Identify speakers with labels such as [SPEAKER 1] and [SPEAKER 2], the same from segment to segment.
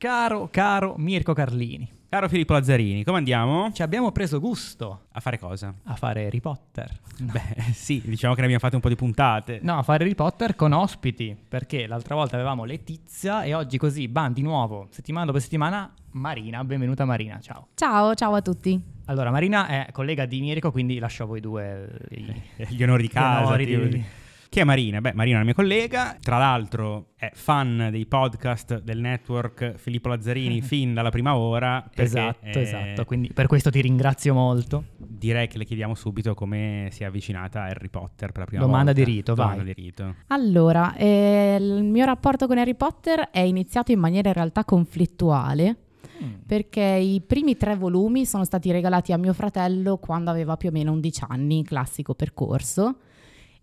[SPEAKER 1] Caro, caro Mirko Carlini,
[SPEAKER 2] Caro Filippo Lazzarini, come andiamo?
[SPEAKER 1] ci abbiamo preso gusto
[SPEAKER 2] A fare cosa?
[SPEAKER 1] a fare Harry Potter.
[SPEAKER 2] Beh, sì, diciamo che ne abbiamo fatte un po' di puntate.
[SPEAKER 1] No, a fare Harry Potter con ospiti, perché l'altra volta avevamo Letizia e oggi così, ban di nuovo, settimana dopo settimana, Marina. Benvenuta Marina, ciao.
[SPEAKER 3] Ciao, ciao a tutti.
[SPEAKER 1] Allora, Marina è collega di Mirko, quindi lascio a voi due eh, i-
[SPEAKER 2] Eh, Gli onori di casa.
[SPEAKER 1] gli onori
[SPEAKER 2] ti-
[SPEAKER 1] di-
[SPEAKER 2] Chi è Marina? Beh, Marina è una mia collega, tra l'altro è fan dei podcast del network Filippo Lazzarini fin dalla prima ora. perché,
[SPEAKER 1] Esatto,
[SPEAKER 2] eh,
[SPEAKER 1] esatto, quindi per questo ti ringrazio molto.
[SPEAKER 2] Direi che le chiediamo subito come si è avvicinata a Harry Potter per la prima
[SPEAKER 1] Domanda
[SPEAKER 2] volta.
[SPEAKER 1] di rito,
[SPEAKER 2] Domanda
[SPEAKER 1] vai.
[SPEAKER 2] di rito.
[SPEAKER 3] Allora, eh, il mio rapporto con Harry Potter è iniziato in maniera in realtà conflittuale
[SPEAKER 1] Mm.
[SPEAKER 3] perché i primi tre volumi sono stati regalati a mio fratello quando aveva più o meno 11 anni, classico percorso,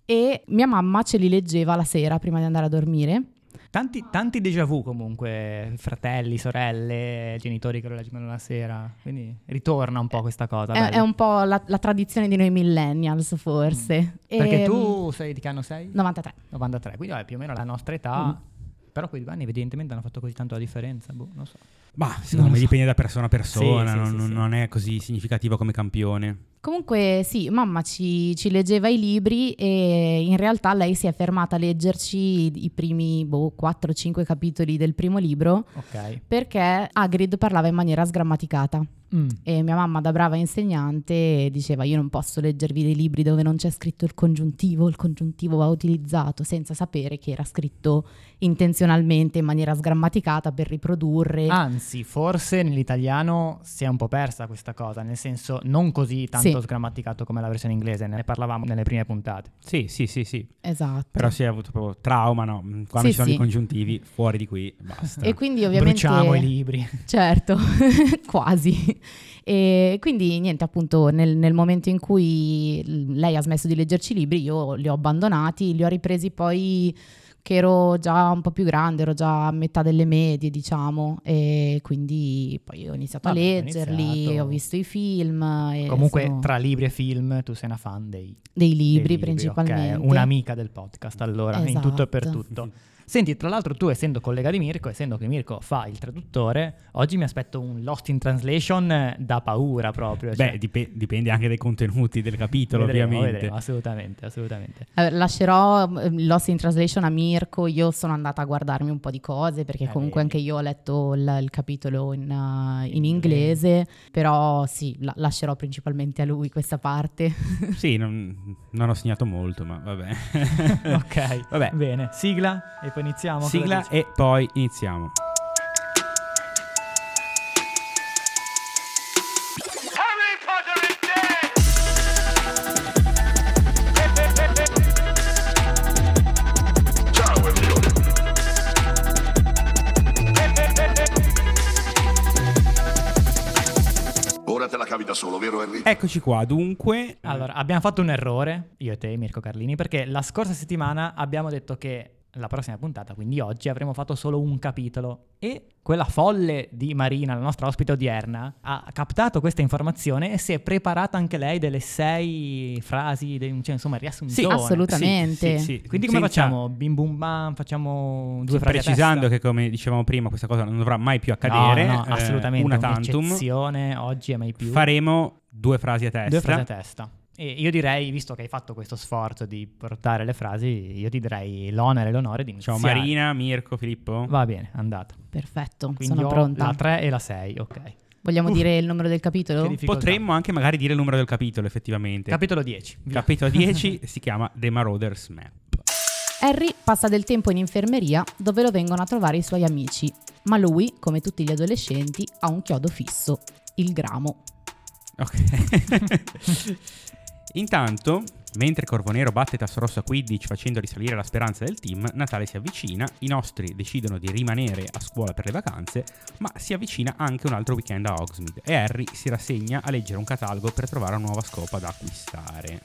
[SPEAKER 3] e mia mamma ce li leggeva la sera prima di andare a dormire.
[SPEAKER 1] Tanti, tanti déjà vu comunque, fratelli, sorelle, genitori che lo leggono la sera, quindi ritorna un po' questa cosa.
[SPEAKER 3] È,
[SPEAKER 1] dai.
[SPEAKER 3] è un po' la, la tradizione di noi millennials forse.
[SPEAKER 1] Mm. Perché
[SPEAKER 3] Ehm,
[SPEAKER 1] tu sei di che anno sei?
[SPEAKER 3] 93.
[SPEAKER 1] 93, quindi vabbè, più o meno la nostra età.
[SPEAKER 3] Mm.
[SPEAKER 1] Però quei due anni evidentemente hanno fatto così tanto la differenza, boh, non so.
[SPEAKER 2] Ma secondo me
[SPEAKER 1] lo so.
[SPEAKER 2] dipende da persona a persona,
[SPEAKER 1] Sì, sì,
[SPEAKER 2] non,
[SPEAKER 1] sì,
[SPEAKER 2] non-
[SPEAKER 1] sì.
[SPEAKER 2] non è così significativo come campione.
[SPEAKER 3] Comunque sì, mamma ci, ci leggeva i libri e in realtà lei si è fermata a leggerci i, i primi boh, 4-5 capitoli del primo libro
[SPEAKER 1] Ok.
[SPEAKER 3] perché Hagrid parlava in maniera sgrammaticata e mia mamma da brava insegnante diceva io non posso leggervi dei libri dove non c'è scritto il congiuntivo, il congiuntivo va utilizzato senza sapere che era scritto intenzionalmente in maniera sgrammaticata per riprodurre.
[SPEAKER 1] Ah. Anzi, forse nell'italiano si è un po' persa questa cosa, nel senso non così tanto
[SPEAKER 3] Sì.
[SPEAKER 1] sgrammaticato come la versione inglese, ne parlavamo nelle prime puntate.
[SPEAKER 2] Sì, sì, sì, sì.
[SPEAKER 3] Esatto.
[SPEAKER 2] Però si è avuto proprio trauma, no? Mm, Quando ci
[SPEAKER 3] Sì,
[SPEAKER 2] sono
[SPEAKER 3] sì.
[SPEAKER 2] i congiuntivi, fuori di qui, basta.
[SPEAKER 3] E quindi ovviamente...
[SPEAKER 1] Bruciamo i libri.
[SPEAKER 3] Certo, quasi. E quindi niente, appunto, nel, nel momento in cui l- lei ha smesso di leggerci i libri, io li ho abbandonati, li ho ripresi poi che ero già un po' più grande, ero già a metà delle medie, diciamo, e quindi poi ho iniziato
[SPEAKER 1] Vabbè,
[SPEAKER 3] a
[SPEAKER 1] hai
[SPEAKER 3] leggerli,
[SPEAKER 1] iniziato.
[SPEAKER 3] ho visto i film, e
[SPEAKER 1] Comunque,
[SPEAKER 3] eh, sono
[SPEAKER 1] tra libri e film, tu sei una fan dei,
[SPEAKER 3] dei
[SPEAKER 1] dei
[SPEAKER 3] libri
[SPEAKER 1] libri,
[SPEAKER 3] principalmente.
[SPEAKER 1] ok? Un'amica del podcast, allora, in tutto e per
[SPEAKER 3] Esatto.
[SPEAKER 1] tutto. Senti, tra l'altro tu essendo collega di Mirko, essendo che Mirko fa il traduttore, oggi mi aspetto un Lost in Translation eh, da paura proprio. cioè,
[SPEAKER 2] Beh, dipe- dipende anche dai contenuti del capitolo,
[SPEAKER 1] vedremo,
[SPEAKER 2] ovviamente.
[SPEAKER 1] vedremo, assolutamente, assolutamente.
[SPEAKER 3] Eh, Lascerò eh, Lost in Translation a Mirko, io sono andata a guardarmi un po' di cose perché
[SPEAKER 1] Eh,
[SPEAKER 3] comunque
[SPEAKER 1] vedi.
[SPEAKER 3] anche io ho letto il, il capitolo in, uh, in
[SPEAKER 1] In inglese.
[SPEAKER 3] inglese, però sì, la- lascerò principalmente a lui questa parte.
[SPEAKER 2] Sì, non, non ho segnato molto, ma vabbè.
[SPEAKER 1] ok,
[SPEAKER 2] Vabbè.
[SPEAKER 1] bene. Sigla e poi iniziamo. cosa
[SPEAKER 2] Sigla
[SPEAKER 1] dici?
[SPEAKER 2] e poi iniziamo.
[SPEAKER 4] Harry Potter is dead!
[SPEAKER 5] Ora te la cavi da solo, vero Henry?
[SPEAKER 2] Eccoci qua, dunque.
[SPEAKER 1] Allora, abbiamo fatto un errore, io e te, Mirko Carlini, perché la scorsa settimana abbiamo detto che la prossima puntata, quindi oggi, avremmo fatto solo un capitolo. E quella folle di Marina, la nostra ospite odierna, ha captato questa informazione e si è preparata anche lei delle sei frasi, de- cioè, insomma, riassunzione.
[SPEAKER 3] assolutamente.
[SPEAKER 2] Sì,
[SPEAKER 3] Esattamente.
[SPEAKER 2] sì, sì.
[SPEAKER 1] Quindi come
[SPEAKER 2] Senza-
[SPEAKER 1] facciamo? Bim bum bam, facciamo due frasi a
[SPEAKER 2] Precisando
[SPEAKER 1] testa?
[SPEAKER 2] che, come dicevamo prima, questa cosa non dovrà mai più accadere.
[SPEAKER 1] No, no,
[SPEAKER 2] eh,
[SPEAKER 1] assolutamente.
[SPEAKER 2] Una tantum.
[SPEAKER 1] un'eccezione, oggi è mai più.
[SPEAKER 2] Faremo due frasi a testa.
[SPEAKER 1] Due frasi a testa. E io direi, visto che hai fatto questo sforzo di portare le frasi, io ti direi l'onere e l'onore di
[SPEAKER 2] Ciao
[SPEAKER 1] iniziare.
[SPEAKER 2] Marina, Mirko, Filippo.
[SPEAKER 1] Va bene, andata.
[SPEAKER 3] Perfetto,
[SPEAKER 1] Quindi
[SPEAKER 3] sono
[SPEAKER 1] ho
[SPEAKER 3] pronta.
[SPEAKER 1] la 3 e la 6, ok.
[SPEAKER 3] Vogliamo dire il numero del
[SPEAKER 1] Che
[SPEAKER 3] capitolo?
[SPEAKER 1] difficoltà.
[SPEAKER 2] Potremmo anche magari dire il numero del capitolo, effettivamente.
[SPEAKER 1] Capitolo 10. via.
[SPEAKER 2] Capitolo 10 si chiama The Marauders Map.
[SPEAKER 3] Harry passa del tempo in infermeria dove lo vengono a trovare i suoi amici, ma lui, come tutti gli adolescenti, ha un chiodo fisso, il gramo.
[SPEAKER 2] Ok. Intanto, mentre Corvo Nero batte tasto rosso a Quidditch facendo risalire la speranza del team, Natale si avvicina, i nostri decidono di rimanere a scuola per le vacanze, ma si avvicina anche un altro weekend a Hogsmeade e Harry si rassegna a leggere un catalogo per trovare una nuova scopa da acquistare.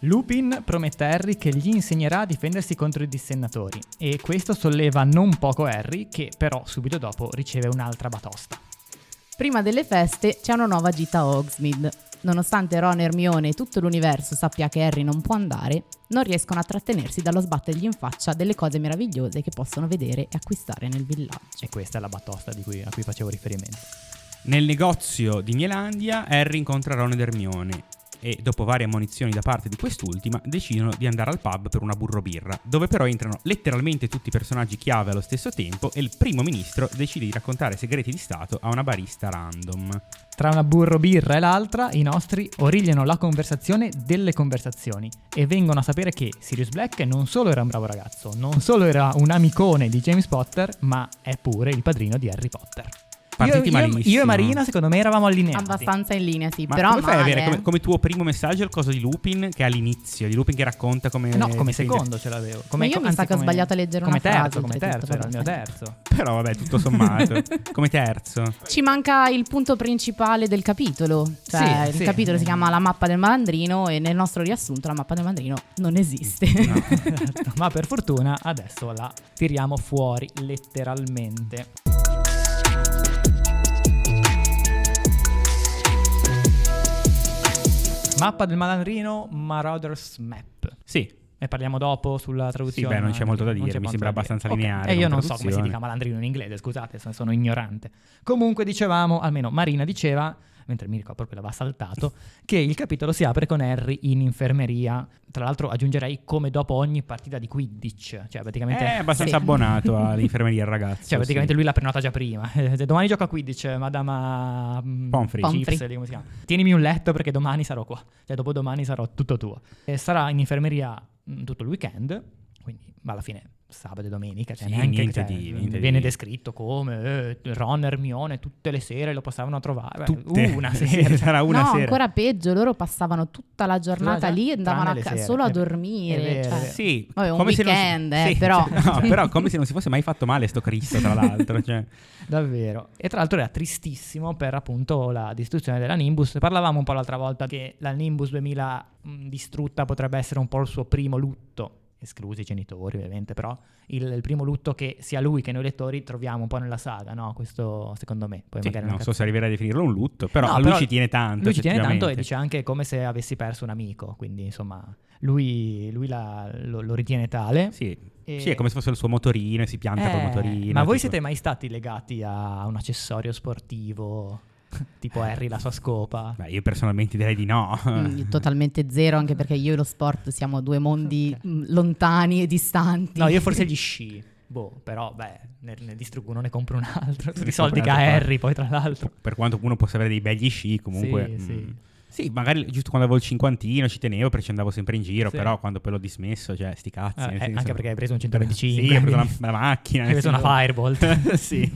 [SPEAKER 1] Lupin promette a Harry che gli insegnerà a difendersi contro i dissennatori e questo solleva non poco Harry che però subito dopo riceve un'altra batosta.
[SPEAKER 3] Prima delle feste c'è una nuova gita a Hogsmeade. Nonostante Ron, Hermione e tutto l'universo sappia che Harry non può andare, non riescono a trattenersi dallo sbattergli in faccia delle cose meravigliose che possono vedere e acquistare nel villaggio.
[SPEAKER 1] E questa è la batosta di cui- a cui facevo riferimento.
[SPEAKER 2] Nel negozio di Mielandia, Harry incontra Ron ed Hermione e, dopo varie ammonizioni da parte di quest'ultima, decidono di andare al pub per una burro birra, dove però entrano letteralmente tutti i personaggi chiave allo stesso tempo e il primo ministro decide di raccontare segreti di Stato a una barista random.
[SPEAKER 1] Tra una burro birra e l'altra, i nostri origliano la conversazione delle conversazioni e vengono a sapere che Sirius Black non solo era un bravo ragazzo, non solo era un amicone di James Potter, ma è pure il padrino di Harry Potter.
[SPEAKER 2] Partiti
[SPEAKER 1] io, io,
[SPEAKER 2] malissimo.
[SPEAKER 1] io e Marina, secondo me, eravamo allineati.
[SPEAKER 3] Abbastanza in linea, sì,
[SPEAKER 2] Ma
[SPEAKER 3] però
[SPEAKER 2] come fai ad
[SPEAKER 3] male,
[SPEAKER 2] avere
[SPEAKER 3] eh.
[SPEAKER 2] come, come tuo primo messaggio il coso di Lupin che è all'inizio, di Lupin che racconta come...
[SPEAKER 1] No, come
[SPEAKER 2] dipende-
[SPEAKER 1] secondo ce l'avevo. Come,
[SPEAKER 3] Ma io mi
[SPEAKER 1] anzi,
[SPEAKER 3] sa che ho
[SPEAKER 1] come-
[SPEAKER 3] sbagliato a leggere
[SPEAKER 1] come
[SPEAKER 3] una frase, cioè,
[SPEAKER 1] terzo, Come
[SPEAKER 3] oltretutto,
[SPEAKER 1] terzo, era il mio
[SPEAKER 3] vabbè.
[SPEAKER 1] terzo.
[SPEAKER 2] Però vabbè, tutto sommato. come terzo.
[SPEAKER 3] Ci manca il punto principale del capitolo. Cioè,
[SPEAKER 1] Sì,
[SPEAKER 3] il
[SPEAKER 1] sì.
[SPEAKER 3] capitolo si chiama La mappa del malandrino e nel nostro riassunto la mappa del malandrino non esiste.
[SPEAKER 2] No.
[SPEAKER 1] Esatto, Ma per fortuna adesso la tiriamo fuori letteralmente. Mappa del malandrino Marauders Map.
[SPEAKER 2] Sì,
[SPEAKER 1] Ne parliamo dopo sulla traduzione.
[SPEAKER 2] beh, non c'è molto da
[SPEAKER 1] Non
[SPEAKER 2] dire,
[SPEAKER 1] c'è
[SPEAKER 2] mi
[SPEAKER 1] molto
[SPEAKER 2] sembra
[SPEAKER 1] da dire.
[SPEAKER 2] abbastanza
[SPEAKER 1] Ok,
[SPEAKER 2] lineare
[SPEAKER 1] E io
[SPEAKER 2] come
[SPEAKER 1] non so come si
[SPEAKER 2] traduzione.
[SPEAKER 1] dica malandrino in inglese, scusate, sono- sono ignorante. Comunque dicevamo, almeno Marina diceva, mentre Mirko proprio l'aveva saltato, che il capitolo si apre con Harry in infermeria. Tra l'altro aggiungerei come dopo ogni partita di Quidditch, cioè praticamente...
[SPEAKER 2] è Eh, abbastanza
[SPEAKER 3] Sì.
[SPEAKER 2] abbonato all'infermeria il ragazzo.
[SPEAKER 1] Cioè, praticamente
[SPEAKER 2] sì.
[SPEAKER 1] lui l'ha prenotata già prima. domani gioca a Quidditch, madama. mm,
[SPEAKER 2] Pomfrey.
[SPEAKER 1] Chips,
[SPEAKER 3] Pomfrey.
[SPEAKER 1] lì come si chiama. Tienimi un letto perché domani sarò qua. Cioè, dopodomani sarò tutto tuo. E sarà in infermeria mm, tutto il weekend. Quindi, ma alla fine, sabato e domenica. Cioè,
[SPEAKER 2] Sì,
[SPEAKER 1] neanche cioè,
[SPEAKER 2] niente di- niente
[SPEAKER 1] Viene
[SPEAKER 2] di-
[SPEAKER 1] descritto come eh, Ron Hermione tutte le sere lo passavano a trovare. Beh,
[SPEAKER 2] Tutte.
[SPEAKER 1] Una cioè,
[SPEAKER 2] Sì,
[SPEAKER 1] sera.
[SPEAKER 2] sarà una
[SPEAKER 3] no,
[SPEAKER 2] sera.
[SPEAKER 3] ancora peggio, loro passavano tutta la giornata
[SPEAKER 1] Tutta la
[SPEAKER 3] lì e
[SPEAKER 1] giornata,
[SPEAKER 3] andavano a
[SPEAKER 1] tranne
[SPEAKER 3] ca-
[SPEAKER 1] le sere,
[SPEAKER 3] solo a
[SPEAKER 1] è vero.
[SPEAKER 3] dormire.
[SPEAKER 1] È vero,
[SPEAKER 3] cioè.
[SPEAKER 1] è vero.
[SPEAKER 2] Eh, Sì,
[SPEAKER 3] Vabbè, un
[SPEAKER 2] come se non si-
[SPEAKER 3] weekend, eh,
[SPEAKER 2] sì,
[SPEAKER 3] però.
[SPEAKER 2] cioè, no, però come se non si fosse mai fatto male sto Cristo, tra l'altro. cioè.
[SPEAKER 1] Davvero. E tra l'altro era tristissimo per appunto la distruzione della Nimbus. Parlavamo un po' l'altra volta che la Nimbus 2000 mh, distrutta potrebbe essere un po' il suo primo lutto, esclusi i genitori ovviamente, però il, il primo lutto che sia lui che noi lettori troviamo un po' nella saga, no? Questo secondo me. Poi
[SPEAKER 2] Sì,
[SPEAKER 1] magari è una
[SPEAKER 2] non so
[SPEAKER 1] cazzata.
[SPEAKER 2] se arriverà a definirlo un lutto, però
[SPEAKER 1] No,
[SPEAKER 2] a lui
[SPEAKER 1] però
[SPEAKER 2] ci tiene tanto.
[SPEAKER 1] Lui ci tiene tanto e
[SPEAKER 2] effettivamente.
[SPEAKER 1] dice anche come se avessi perso un amico, quindi insomma lui, lui la- lo, lo ritiene tale.
[SPEAKER 2] Sì.
[SPEAKER 1] E-
[SPEAKER 2] Sì, è come se fosse il suo motorino e si pianta col
[SPEAKER 1] Eh,
[SPEAKER 2] motorino.
[SPEAKER 1] Ma voi
[SPEAKER 2] tipo-
[SPEAKER 1] siete mai stati legati a un accessorio sportivo? tipo Harry, la sua scopa?
[SPEAKER 2] Beh, io personalmente direi di no.
[SPEAKER 1] Eh.
[SPEAKER 3] Mm, Totalmente zero, anche perché io e lo sport siamo due mondi
[SPEAKER 1] Ok.
[SPEAKER 3] mm, lontani e distanti.
[SPEAKER 1] No, io forse gli sci. Boh, però beh, ne, ne distruggo uno, ne compro un altro. Tutti i soldi che
[SPEAKER 2] compri un
[SPEAKER 1] ha
[SPEAKER 2] altro eh.
[SPEAKER 1] Harry, poi tra l'altro.
[SPEAKER 2] per quanto uno possa avere dei begli sci, comunque.
[SPEAKER 1] Sì, Eh, sì.
[SPEAKER 2] mm. Sì, magari giusto quando avevo il cinquantino ci tenevo perché ci andavo sempre in giro,
[SPEAKER 1] Sì.
[SPEAKER 2] però quando poi l'ho dismesso, cioè, sti cazzi.
[SPEAKER 1] Eh,
[SPEAKER 2] nel
[SPEAKER 1] eh,
[SPEAKER 2] senso-
[SPEAKER 1] anche perché hai preso un 125,
[SPEAKER 2] Sì, ho preso la,
[SPEAKER 1] quindi-
[SPEAKER 2] la macchina.
[SPEAKER 1] Hai
[SPEAKER 2] nel
[SPEAKER 1] preso una
[SPEAKER 2] senso-
[SPEAKER 1] Firebolt.
[SPEAKER 2] sì.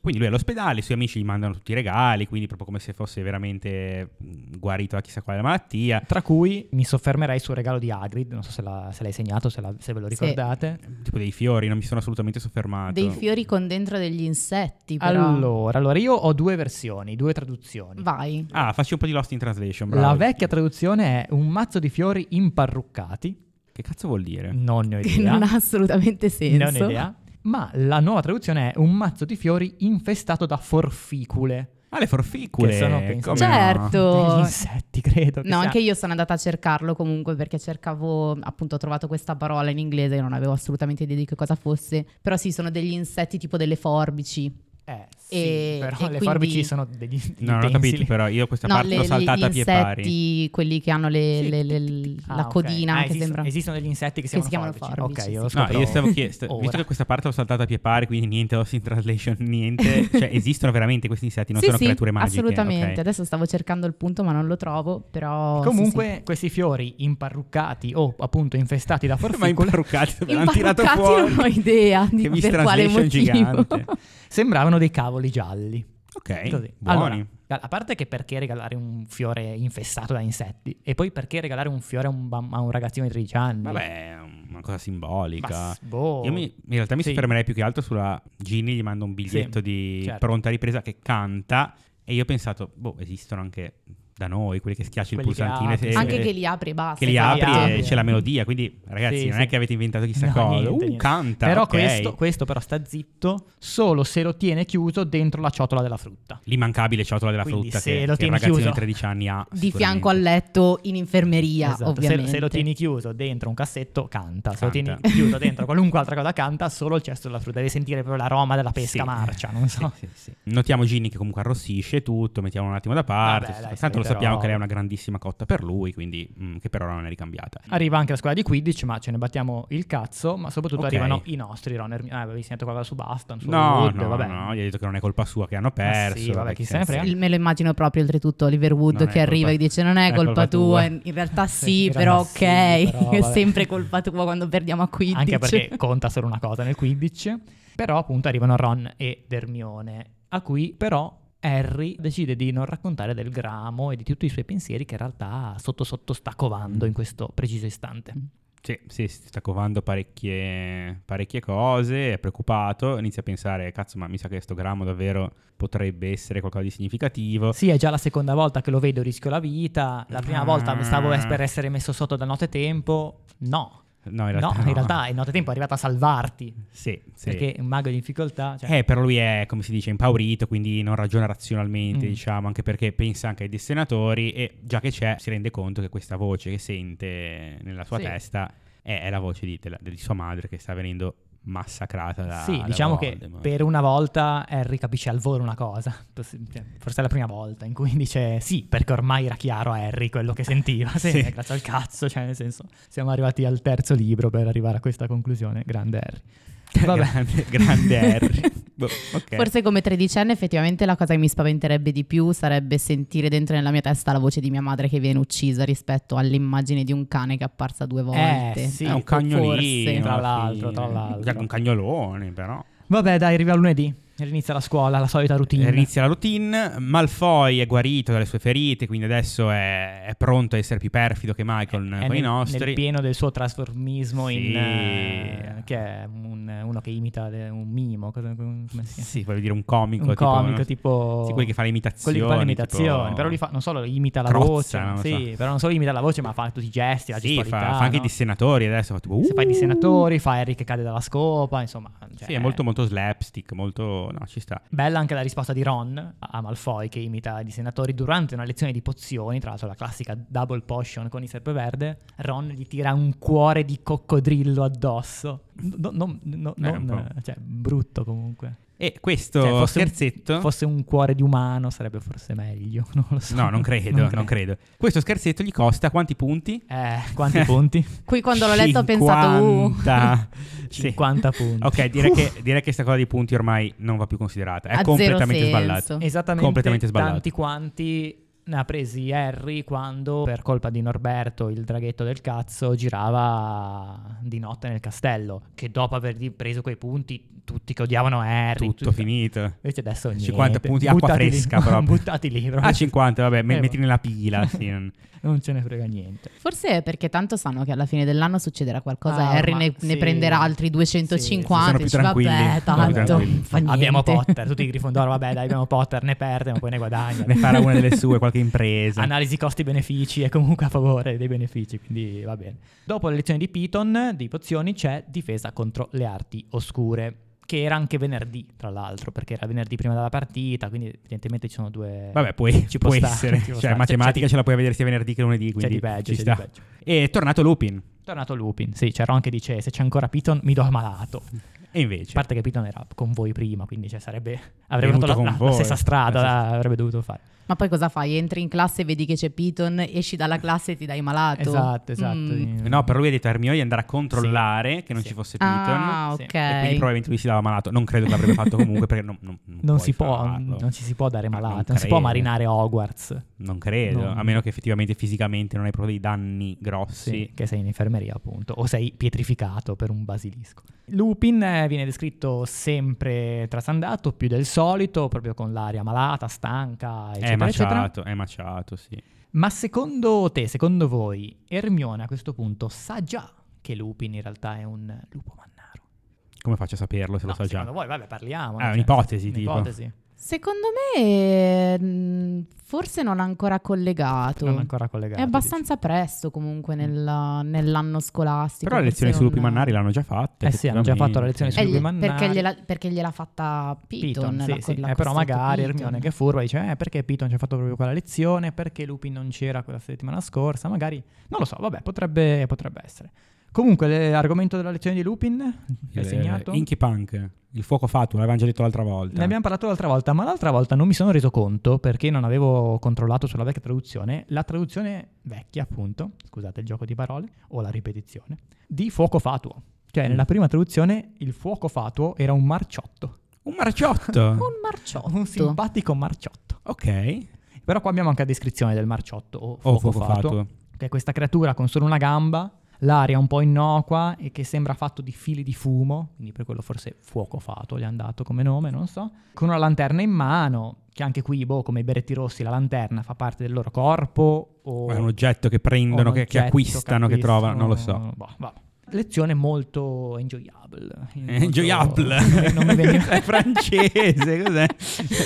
[SPEAKER 2] Quindi lui è all'ospedale, i suoi amici gli mandano tutti i regali, quindi proprio come se fosse veramente mm, guarito da chissà quale malattia.
[SPEAKER 1] Tra cui mi soffermerei sul regalo di Hagrid. Non so se, l'ha- se l'hai segnato, se, la- se ve lo
[SPEAKER 3] Sì.
[SPEAKER 1] ricordate.
[SPEAKER 2] Tipo dei fiori, non mi sono assolutamente soffermato.
[SPEAKER 3] Dei fiori con dentro degli insetti, però.
[SPEAKER 1] Allora, allora, io ho due versioni, due traduzioni.
[SPEAKER 3] Vai.
[SPEAKER 2] Ah, faccio un po' di Lost in Translation, bravo.
[SPEAKER 1] La vecchia traduzione è un mazzo di fiori imparruccati.
[SPEAKER 2] Che cazzo vuol dire?
[SPEAKER 1] Non ne ho
[SPEAKER 3] Che
[SPEAKER 1] idea.
[SPEAKER 3] non ha assolutamente senso.
[SPEAKER 1] Non ho idea. Ma la nuova traduzione è un mazzo di fiori infestato da forficule.
[SPEAKER 2] Ah, le forficule.
[SPEAKER 1] Che sono, penso-
[SPEAKER 2] come no?
[SPEAKER 3] Certo.
[SPEAKER 1] Degli insetti, credo. che
[SPEAKER 3] No,
[SPEAKER 1] sia.
[SPEAKER 3] anche io sono andata a cercarlo comunque perché cercavo, appunto, ho trovato questa parola in inglese e non avevo assolutamente idea di che cosa fosse. Però sì, sono degli insetti tipo delle forbici.
[SPEAKER 1] Eh, sì,
[SPEAKER 3] E-
[SPEAKER 1] però
[SPEAKER 3] e
[SPEAKER 1] le
[SPEAKER 3] quindi-
[SPEAKER 1] forbici sono degli degli
[SPEAKER 2] No, non ho capito,
[SPEAKER 1] utensili.
[SPEAKER 2] però io
[SPEAKER 1] Cioè,
[SPEAKER 2] questa
[SPEAKER 3] No,
[SPEAKER 2] parte
[SPEAKER 3] le-
[SPEAKER 2] l'ho
[SPEAKER 3] gli
[SPEAKER 2] saltata a pie pari.
[SPEAKER 3] insetti, quelli che hanno le-
[SPEAKER 1] Sì,
[SPEAKER 3] le- le-
[SPEAKER 1] Ah,
[SPEAKER 3] la
[SPEAKER 1] ok.
[SPEAKER 3] codina
[SPEAKER 1] Ah,
[SPEAKER 3] che
[SPEAKER 1] esistono,
[SPEAKER 3] sembra...
[SPEAKER 1] esistono degli insetti che si
[SPEAKER 3] che si
[SPEAKER 1] chiamano,
[SPEAKER 3] chiamano
[SPEAKER 1] Ok,
[SPEAKER 3] forbici,
[SPEAKER 1] io
[SPEAKER 3] sì.
[SPEAKER 1] lo
[SPEAKER 2] No,
[SPEAKER 1] scoprirò
[SPEAKER 2] io stavo chiesto,
[SPEAKER 1] ora.
[SPEAKER 2] visto che questa parte l'ho saltata a pie pari, quindi niente Lost in Translation, niente. Cioè, esistono veramente questi insetti, non
[SPEAKER 3] sì,
[SPEAKER 2] sono
[SPEAKER 3] sì,
[SPEAKER 2] creature magiche.
[SPEAKER 3] assolutamente.
[SPEAKER 2] ok.
[SPEAKER 3] Adesso stavo cercando il punto ma non lo trovo, però... sì,
[SPEAKER 1] Comunque, questi fiori imparruccati o appunto infestati da
[SPEAKER 2] Ma
[SPEAKER 1] forficule
[SPEAKER 2] imparruccati,
[SPEAKER 3] sì.
[SPEAKER 2] me l'hanno tirato
[SPEAKER 3] Imparruccati
[SPEAKER 2] fuori.
[SPEAKER 3] non ho idea
[SPEAKER 2] Che
[SPEAKER 3] di per quale
[SPEAKER 2] mistranslation
[SPEAKER 3] motivo.
[SPEAKER 2] gigante.
[SPEAKER 1] sembravano dei cavoli gialli.
[SPEAKER 2] Ok,
[SPEAKER 1] Così.
[SPEAKER 2] buoni.
[SPEAKER 1] Allora, da- a parte che perché regalare un fiore infestato da insetti? E poi perché regalare un fiore a un, bam- a un ragazzino di 13 anni?
[SPEAKER 2] Vabbè, è una cosa
[SPEAKER 1] Ma
[SPEAKER 2] simbolica.
[SPEAKER 1] s- boh.
[SPEAKER 2] Io mi- in realtà mi
[SPEAKER 1] Sì.
[SPEAKER 2] soffermerei più che altro sulla Ginny, gli mando un biglietto di
[SPEAKER 1] certo.
[SPEAKER 2] pronta ripresa che canta e io ho pensato, boh, esistono anche da noi, quelli che schiacci
[SPEAKER 1] Quelli
[SPEAKER 2] il
[SPEAKER 1] che
[SPEAKER 2] pulsantino
[SPEAKER 1] apri,
[SPEAKER 2] e-
[SPEAKER 1] sì.
[SPEAKER 3] Anche
[SPEAKER 2] e-
[SPEAKER 3] che li apri e basta.
[SPEAKER 2] Eh, che li
[SPEAKER 1] che
[SPEAKER 2] apri
[SPEAKER 1] li apri.
[SPEAKER 2] e c'è la melodia. Quindi, ragazzi,
[SPEAKER 1] Sì,
[SPEAKER 2] non
[SPEAKER 1] sì.
[SPEAKER 2] è che avete inventato chissà
[SPEAKER 1] No,
[SPEAKER 2] cosa.
[SPEAKER 1] niente,
[SPEAKER 2] Uh,
[SPEAKER 1] niente.
[SPEAKER 2] canta.
[SPEAKER 1] Però
[SPEAKER 2] ok.
[SPEAKER 1] questo, questo però sta zitto solo se lo tiene chiuso dentro la ciotola della frutta.
[SPEAKER 2] L'immancabile ciotola della
[SPEAKER 1] Quindi
[SPEAKER 2] frutta
[SPEAKER 1] se
[SPEAKER 2] che,
[SPEAKER 1] lo
[SPEAKER 2] che il
[SPEAKER 1] tieni
[SPEAKER 2] ragazzino
[SPEAKER 1] chiuso.
[SPEAKER 2] di 13 anni ha.
[SPEAKER 3] Di
[SPEAKER 2] sicuramente.
[SPEAKER 3] fianco al letto in infermeria,
[SPEAKER 1] Esatto, se-
[SPEAKER 3] ovviamente.
[SPEAKER 1] Se, lo tieni chiuso dentro un cassetto, canta. Se lo tieni
[SPEAKER 2] Canta.
[SPEAKER 1] chiuso dentro qualunque altra cosa, canta. Solo il cesto della frutta. Devi sentire proprio l'aroma della pesca
[SPEAKER 2] Sì.
[SPEAKER 1] marcia. Non so.
[SPEAKER 2] Sì, sì, sì. Notiamo Ginny che comunque arrossisce tutto, mettiamo un attimo da parte.
[SPEAKER 1] Vabbè, dai, sì,
[SPEAKER 2] tanto lo
[SPEAKER 1] però-
[SPEAKER 2] sappiamo che lei è una grandissima cotta per lui, quindi mm, che per ora non è ricambiata.
[SPEAKER 1] Arriva anche la squadra di Quidditch, ma ce ne battiamo il cazzo. Ma soprattutto
[SPEAKER 2] Ok.
[SPEAKER 1] arrivano i nostri Ron e Hermione. Ah, avevi sentito qualcosa su Baston? Su
[SPEAKER 2] No,
[SPEAKER 1] Wood,
[SPEAKER 2] no,
[SPEAKER 1] vabbè. Ah,
[SPEAKER 2] no, gli ha detto che non è colpa sua che hanno perso.
[SPEAKER 1] sì, vabbè, chi
[SPEAKER 2] che
[SPEAKER 1] se ne frega.
[SPEAKER 3] Eh, Il- me lo immagino proprio oltretutto Oliver Wood
[SPEAKER 2] Non è
[SPEAKER 3] che arriva
[SPEAKER 2] colpa-
[SPEAKER 3] e dice non è, colpa, tua, in realtà sì,
[SPEAKER 1] in realtà
[SPEAKER 3] però
[SPEAKER 1] sì,
[SPEAKER 3] ok,
[SPEAKER 1] però
[SPEAKER 3] è
[SPEAKER 1] vabbè.
[SPEAKER 3] sempre colpa tua quando perdiamo a 15.
[SPEAKER 1] Anche perché conta solo una cosa nel Quidditch. Però appunto arrivano Ron e Dermione, a cui però Harry decide di non raccontare del gramo e di tutti i suoi pensieri che in realtà sotto sotto sta covando in questo preciso istante.
[SPEAKER 2] Mm. Sì, sì, si sta covando parecchie, parecchie cose, è preoccupato, inizia a pensare, cazzo, ma mi sa che sto grammo davvero potrebbe essere qualcosa di significativo.
[SPEAKER 1] Sì, è già la seconda volta che lo vedo, rischio la vita. La prima
[SPEAKER 2] Ah.
[SPEAKER 1] volta stavo es- per essere messo sotto da notetempo. No,
[SPEAKER 2] No, in
[SPEAKER 1] no,
[SPEAKER 2] realtà...
[SPEAKER 1] in realtà il notetempo è arrivato a salvarti.
[SPEAKER 2] Sì, sì.
[SPEAKER 1] Perché un mago di difficoltà. Cioè,
[SPEAKER 2] Eh, però lui è, come si dice, impaurito, quindi non ragiona razionalmente,
[SPEAKER 1] Mm.
[SPEAKER 2] diciamo, anche perché pensa anche ai destinatori e già che c'è si rende conto che questa voce che sente nella sua
[SPEAKER 1] Sì.
[SPEAKER 2] testa è, è la voce di, della- di sua madre che sta venendo massacrata da
[SPEAKER 1] sì,
[SPEAKER 2] da
[SPEAKER 1] diciamo che
[SPEAKER 2] Voldemort.
[SPEAKER 1] per una volta Harry capisce al volo una cosa. cioè, Forse è la prima volta in cui dice sì, perché ormai era chiaro a Harry quello che sentiva. Sì,
[SPEAKER 2] Sì.
[SPEAKER 1] grazie al cazzo. Cioè, nel senso, siamo arrivati al terzo libro per arrivare a questa conclusione. Grande Harry.
[SPEAKER 2] grande, grande Harry. Boh, ok.
[SPEAKER 3] Forse come tredicenne effettivamente la cosa che mi spaventerebbe di più sarebbe sentire dentro nella mia testa la voce di mia madre che viene uccisa rispetto all'immagine di un cane che è apparsa due volte.
[SPEAKER 1] Eh, sì.
[SPEAKER 2] è un
[SPEAKER 1] forse,
[SPEAKER 2] cagnolino
[SPEAKER 1] tra
[SPEAKER 2] alla
[SPEAKER 1] l'altro, tra
[SPEAKER 2] fine.
[SPEAKER 1] l'altro.
[SPEAKER 2] Già un cagnolone però
[SPEAKER 1] Vabbè, dai, arriva lunedì. Inizia la scuola, la solita routine.
[SPEAKER 2] Inizia la routine. Malfoy è guarito dalle sue ferite, quindi adesso è, è pronto a essere più perfido che Michael
[SPEAKER 1] È
[SPEAKER 2] con i
[SPEAKER 1] nel,
[SPEAKER 2] nostri.
[SPEAKER 1] nel pieno del suo trasformismo in
[SPEAKER 2] Sì.
[SPEAKER 1] eh, che è un- uno che imita le- un mimo cosa- come si
[SPEAKER 2] sì, voglio dire un comico.
[SPEAKER 1] un
[SPEAKER 2] tipo,
[SPEAKER 1] comico
[SPEAKER 2] no?
[SPEAKER 1] tipo
[SPEAKER 2] Sì, quelli che fa le imitazioni.
[SPEAKER 1] quelli che fanno le imitazioni
[SPEAKER 2] tipo-
[SPEAKER 1] però lui fa, non solo imita la
[SPEAKER 2] Crozza,
[SPEAKER 1] voce
[SPEAKER 2] non lo
[SPEAKER 1] sì, però non solo imita la voce ma fa tutti i gesti la
[SPEAKER 2] Sì, fa,
[SPEAKER 1] gestualità
[SPEAKER 2] fa anche
[SPEAKER 1] no?
[SPEAKER 2] i dissenatori adesso. Fa tipo,
[SPEAKER 1] se fa i
[SPEAKER 2] "Uh!"
[SPEAKER 1] dissenatori fa Harry che cade dalla scopa insomma cioè,
[SPEAKER 2] Sì, è molto, molto slapstick. Molto. No, ci sta.
[SPEAKER 1] Bella anche la risposta di Ron a Malfoy che imita i senatori durante una lezione di pozioni, tra l'altro la classica double potion con il serpeverde. Ron gli tira un cuore di coccodrillo addosso. No- no- no-
[SPEAKER 2] Eh, un
[SPEAKER 1] non- cioè, brutto comunque.
[SPEAKER 2] E questo
[SPEAKER 1] Cioè, fosse un-
[SPEAKER 2] scherzetto.
[SPEAKER 1] fosse un cuore di umano sarebbe forse meglio, non lo so.
[SPEAKER 2] No, non credo, non credo, Questo scherzetto gli costa quanti punti?
[SPEAKER 1] Eh, quanti punti?
[SPEAKER 3] Qui quando l'ho letto ho pensato, uh,
[SPEAKER 2] 50. Sì.
[SPEAKER 1] 50 punti.
[SPEAKER 2] Ok, direi che, direi che sta cosa dei punti ormai non va più considerata. È
[SPEAKER 3] Ha zero
[SPEAKER 2] completamente
[SPEAKER 3] senso.
[SPEAKER 2] sballata.
[SPEAKER 1] Uh, Esattamente,
[SPEAKER 2] Completamente sballato.
[SPEAKER 1] tanti quanti ne ha presi Harry quando, per colpa di Norberto, il draghetto del cazzo, girava di notte nel castello. Che dopo aver preso quei punti, tutti che odiavano Harry.
[SPEAKER 2] Tutto
[SPEAKER 1] tutti-
[SPEAKER 2] finito.
[SPEAKER 1] Invece adesso Certo, niente.
[SPEAKER 2] 50 punti, acqua
[SPEAKER 1] Buttati lì.
[SPEAKER 2] fresca proprio.
[SPEAKER 1] Buttati lì, proprio.
[SPEAKER 2] Ah, 50, vabbè, me-
[SPEAKER 1] Eh,
[SPEAKER 2] metti
[SPEAKER 1] va.
[SPEAKER 2] nella pila. sì, non-
[SPEAKER 1] Non ce ne frega niente.
[SPEAKER 3] Forse è perché tanto sanno che alla fine dell'anno succederà qualcosa
[SPEAKER 1] Ah,
[SPEAKER 3] e Harry
[SPEAKER 1] ma-
[SPEAKER 3] ne, ne
[SPEAKER 1] sì.
[SPEAKER 3] prenderà altri
[SPEAKER 1] Sì,
[SPEAKER 3] 250.
[SPEAKER 2] sì,
[SPEAKER 3] dici,
[SPEAKER 2] sono più tranquilli, sono
[SPEAKER 3] vabbè,
[SPEAKER 2] più
[SPEAKER 3] tanto,
[SPEAKER 2] tranquilli.
[SPEAKER 3] fa niente.
[SPEAKER 1] Abbiamo Potter, tutti i Grifondoro, vabbè dai abbiamo Potter, ne perde ma poi ne guadagna.
[SPEAKER 2] Ne farà una delle sue, qualche impresa.
[SPEAKER 1] Analisi costi-benefici è comunque a favore dei benefici, quindi va bene. Dopo le lezioni di Piton, di pozioni, c'è difesa contro le arti oscure, che era anche venerdì, tra l'altro, perché era venerdì prima della partita, quindi evidentemente ci sono due...
[SPEAKER 2] Vabbè, poi
[SPEAKER 1] ci può
[SPEAKER 2] può
[SPEAKER 1] stare,
[SPEAKER 2] essere.
[SPEAKER 1] ci può
[SPEAKER 2] cioè,
[SPEAKER 1] stare.
[SPEAKER 2] matematica
[SPEAKER 1] C'è di-
[SPEAKER 2] ce la puoi vedere sia venerdì che lunedì.
[SPEAKER 1] c'è
[SPEAKER 2] Quindi
[SPEAKER 1] di peggio,
[SPEAKER 2] ci
[SPEAKER 1] c'è
[SPEAKER 2] sta.
[SPEAKER 1] di peggio.
[SPEAKER 2] E è tornato Lupin.
[SPEAKER 1] Tornato Lupin, sì, c'era anche dice, se c'è ancora Piton mi do ammalato.
[SPEAKER 2] E invece.
[SPEAKER 1] A parte che Piton era con voi prima, quindi cioè, sarebbe... avrebbe fatto
[SPEAKER 2] Certo. Venuto
[SPEAKER 1] la,
[SPEAKER 2] con
[SPEAKER 1] la- la
[SPEAKER 2] voi. Esatto.
[SPEAKER 1] stessa strada,
[SPEAKER 2] La stessa-
[SPEAKER 1] la- avrebbe dovuto fare.
[SPEAKER 3] Ma poi cosa fai? Entri in classe e vedi che c'è Piton, esci dalla classe e ti dai malato.
[SPEAKER 1] Esatto, esatto.
[SPEAKER 3] Mm.
[SPEAKER 2] Eh, No, per lui ha detto a Hermione di andare a controllare che non
[SPEAKER 1] Sì.
[SPEAKER 2] ci fosse Piton.
[SPEAKER 3] Ah,
[SPEAKER 1] Sì.
[SPEAKER 2] E
[SPEAKER 3] ok.
[SPEAKER 2] quindi probabilmente lui si dava malato. Non credo che l'avrebbe fatto comunque perché non, non- non
[SPEAKER 1] Non,
[SPEAKER 2] puoi
[SPEAKER 1] si può, mm,
[SPEAKER 2] farlo.
[SPEAKER 1] non ci si può dare
[SPEAKER 2] Ma non
[SPEAKER 1] malato, non, si può
[SPEAKER 2] credo.
[SPEAKER 1] marinare Hogwarts.
[SPEAKER 2] Non credo,
[SPEAKER 1] Non-
[SPEAKER 2] a meno che effettivamente fisicamente non hai proprio dei danni grossi.
[SPEAKER 1] Sì, che sei in infermeria appunto, o sei pietrificato per un basilisco. Lupin eh, viene descritto sempre trasandato, più del solito, proprio con l'aria malata, stanca, eccetera,
[SPEAKER 2] è
[SPEAKER 1] eccetera.
[SPEAKER 2] maciato, è maciato, sì.
[SPEAKER 1] Ma secondo te, secondo voi, Hermione a questo punto sa già che Lupin in realtà è un lupo mannaro?
[SPEAKER 2] Come faccio a saperlo se lo
[SPEAKER 1] No,
[SPEAKER 2] so già?
[SPEAKER 1] Secondo voi, vabbè, parliamo.
[SPEAKER 2] Ah,
[SPEAKER 1] nel
[SPEAKER 2] un'ipotesi,
[SPEAKER 1] senso,
[SPEAKER 2] tipo.
[SPEAKER 1] Un'ipotesi.
[SPEAKER 3] Secondo me mh, forse non ha ancora collegato.
[SPEAKER 1] Non ancora collegato. Mm.
[SPEAKER 3] È abbastanza presto comunque nella- nell'anno scolastico.
[SPEAKER 2] Però le lezioni
[SPEAKER 3] forse un-
[SPEAKER 2] suprimannari l'hanno già fatte.
[SPEAKER 1] Eh sì, hanno già fatto la
[SPEAKER 2] effettivamente.
[SPEAKER 1] lezione
[SPEAKER 3] Eh,
[SPEAKER 1] sui
[SPEAKER 3] gli- perché,
[SPEAKER 1] mannari.
[SPEAKER 3] gliela, perché gliela ha fatta Piton.
[SPEAKER 1] Piton,
[SPEAKER 3] la-
[SPEAKER 1] sì, sì.
[SPEAKER 3] la
[SPEAKER 1] Eh, però
[SPEAKER 3] costante
[SPEAKER 1] magari
[SPEAKER 3] Piton.
[SPEAKER 1] Hermione che è furba dice eh, perché Piton ci ha fatto proprio quella lezione, perché Lupin non c'era quella settimana scorsa, magari non lo so, vabbè, potrebbe, potrebbe essere. Comunque le- l'argomento della lezione di Lupin che hai
[SPEAKER 2] Eh,
[SPEAKER 1] segnato?
[SPEAKER 2] Inky Punk, il fuoco fatto, l'avevamo già detto l'altra volta.
[SPEAKER 1] Ne abbiamo parlato l'altra volta, ma l'altra volta non mi sono reso conto perché non avevo controllato sulla vecchia traduzione, la traduzione vecchia appunto, scusate il gioco di parole, o la ripetizione, di fuoco fatuo. Cioè nella prima traduzione il fuoco fatuo era un marciotto,
[SPEAKER 2] Un marciotto!
[SPEAKER 3] Un marciotto.
[SPEAKER 1] un simpatico marciotto.
[SPEAKER 2] ok.
[SPEAKER 1] Però qua abbiamo anche la descrizione del marciotto o
[SPEAKER 2] Oh,
[SPEAKER 1] fuoco
[SPEAKER 2] fuoco
[SPEAKER 1] fatuo,
[SPEAKER 2] fatto.
[SPEAKER 1] che è questa creatura con solo una gamba, l'aria un po' innocua e che sembra fatto di fili di fumo, quindi per quello forse fuoco fatuo gli è andato come nome, non so, con una lanterna in mano, che anche qui, boh, come i beretti rossi, la lanterna fa parte del loro corpo o
[SPEAKER 2] È un oggetto che prendono,
[SPEAKER 1] o un
[SPEAKER 2] che, che
[SPEAKER 1] oggetto
[SPEAKER 2] acquistano, che trovano, non lo so.
[SPEAKER 1] acquistano, boh, vabbè. Lezione molto enjoyable.
[SPEAKER 2] Eh, Enjoyable!
[SPEAKER 1] Molto- Non mi veniva,
[SPEAKER 2] È francese, cos'è?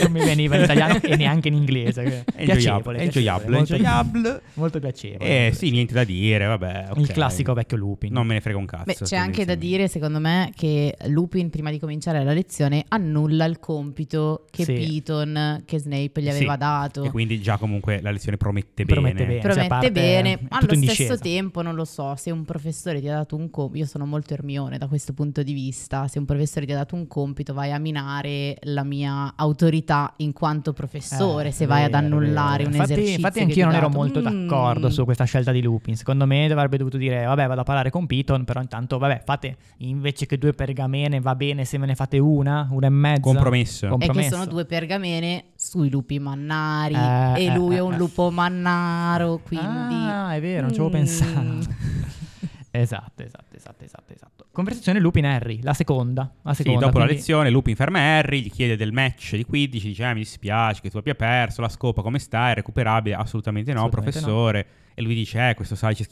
[SPEAKER 1] non mi veniva in italiano e neanche in inglese. che- Piacevole. piacevole,
[SPEAKER 2] Enjoyable, enjoyable,
[SPEAKER 1] molto-
[SPEAKER 2] enjoyable.
[SPEAKER 1] Molto piacevole.
[SPEAKER 2] Eh sì, niente da dire, vabbè. ok.
[SPEAKER 1] Il classico vecchio Lupin.
[SPEAKER 2] Non me ne frega un cazzo.
[SPEAKER 3] Beh, c'è anche da
[SPEAKER 2] tendenzialmente.
[SPEAKER 3] dire, secondo me, che Lupin, prima di cominciare la lezione, annulla il compito che
[SPEAKER 1] Sì.
[SPEAKER 3] Piton, che Snape gli
[SPEAKER 2] Sì,
[SPEAKER 3] aveva dato.
[SPEAKER 2] E quindi già comunque la lezione promette bene.
[SPEAKER 1] Promette bene. cioè,
[SPEAKER 3] Promette
[SPEAKER 1] parte-
[SPEAKER 3] bene,
[SPEAKER 1] tutto
[SPEAKER 3] allo
[SPEAKER 1] in
[SPEAKER 3] stesso
[SPEAKER 1] discesa.
[SPEAKER 3] tempo non lo so, se un professore ti ha dato un compito, io sono molto Ermione da questo punto di vista, se un professore ti ha dato un compito vai a minare la mia autorità in quanto professore,
[SPEAKER 1] Eh,
[SPEAKER 3] se vai ad
[SPEAKER 1] vero,
[SPEAKER 3] annullare
[SPEAKER 1] vero.
[SPEAKER 3] un
[SPEAKER 1] infatti,
[SPEAKER 3] esercizio.
[SPEAKER 1] Infatti
[SPEAKER 3] che
[SPEAKER 1] anch'io
[SPEAKER 3] ti
[SPEAKER 1] non
[SPEAKER 3] ho
[SPEAKER 1] ero
[SPEAKER 3] dato.
[SPEAKER 1] molto
[SPEAKER 3] Mm.
[SPEAKER 1] d'accordo su questa scelta di Lupin. Secondo me avrebbe dovuto dire, vabbè, vado a parlare con Piton, però intanto, vabbè, fate invece che due pergamene, va bene se me ne fate una, una e mezza.
[SPEAKER 2] Compromesso.
[SPEAKER 1] Com-
[SPEAKER 3] È che
[SPEAKER 1] compromesso.
[SPEAKER 3] sono due pergamene sui lupi mannari
[SPEAKER 1] Eh,
[SPEAKER 3] e lui
[SPEAKER 1] eh,
[SPEAKER 3] è un
[SPEAKER 1] eh.
[SPEAKER 3] lupo mannaro, quindi...
[SPEAKER 1] Ah, è vero, non ci avevo
[SPEAKER 3] Mm.
[SPEAKER 1] pensato. esatto, esatto, esatto, esatto, esatto. Conversazione Lupin-Harry, la seconda. La
[SPEAKER 2] Sì,
[SPEAKER 1] seconda
[SPEAKER 2] dopo la
[SPEAKER 1] quindi-
[SPEAKER 2] lezione Lupin ferma Harry, gli chiede del match di 15, dice "Ah, mi dispiace che tu abbia perso, la scopa come sta, è recuperabile? Assolutamente no,
[SPEAKER 1] Assolutamente
[SPEAKER 2] professore. E lui dice, eh, questo salice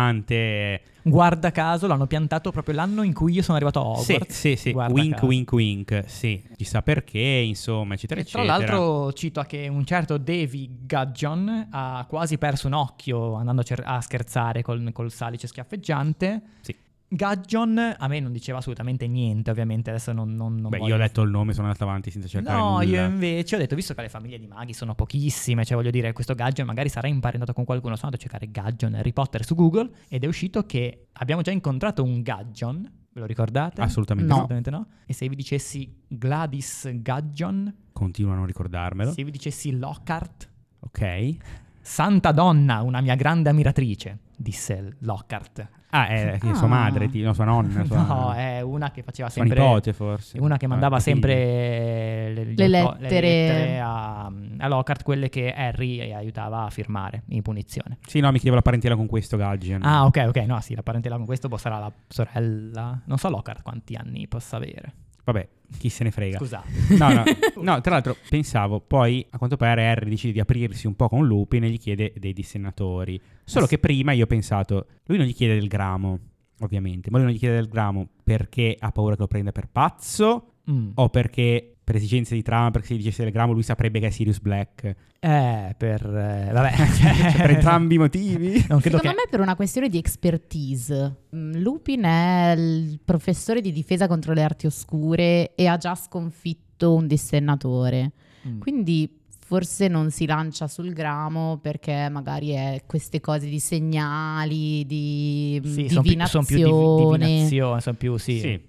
[SPEAKER 2] schiaffeggiante.
[SPEAKER 1] Guarda caso l'hanno piantato proprio l'anno in cui io sono arrivato a
[SPEAKER 2] Sì,
[SPEAKER 1] Hogwarts.
[SPEAKER 2] sì, sì,
[SPEAKER 1] Guarda
[SPEAKER 2] wink,
[SPEAKER 1] caso.
[SPEAKER 2] wink, wink, sì. Chissà perché, insomma, eccetera,
[SPEAKER 1] E tra
[SPEAKER 2] eccetera.
[SPEAKER 1] l'altro cito che un certo Davy Gudgeon ha quasi perso un occhio andando a, cer- a scherzare col, col salice schiaffeggiante.
[SPEAKER 2] Sì.
[SPEAKER 1] Gudgeon a me non diceva assolutamente niente, ovviamente adesso non, non, non
[SPEAKER 2] Beh,
[SPEAKER 1] voglio-
[SPEAKER 2] io ho letto il nome, sono andato avanti senza cercare
[SPEAKER 1] No,
[SPEAKER 2] nulla.
[SPEAKER 1] io invece ho detto, visto che le famiglie di maghi sono pochissime, cioè voglio dire, questo Gudgeon magari sarà imparentato con qualcuno, sono andato a cercare Gudgeon Harry Potter su Google ed è uscito che abbiamo già incontrato un Gudgeon, ve lo ricordate?
[SPEAKER 2] Assolutamente
[SPEAKER 3] No.
[SPEAKER 2] no.
[SPEAKER 1] Assolutamente no. E se vi dicessi Gladys Gudgeon,
[SPEAKER 2] Continuo a non ricordarmelo.
[SPEAKER 1] se vi dicessi Lockhart,
[SPEAKER 2] Ok.
[SPEAKER 1] Santa donna, una mia grande ammiratrice, disse Lockhart.
[SPEAKER 2] Ah, è, che
[SPEAKER 3] Ah.
[SPEAKER 2] sua madre, ti- no, sua nonna, sua,
[SPEAKER 1] No, è una che faceva
[SPEAKER 2] sua
[SPEAKER 1] sempre...
[SPEAKER 2] nipote forse.
[SPEAKER 1] è una che
[SPEAKER 2] Ah,
[SPEAKER 1] mandava
[SPEAKER 2] sì.
[SPEAKER 1] sempre le, gli
[SPEAKER 3] Le
[SPEAKER 1] auto-
[SPEAKER 3] lettere.
[SPEAKER 1] lettere a, a Lockhart, quelle che Harry aiutava a firmare in punizione.
[SPEAKER 2] Sì, no, mi chiedevo la parentela con questo Gadgen.
[SPEAKER 1] Ah, ok, ok, no, sì, la parentela con questo boh, sarà la sorella... Non so Lockhart quanti anni possa avere.
[SPEAKER 2] Vabbè, chi se ne frega.
[SPEAKER 1] Scusate.
[SPEAKER 2] No, no, no, tra l'altro pensavo, poi a quanto pare Harry decide di aprirsi un po' con Lupin e gli chiede dei dissennatori. Solo che prima io ho pensato, lui non gli chiede del gramo, ovviamente, ma lui non gli chiede del gramo perché ha paura che lo prenda per pazzo
[SPEAKER 1] Mm.
[SPEAKER 2] o perché per esigenze di trama, perché se gli dicesse del gramo lui saprebbe che è Sirius Black.
[SPEAKER 1] Eh, per... eh, vabbè.
[SPEAKER 2] Cioè, per entrambi i motivi.
[SPEAKER 1] Non credo
[SPEAKER 3] Secondo
[SPEAKER 1] che...
[SPEAKER 3] me per una questione di expertise. Mm, Lupin è il professore di difesa contro le arti oscure e ha già sconfitto un dissennatore.
[SPEAKER 1] Mm.
[SPEAKER 3] Quindi forse non si lancia sul gramo perché magari è queste cose di segnali, di mm,
[SPEAKER 1] Sì, sono più, son
[SPEAKER 3] divinazione.
[SPEAKER 1] più divi- divinazione, sono più... Sì.
[SPEAKER 2] Sì.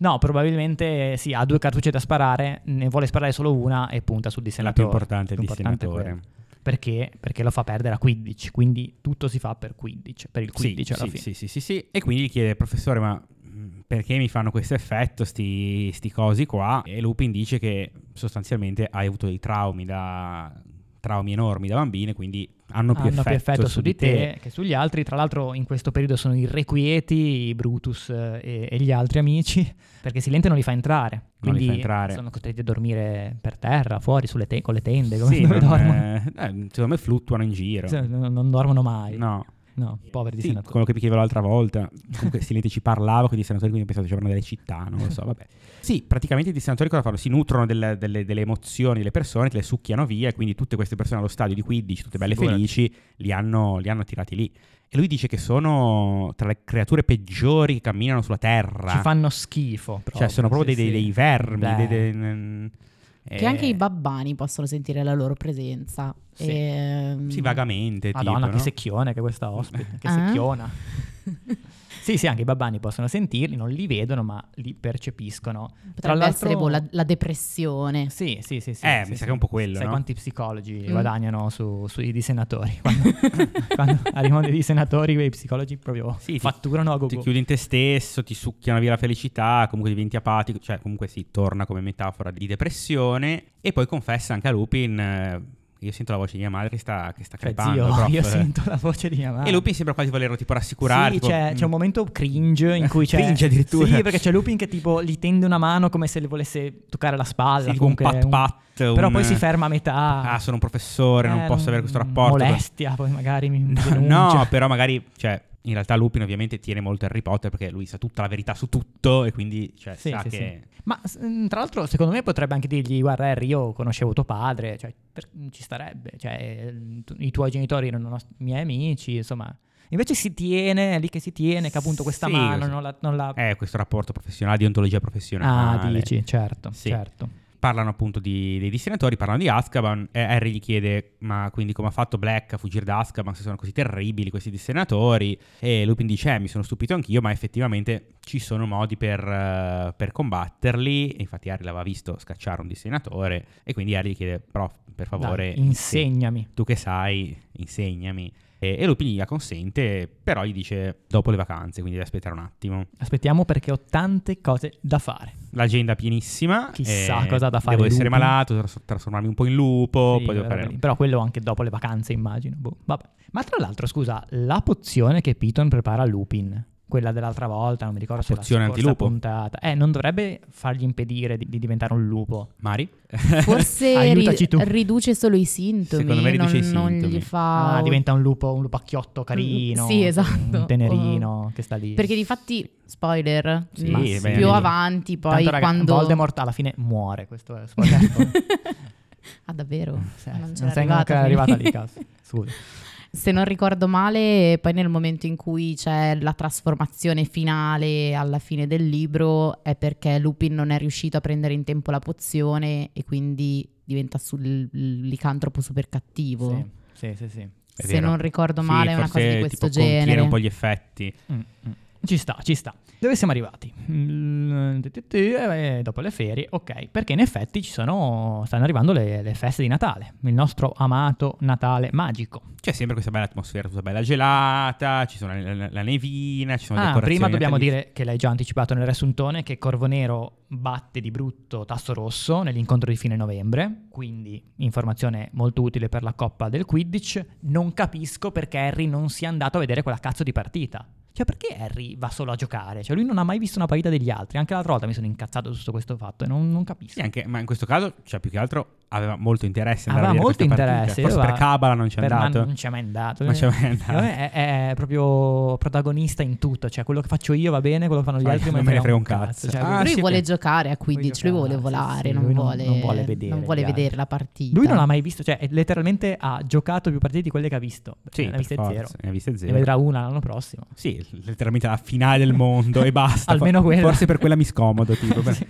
[SPEAKER 1] No, probabilmente sì, ha due cartucce da sparare, ne vuole sparare solo una e punta sul
[SPEAKER 2] La più
[SPEAKER 1] dissennatore.
[SPEAKER 2] importante è il
[SPEAKER 1] Più importante è
[SPEAKER 2] dissennatore.
[SPEAKER 1] quello. Perché? Perché lo fa perdere a 15, quindi tutto si fa per 15, per il 15
[SPEAKER 2] sì,
[SPEAKER 1] alla
[SPEAKER 2] sì,
[SPEAKER 1] fine.
[SPEAKER 2] Sì, sì, sì, sì. E quindi gli chiede, professore, ma mh, perché mi fanno questo effetto, sti, sti cosi qua? E Lupin dice che sostanzialmente hai avuto dei traumi da traumi enormi da bambine, quindi hanno più,
[SPEAKER 1] Hanno
[SPEAKER 2] effetto,
[SPEAKER 1] più effetto su di te, che sugli altri. Tra l'altro, in questo periodo sono irrequieti Brutus eh, e, e gli altri amici, perché Silente non li fa entrare.
[SPEAKER 2] Non li
[SPEAKER 1] Quindi
[SPEAKER 2] fa entrare.
[SPEAKER 1] sono costretti a dormire per terra, fuori, sulle te- con le tende, come
[SPEAKER 2] Sì,
[SPEAKER 1] dove
[SPEAKER 2] non,
[SPEAKER 1] dormono.
[SPEAKER 2] eh, eh, secondo me fluttuano in giro.
[SPEAKER 1] Sì, non- non dormono mai.
[SPEAKER 2] No.
[SPEAKER 1] No, poveri di
[SPEAKER 2] Sì,
[SPEAKER 1] senatori.
[SPEAKER 2] quello che vi chiedevo l'altra volta, comunque Silente ci parlava con i senatori, quindi ho pensato ci parlano delle città, non lo so, vabbè. Sì, praticamente i senatori cosa fanno? Si nutrono del- delle, delle emozioni delle persone, te le succhiano via e quindi tutte queste persone allo stadio di Quidditch, tutte belle
[SPEAKER 1] Figurati.
[SPEAKER 2] felici, li hanno, li hanno tirati lì. E lui dice che sono tra le creature peggiori che camminano sulla terra.
[SPEAKER 1] Ci fanno schifo. Proprio.
[SPEAKER 2] cioè, sono proprio
[SPEAKER 1] sì,
[SPEAKER 2] dei,
[SPEAKER 1] sì.
[SPEAKER 2] dei- dei vermi.
[SPEAKER 1] Beh.
[SPEAKER 2] dei- dei- n-
[SPEAKER 3] Che
[SPEAKER 2] eh,
[SPEAKER 3] anche i babbani possono sentire la loro presenza.
[SPEAKER 1] Sì.
[SPEAKER 3] Ehm,
[SPEAKER 2] Sì, vagamente.
[SPEAKER 1] Madonna,
[SPEAKER 2] tipo,
[SPEAKER 1] che
[SPEAKER 2] no?
[SPEAKER 1] secchione che è questa ospite. Che
[SPEAKER 3] Ah.
[SPEAKER 1] secchiona. sì, sì, anche i babbani possono sentirli, non li vedono, ma li percepiscono. Tra
[SPEAKER 3] Potrebbe
[SPEAKER 1] l'altro...
[SPEAKER 3] essere boh, la, la depressione.
[SPEAKER 1] Sì, sì, sì. sì
[SPEAKER 2] Eh,
[SPEAKER 1] sì,
[SPEAKER 2] mi sa
[SPEAKER 1] sì.
[SPEAKER 2] che è un po' quello,
[SPEAKER 1] Sai
[SPEAKER 2] no?
[SPEAKER 1] quanti psicologi
[SPEAKER 3] Mm.
[SPEAKER 1] guadagnano su- sui disenatori? Quando, quando arrivano dei disenatori, i psicologi proprio
[SPEAKER 2] Sì, ti-
[SPEAKER 1] fatturano a go
[SPEAKER 2] Ti chiudi in te stesso, ti succhiano via la felicità, comunque diventi apatico, cioè comunque si torna come metafora di depressione e poi confessa anche a Lupin, eh, io sento la voce di mia madre che sta, che sta
[SPEAKER 1] Cioè,
[SPEAKER 2] crepando,
[SPEAKER 1] zio,
[SPEAKER 2] prof.
[SPEAKER 1] io sento la voce di mia madre.
[SPEAKER 2] E Lupin sembra quasi volerlo tipo rassicurare.
[SPEAKER 1] Sì,
[SPEAKER 2] tipo,
[SPEAKER 1] c'è,
[SPEAKER 2] mm,
[SPEAKER 1] c'è un momento cringe in cui c'è.
[SPEAKER 2] Cringe addirittura.
[SPEAKER 1] Sì, perché c'è Lupin che tipo gli tende una mano come se le volesse toccare la spalla.
[SPEAKER 2] sì, tipo un
[SPEAKER 1] comunque
[SPEAKER 2] pat
[SPEAKER 1] un-
[SPEAKER 2] pat.
[SPEAKER 1] Però poi si ferma a metà.
[SPEAKER 2] Ah, sono un professore, non
[SPEAKER 1] Eh,
[SPEAKER 2] posso avere questo rapporto. con-
[SPEAKER 1] Molestia, poi magari mi.
[SPEAKER 2] No,
[SPEAKER 1] denuncia.
[SPEAKER 2] no, però magari, cioè, in realtà Lupin ovviamente tiene molto Harry Potter perché lui sa tutta la verità su tutto e quindi, cioè,
[SPEAKER 1] Sì,
[SPEAKER 2] sa
[SPEAKER 1] sì,
[SPEAKER 2] che...
[SPEAKER 1] sì. Ma s- mh, tra l'altro, secondo me potrebbe anche dirgli: Guarda, Harry, io conoscevo tuo padre, cioè, per- ci starebbe. Cioè, eh, tu- i tuoi genitori erano nos- miei amici, insomma. Invece si tiene, è lì che si tiene, che appunto questa
[SPEAKER 2] Sì,
[SPEAKER 1] mano
[SPEAKER 2] così.
[SPEAKER 1] non la. non la-
[SPEAKER 2] Eh, questo rapporto professionale, di ontologia
[SPEAKER 1] ah,
[SPEAKER 2] professionale.
[SPEAKER 1] dici, certo,
[SPEAKER 2] Sì.
[SPEAKER 1] certo.
[SPEAKER 2] Parlano appunto di- dei dissinatori, parlano di Azkaban e Harry gli chiede ma quindi come ha fatto Black a fuggire da Azkaban se sono così terribili questi dissinatori e Lupin dice eh mi sono stupito anch'io ma effettivamente ci sono modi per, eh, per combatterli e infatti Harry l'aveva visto scacciare un dissenatore e quindi Harry gli chiede prof per favore
[SPEAKER 1] Dai, insegnami.
[SPEAKER 2] tu che sai, insegnami. E, e Lupin gli consente, però gli dice dopo le vacanze, quindi devi aspettare un attimo.
[SPEAKER 1] Aspettiamo perché ho tante cose da fare.
[SPEAKER 2] L'agenda è pienissima.
[SPEAKER 1] Chissà
[SPEAKER 2] eh,
[SPEAKER 1] cosa da fare
[SPEAKER 2] Devo essere
[SPEAKER 1] Lupin.
[SPEAKER 2] malato, tras- trasformarmi un po' in lupo,
[SPEAKER 1] Sì,
[SPEAKER 2] poi devo
[SPEAKER 1] roba
[SPEAKER 2] fare...
[SPEAKER 1] lì. Però quello anche dopo le vacanze, immagino. Boh, vabbè. Ma tra l'altro, scusa, la pozione che Piton prepara a Lupin, quella dell'altra volta, non mi ricordo se
[SPEAKER 2] pozione
[SPEAKER 1] la scorsa
[SPEAKER 2] antilupo.
[SPEAKER 1] puntata, eh, non dovrebbe fargli impedire di, di diventare un
[SPEAKER 3] Ah,
[SPEAKER 1] lupo.
[SPEAKER 2] Mari?
[SPEAKER 3] Forse ri-
[SPEAKER 1] Aiutaci tu.
[SPEAKER 3] riduce solo i sintomi. eh,
[SPEAKER 2] Secondo me riduce i
[SPEAKER 3] non, non
[SPEAKER 2] sintomi.
[SPEAKER 3] gli fa...
[SPEAKER 1] Ah, diventa un lupo, un lupacchiotto carino.
[SPEAKER 3] Sì, esatto.
[SPEAKER 1] Un tenerino che sta lì.
[SPEAKER 3] Perché di fatti, spoiler,
[SPEAKER 2] Sì,
[SPEAKER 3] ma
[SPEAKER 2] beh,
[SPEAKER 3] più
[SPEAKER 2] sì.
[SPEAKER 3] avanti poi
[SPEAKER 1] Tanto, raga,
[SPEAKER 3] quando...
[SPEAKER 1] Voldemort alla fine muore. Questo è spoiler.
[SPEAKER 3] ah davvero?
[SPEAKER 1] Eh, Sì,
[SPEAKER 3] Ah, non
[SPEAKER 1] non
[SPEAKER 3] c'era
[SPEAKER 1] sei neanche arrivata lì,
[SPEAKER 3] quindi.
[SPEAKER 1] cazzo. Scusa.
[SPEAKER 3] Se non ricordo male, poi nel momento in cui c'è la trasformazione finale alla fine del libro è perché Lupin non è riuscito a prendere in tempo la pozione e quindi diventa sul- licantropo super cattivo.
[SPEAKER 1] Sì, sì, sì. sì.
[SPEAKER 2] È
[SPEAKER 3] Se
[SPEAKER 2] vero.
[SPEAKER 3] non ricordo
[SPEAKER 2] Sì,
[SPEAKER 3] male, è una
[SPEAKER 2] forse,
[SPEAKER 3] cosa di questo
[SPEAKER 2] tipo, contiene
[SPEAKER 3] genere.
[SPEAKER 2] un po' gli effetti.
[SPEAKER 1] Mm, mm. Ci sta, ci sta. Dove siamo arrivati? Mm, t- t- t- eh, Dopo le ferie, ok. Perché in effetti ci sono, stanno arrivando le, le feste di Natale, il nostro amato Natale magico.
[SPEAKER 2] C'è sempre questa bella atmosfera, tutta bella gelata, ci sono la, la- la nevina, ci sono le
[SPEAKER 1] Ah,
[SPEAKER 2] decorazioni
[SPEAKER 1] prima dobbiamo
[SPEAKER 2] natalizie.
[SPEAKER 1] dire che l'hai già anticipato nel riassuntone che Corvo Nero batte di brutto Tasso Rosso nell'incontro di fine novembre, quindi informazione molto utile per la Coppa del Quidditch. Non capisco perché Harry non sia andato a vedere quella cazzo di partita. Cioè, perché Harry va solo a giocare? Cioè, lui non ha mai visto una partita degli altri. Anche l'altra volta mi sono incazzato su tutto questo fatto e non, non capisco.
[SPEAKER 2] Sì, anche, ma in questo caso, cioè, più che altro aveva molto interesse andare
[SPEAKER 1] Aveva
[SPEAKER 2] a
[SPEAKER 1] molto
[SPEAKER 2] vedere questa
[SPEAKER 1] interesse.
[SPEAKER 2] partita. Forse
[SPEAKER 1] doveva-
[SPEAKER 2] per Cabala non c'è
[SPEAKER 1] per- ma
[SPEAKER 2] andato.
[SPEAKER 1] Non c'è mai andato. eh.
[SPEAKER 2] Non c'è mai andato.
[SPEAKER 1] Secondo me È, è proprio protagonista in tutto. Cioè, quello che faccio io va bene, quello che fanno gli
[SPEAKER 2] Fai-
[SPEAKER 1] altri
[SPEAKER 2] non me ne frega un cazzo.
[SPEAKER 1] Cioè,
[SPEAKER 2] Ah,
[SPEAKER 1] lui-
[SPEAKER 3] lui
[SPEAKER 2] sì,
[SPEAKER 3] vuole
[SPEAKER 2] beh.
[SPEAKER 3] giocare a
[SPEAKER 1] Vuole
[SPEAKER 3] 15,
[SPEAKER 1] giocare,
[SPEAKER 3] lui vuole
[SPEAKER 1] sì,
[SPEAKER 3] volare,
[SPEAKER 1] sì,
[SPEAKER 3] non,
[SPEAKER 1] lui non-
[SPEAKER 3] vuole,
[SPEAKER 1] non vuole vedere
[SPEAKER 3] non vuole
[SPEAKER 1] gli
[SPEAKER 3] vedere
[SPEAKER 1] altri.
[SPEAKER 3] la partita.
[SPEAKER 1] Lui non l'ha mai visto, cioè letteralmente ha giocato più partite di quelle che ha visto. Cioè,
[SPEAKER 2] Sì,
[SPEAKER 1] ne ha
[SPEAKER 2] per
[SPEAKER 1] viste
[SPEAKER 2] forza,
[SPEAKER 1] zero.
[SPEAKER 2] Ne ha viste
[SPEAKER 1] Ne
[SPEAKER 2] zero.
[SPEAKER 1] vedrà una l'anno prossimo.
[SPEAKER 2] Sì, letteralmente la finale del mondo e basta.
[SPEAKER 1] Almeno
[SPEAKER 2] For-
[SPEAKER 1] quella.
[SPEAKER 2] Forse per quella mi scomodo. Tipo, per-
[SPEAKER 1] Sì.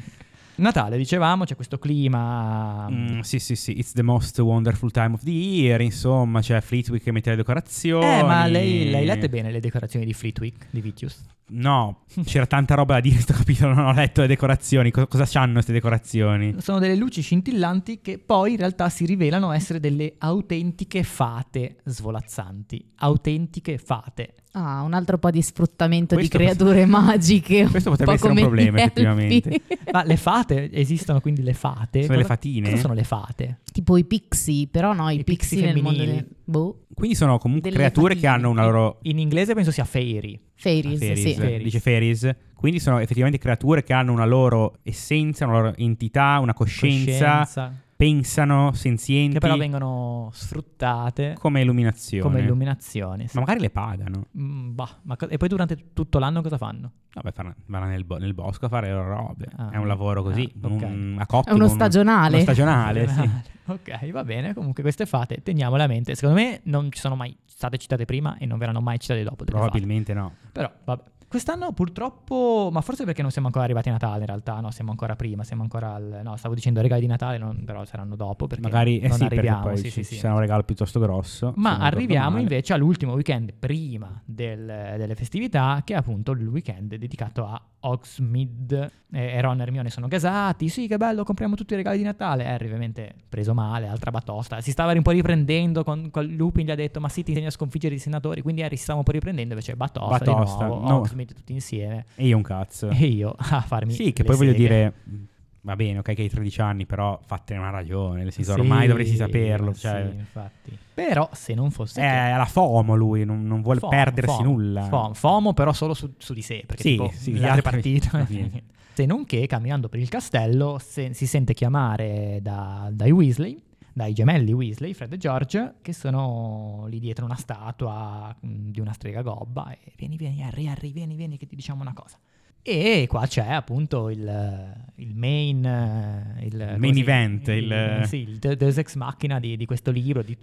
[SPEAKER 1] Natale, dicevamo, c'è questo clima.
[SPEAKER 2] Mm, sì, sì, sì. It's the most wonderful time of the year. Insomma, c'è Fleetwick che mette le decorazioni.
[SPEAKER 1] Eh, ma lei, lei lette bene le decorazioni di Fleetwick, di Vitius?
[SPEAKER 2] No, c'era tanta roba da dire. in Sto capitolo, non ho letto le decorazioni. Co- cosa c'hanno queste decorazioni?
[SPEAKER 1] Sono delle luci scintillanti che poi in realtà si rivelano essere delle autentiche fate svolazzanti. Autentiche fate.
[SPEAKER 3] Ah, un altro po' di sfruttamento
[SPEAKER 2] Questo-
[SPEAKER 3] di creature magiche.
[SPEAKER 2] questo
[SPEAKER 3] un
[SPEAKER 2] potrebbe
[SPEAKER 3] po'
[SPEAKER 2] essere un
[SPEAKER 3] come
[SPEAKER 2] problema,
[SPEAKER 3] gli
[SPEAKER 2] effettivamente.
[SPEAKER 3] elfi.
[SPEAKER 1] Ma le fate, esistono quindi le fate?
[SPEAKER 2] Sono le
[SPEAKER 1] Cosa-
[SPEAKER 2] fatine?
[SPEAKER 1] Cosa sono le fate?
[SPEAKER 3] tipo i pixie, però no, i,
[SPEAKER 1] I pixie
[SPEAKER 3] pixie, nel mondo
[SPEAKER 1] femminili.
[SPEAKER 3] del... Boh,
[SPEAKER 2] Quindi sono comunque
[SPEAKER 3] Delle
[SPEAKER 2] creature che
[SPEAKER 3] fatine.
[SPEAKER 2] hanno una loro.
[SPEAKER 1] In inglese penso sia fairy.
[SPEAKER 3] fairies,
[SPEAKER 2] Ah, Fairies, eh.
[SPEAKER 3] sì.
[SPEAKER 1] Fairies.
[SPEAKER 2] Dice Fairies. Quindi sono effettivamente creature che hanno una loro essenza, una loro entità, una coscienza.
[SPEAKER 1] Coscienza.
[SPEAKER 2] pensano, senzienti,
[SPEAKER 1] Che però vengono sfruttate
[SPEAKER 2] come illuminazione.
[SPEAKER 1] come illuminazioni. sì.
[SPEAKER 2] Ma magari le pagano.
[SPEAKER 1] Mm, bah, ma co- e poi durante t- tutto l'anno cosa fanno?
[SPEAKER 2] Vabbè, fanno- vanno nel, bo- nel bosco a fare le loro robe.
[SPEAKER 1] Ah,
[SPEAKER 2] è un lavoro così,
[SPEAKER 1] ah, ok.
[SPEAKER 2] un- a coppia.
[SPEAKER 3] È uno
[SPEAKER 2] con un-
[SPEAKER 3] stagionale.
[SPEAKER 2] Uno stagionale, sì.
[SPEAKER 1] Ok, va bene. Comunque queste fate teniamole a mente. Secondo me non ci sono mai state citate prima e non verranno mai citate dopo. delle
[SPEAKER 2] Probabilmente no.
[SPEAKER 1] fate. Però vabbè. Quest'anno purtroppo, ma forse perché non siamo ancora arrivati a Natale in realtà, no, siamo ancora prima, siamo ancora al... No, stavo dicendo regali di Natale, non- però saranno dopo perché
[SPEAKER 2] Magari eh
[SPEAKER 1] non
[SPEAKER 2] sì,
[SPEAKER 1] arriviamo.
[SPEAKER 2] perché
[SPEAKER 1] sì,
[SPEAKER 2] poi ci,
[SPEAKER 1] sì,
[SPEAKER 2] ci
[SPEAKER 1] sì.
[SPEAKER 2] sarà un regalo piuttosto grosso. se
[SPEAKER 1] Ma
[SPEAKER 2] non ricordo
[SPEAKER 1] arriviamo
[SPEAKER 2] male.
[SPEAKER 1] invece all'ultimo weekend prima del- delle festività, che è appunto il weekend dedicato a Hogsmeade. E, e Ron e Hermione sono gasati, sì che bello, compriamo tutti i regali di Natale. Harry ovviamente preso male, altra batosta. Si stava un po' riprendendo, con, con Lupin gli ha detto ma sì ti insegno a sconfiggere i senatori, quindi Harry si stava un po' riprendendo, invece batosta,
[SPEAKER 2] Batosta,
[SPEAKER 1] di nuovo,
[SPEAKER 2] no.
[SPEAKER 1] Hogsmeade tutti insieme.
[SPEAKER 2] E io un cazzo.
[SPEAKER 1] E io a farmi...
[SPEAKER 2] Sì, che
[SPEAKER 1] le
[SPEAKER 2] poi voglio
[SPEAKER 1] seghe.
[SPEAKER 2] dire. mh, Va bene, ok, che hai 13 anni, però fattene una ragione. Nel senso,
[SPEAKER 1] Sì,
[SPEAKER 2] ormai dovresti saperlo.
[SPEAKER 1] sì,
[SPEAKER 2] Cioè, Eh,
[SPEAKER 1] infatti. Però se non fosse...
[SPEAKER 2] è
[SPEAKER 1] che-
[SPEAKER 2] alla FOMO lui, non, non vuole
[SPEAKER 1] Fomo,
[SPEAKER 2] perdersi
[SPEAKER 1] fomo,
[SPEAKER 2] nulla.
[SPEAKER 1] Fomo, fomo però solo su, su di sé, perché
[SPEAKER 2] Sì,
[SPEAKER 1] tipo
[SPEAKER 2] sì,
[SPEAKER 1] le
[SPEAKER 2] gli
[SPEAKER 1] altre
[SPEAKER 2] altri-
[SPEAKER 1] partite...
[SPEAKER 2] Sì.
[SPEAKER 1] Se non che camminando per il castello se- si sente chiamare da- dai Weasley, dai gemelli Weasley, Fred e George, che sono lì dietro una statua mh, di una strega gobba e vieni, vieni Harry, Harry, vieni, vieni che ti diciamo una cosa. E qua c'è appunto il, il main... eh, Il, come
[SPEAKER 2] main
[SPEAKER 1] si-
[SPEAKER 2] event, il-
[SPEAKER 1] Sì, il de- Deus Ex Machina di, di questo libro, di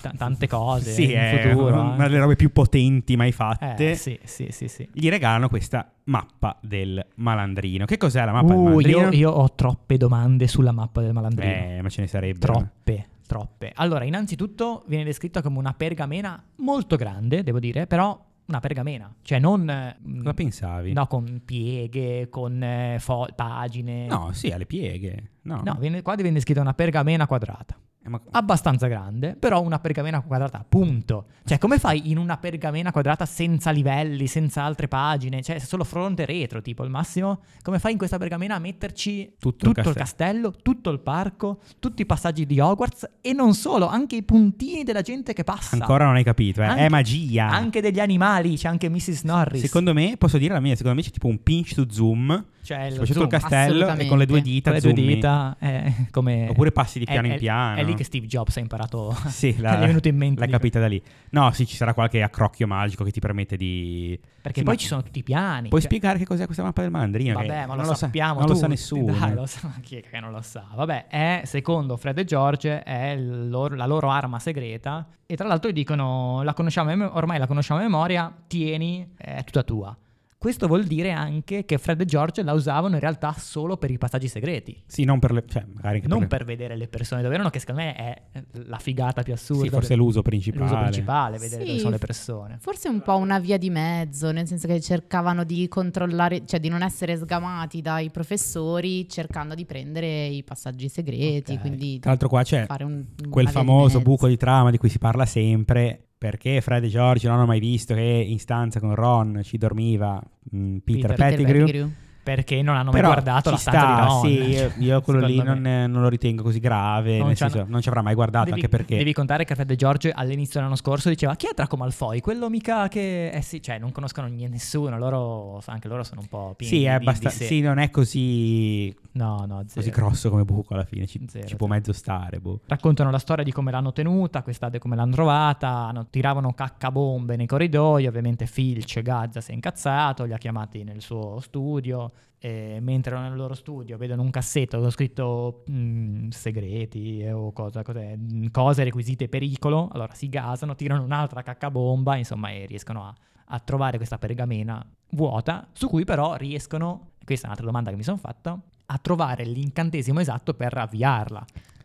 [SPEAKER 1] ta- tante cose
[SPEAKER 2] Sì,
[SPEAKER 1] in
[SPEAKER 2] è
[SPEAKER 1] futuro. eh.
[SPEAKER 2] una
[SPEAKER 1] anche.
[SPEAKER 2] delle robe più potenti mai fatte.
[SPEAKER 1] Eh, sì, sì, sì, sì.
[SPEAKER 2] Gli regalano questa mappa del malandrino. Che cos'è la mappa del
[SPEAKER 1] Uh,
[SPEAKER 2] malandrino?
[SPEAKER 1] io, io ho troppe domande sulla mappa del malandrino.
[SPEAKER 2] Eh, ma ce ne sarebbero.
[SPEAKER 1] Troppe, troppe. Allora, innanzitutto viene descritta come una pergamena molto grande, devo dire, però una pergamena, cioè non... eh,
[SPEAKER 2] Cosa
[SPEAKER 1] mh,
[SPEAKER 2] pensavi?
[SPEAKER 1] No, con pieghe, con eh, fo- pagine.
[SPEAKER 2] No, sì, alle pieghe. No.
[SPEAKER 1] No, viene, qua viene descritta una pergamena quadrata.
[SPEAKER 2] Eh, ma-
[SPEAKER 1] Abbastanza grande, però una pergamena quadrata, punto. Cioè, come fai in una pergamena quadrata senza livelli, senza altre pagine? Cioè, solo fronte e retro, tipo, al massimo? Come fai in questa pergamena a metterci
[SPEAKER 2] Tutto il
[SPEAKER 1] il castello, tutto il parco, tutti i passaggi di Hogwarts e non solo, anche i puntini della gente che passa?
[SPEAKER 2] Ancora non hai capito, eh.
[SPEAKER 1] Anche-
[SPEAKER 2] è magia.
[SPEAKER 1] Anche degli animali, c'è anche Mrs. Norris.
[SPEAKER 2] Secondo me, posso dire la mia, secondo me c'è tipo un pinch to zoom,
[SPEAKER 1] cioè, lo
[SPEAKER 2] c'è tutto
[SPEAKER 1] zoom,
[SPEAKER 2] il castello e con le due dita
[SPEAKER 1] con le due
[SPEAKER 2] zoomi.
[SPEAKER 1] dita, eh, come...
[SPEAKER 2] Oppure passi di
[SPEAKER 1] è-
[SPEAKER 2] piano in
[SPEAKER 1] è-
[SPEAKER 2] piano.
[SPEAKER 1] È lì che Steve Jobs ha imparato...
[SPEAKER 2] sì,
[SPEAKER 1] che gli è venuto in mente
[SPEAKER 2] L'ha
[SPEAKER 1] di-
[SPEAKER 2] capita da lì. No, sì, ci sarà qualche accrocchio magico che ti permette di...
[SPEAKER 1] Perché
[SPEAKER 2] Sì,
[SPEAKER 1] poi
[SPEAKER 2] ma
[SPEAKER 1] ci sono tutti i piani.
[SPEAKER 2] Puoi
[SPEAKER 1] cioè-
[SPEAKER 2] spiegare che cos'è questa mappa del malandrino? che
[SPEAKER 1] Vabbè, ma lo,
[SPEAKER 2] non sa-
[SPEAKER 1] sappiamo.
[SPEAKER 2] non lo sa
[SPEAKER 1] tutti,
[SPEAKER 2] nessuno. eh.
[SPEAKER 1] Dai, lo sa, ma chi è che non lo sa? Vabbè, è, secondo Fred e George è il loro- la loro arma segreta. E tra l'altro gli dicono: la conosciamo a mem- ormai la conosciamo a memoria, tieni, è tutta tua. Questo vuol dire anche che Fred e George la usavano in realtà solo per i passaggi segreti,
[SPEAKER 2] Sì, non per le... Cioè, magari anche
[SPEAKER 1] non
[SPEAKER 2] per...
[SPEAKER 1] per vedere le persone dove erano, che secondo me è eh, la figata più
[SPEAKER 2] le-
[SPEAKER 1] assurda.
[SPEAKER 2] Sì, forse è
[SPEAKER 1] l'uso
[SPEAKER 2] l'uso principale.
[SPEAKER 1] principale, vedere
[SPEAKER 3] Sì,
[SPEAKER 1] dove sono le persone.
[SPEAKER 3] Forse un po' una via di mezzo, nel senso che cercavano di controllare, cioè di non essere sgamati dai professori, cercando di prendere i passaggi segreti.
[SPEAKER 1] Ok.
[SPEAKER 3] Quindi
[SPEAKER 2] Tra l'altro qua c'è
[SPEAKER 3] fare un,
[SPEAKER 1] Mm,
[SPEAKER 2] quel
[SPEAKER 3] una via di
[SPEAKER 2] famoso
[SPEAKER 3] mezzo.
[SPEAKER 2] buco di trama di cui si parla sempre. Perché Fred e George non hanno mai visto che in stanza con Ron ci dormiva mh, Peter,
[SPEAKER 1] Peter
[SPEAKER 2] Pettigrew.
[SPEAKER 1] Perché non hanno mai
[SPEAKER 2] Però
[SPEAKER 1] guardato la
[SPEAKER 2] ci
[SPEAKER 1] stanza di
[SPEAKER 2] sta,
[SPEAKER 1] Ron.
[SPEAKER 2] sì, io, io quello lì
[SPEAKER 1] Secondo
[SPEAKER 2] non,
[SPEAKER 1] me.
[SPEAKER 2] eh, non lo ritengo così grave,
[SPEAKER 1] Non
[SPEAKER 2] nel
[SPEAKER 1] c'hanno-
[SPEAKER 2] senso non ci avrà mai guardato,
[SPEAKER 1] Devi-
[SPEAKER 2] anche perché
[SPEAKER 1] Devi contare che Fred e George all'inizio dell'anno scorso diceva chi è Draco Malfoy? Quello mica che... Eh sì, cioè non conoscono niente, nessuno, loro, anche loro sono un po' pieni
[SPEAKER 2] sì,
[SPEAKER 1] di-
[SPEAKER 2] è
[SPEAKER 1] di-
[SPEAKER 2] abbasta-
[SPEAKER 1] di sé.
[SPEAKER 2] sì, non è così,
[SPEAKER 1] No, no,
[SPEAKER 2] così
[SPEAKER 1] zero.
[SPEAKER 2] grosso come buco alla fine, ci,
[SPEAKER 1] Zero,
[SPEAKER 2] ci può
[SPEAKER 1] zero.
[SPEAKER 2] mezzo stare. boh.
[SPEAKER 1] Raccontano la storia di come l'hanno tenuta, questa de- come l'hanno trovata, hanno- tiravano caccabombe nei corridoi, ovviamente Filch, Gazza si è incazzato, li ha chiamati nel suo studio, e mentre erano nel loro studio vedono un cassetto con scritto mm, segreti eh, o cosa, cos'è, mm, cose requisite pericolo, allora si gasano, tirano un'altra caccabomba, insomma, e riescono a, a trovare questa pergamena vuota, su cui però riescono, questa è un'altra domanda che mi sono fatta, a trovare l'incantesimo esatto per avviarla.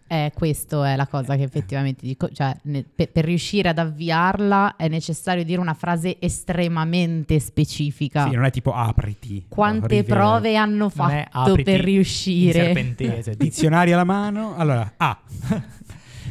[SPEAKER 3] Eh, questo è la cosa che effettivamente dico, cioè ne- pe- per riuscire ad avviarla è necessario dire una frase estremamente specifica.
[SPEAKER 1] Ah.
[SPEAKER 2] Sì, non è tipo apriti.
[SPEAKER 3] Quante
[SPEAKER 2] arrivi-
[SPEAKER 3] prove hanno
[SPEAKER 1] Non è
[SPEAKER 3] fatto
[SPEAKER 1] apriti
[SPEAKER 3] per
[SPEAKER 1] in
[SPEAKER 3] riuscire?
[SPEAKER 1] serpentese. Di-
[SPEAKER 2] Dizionario alla mano, allora A,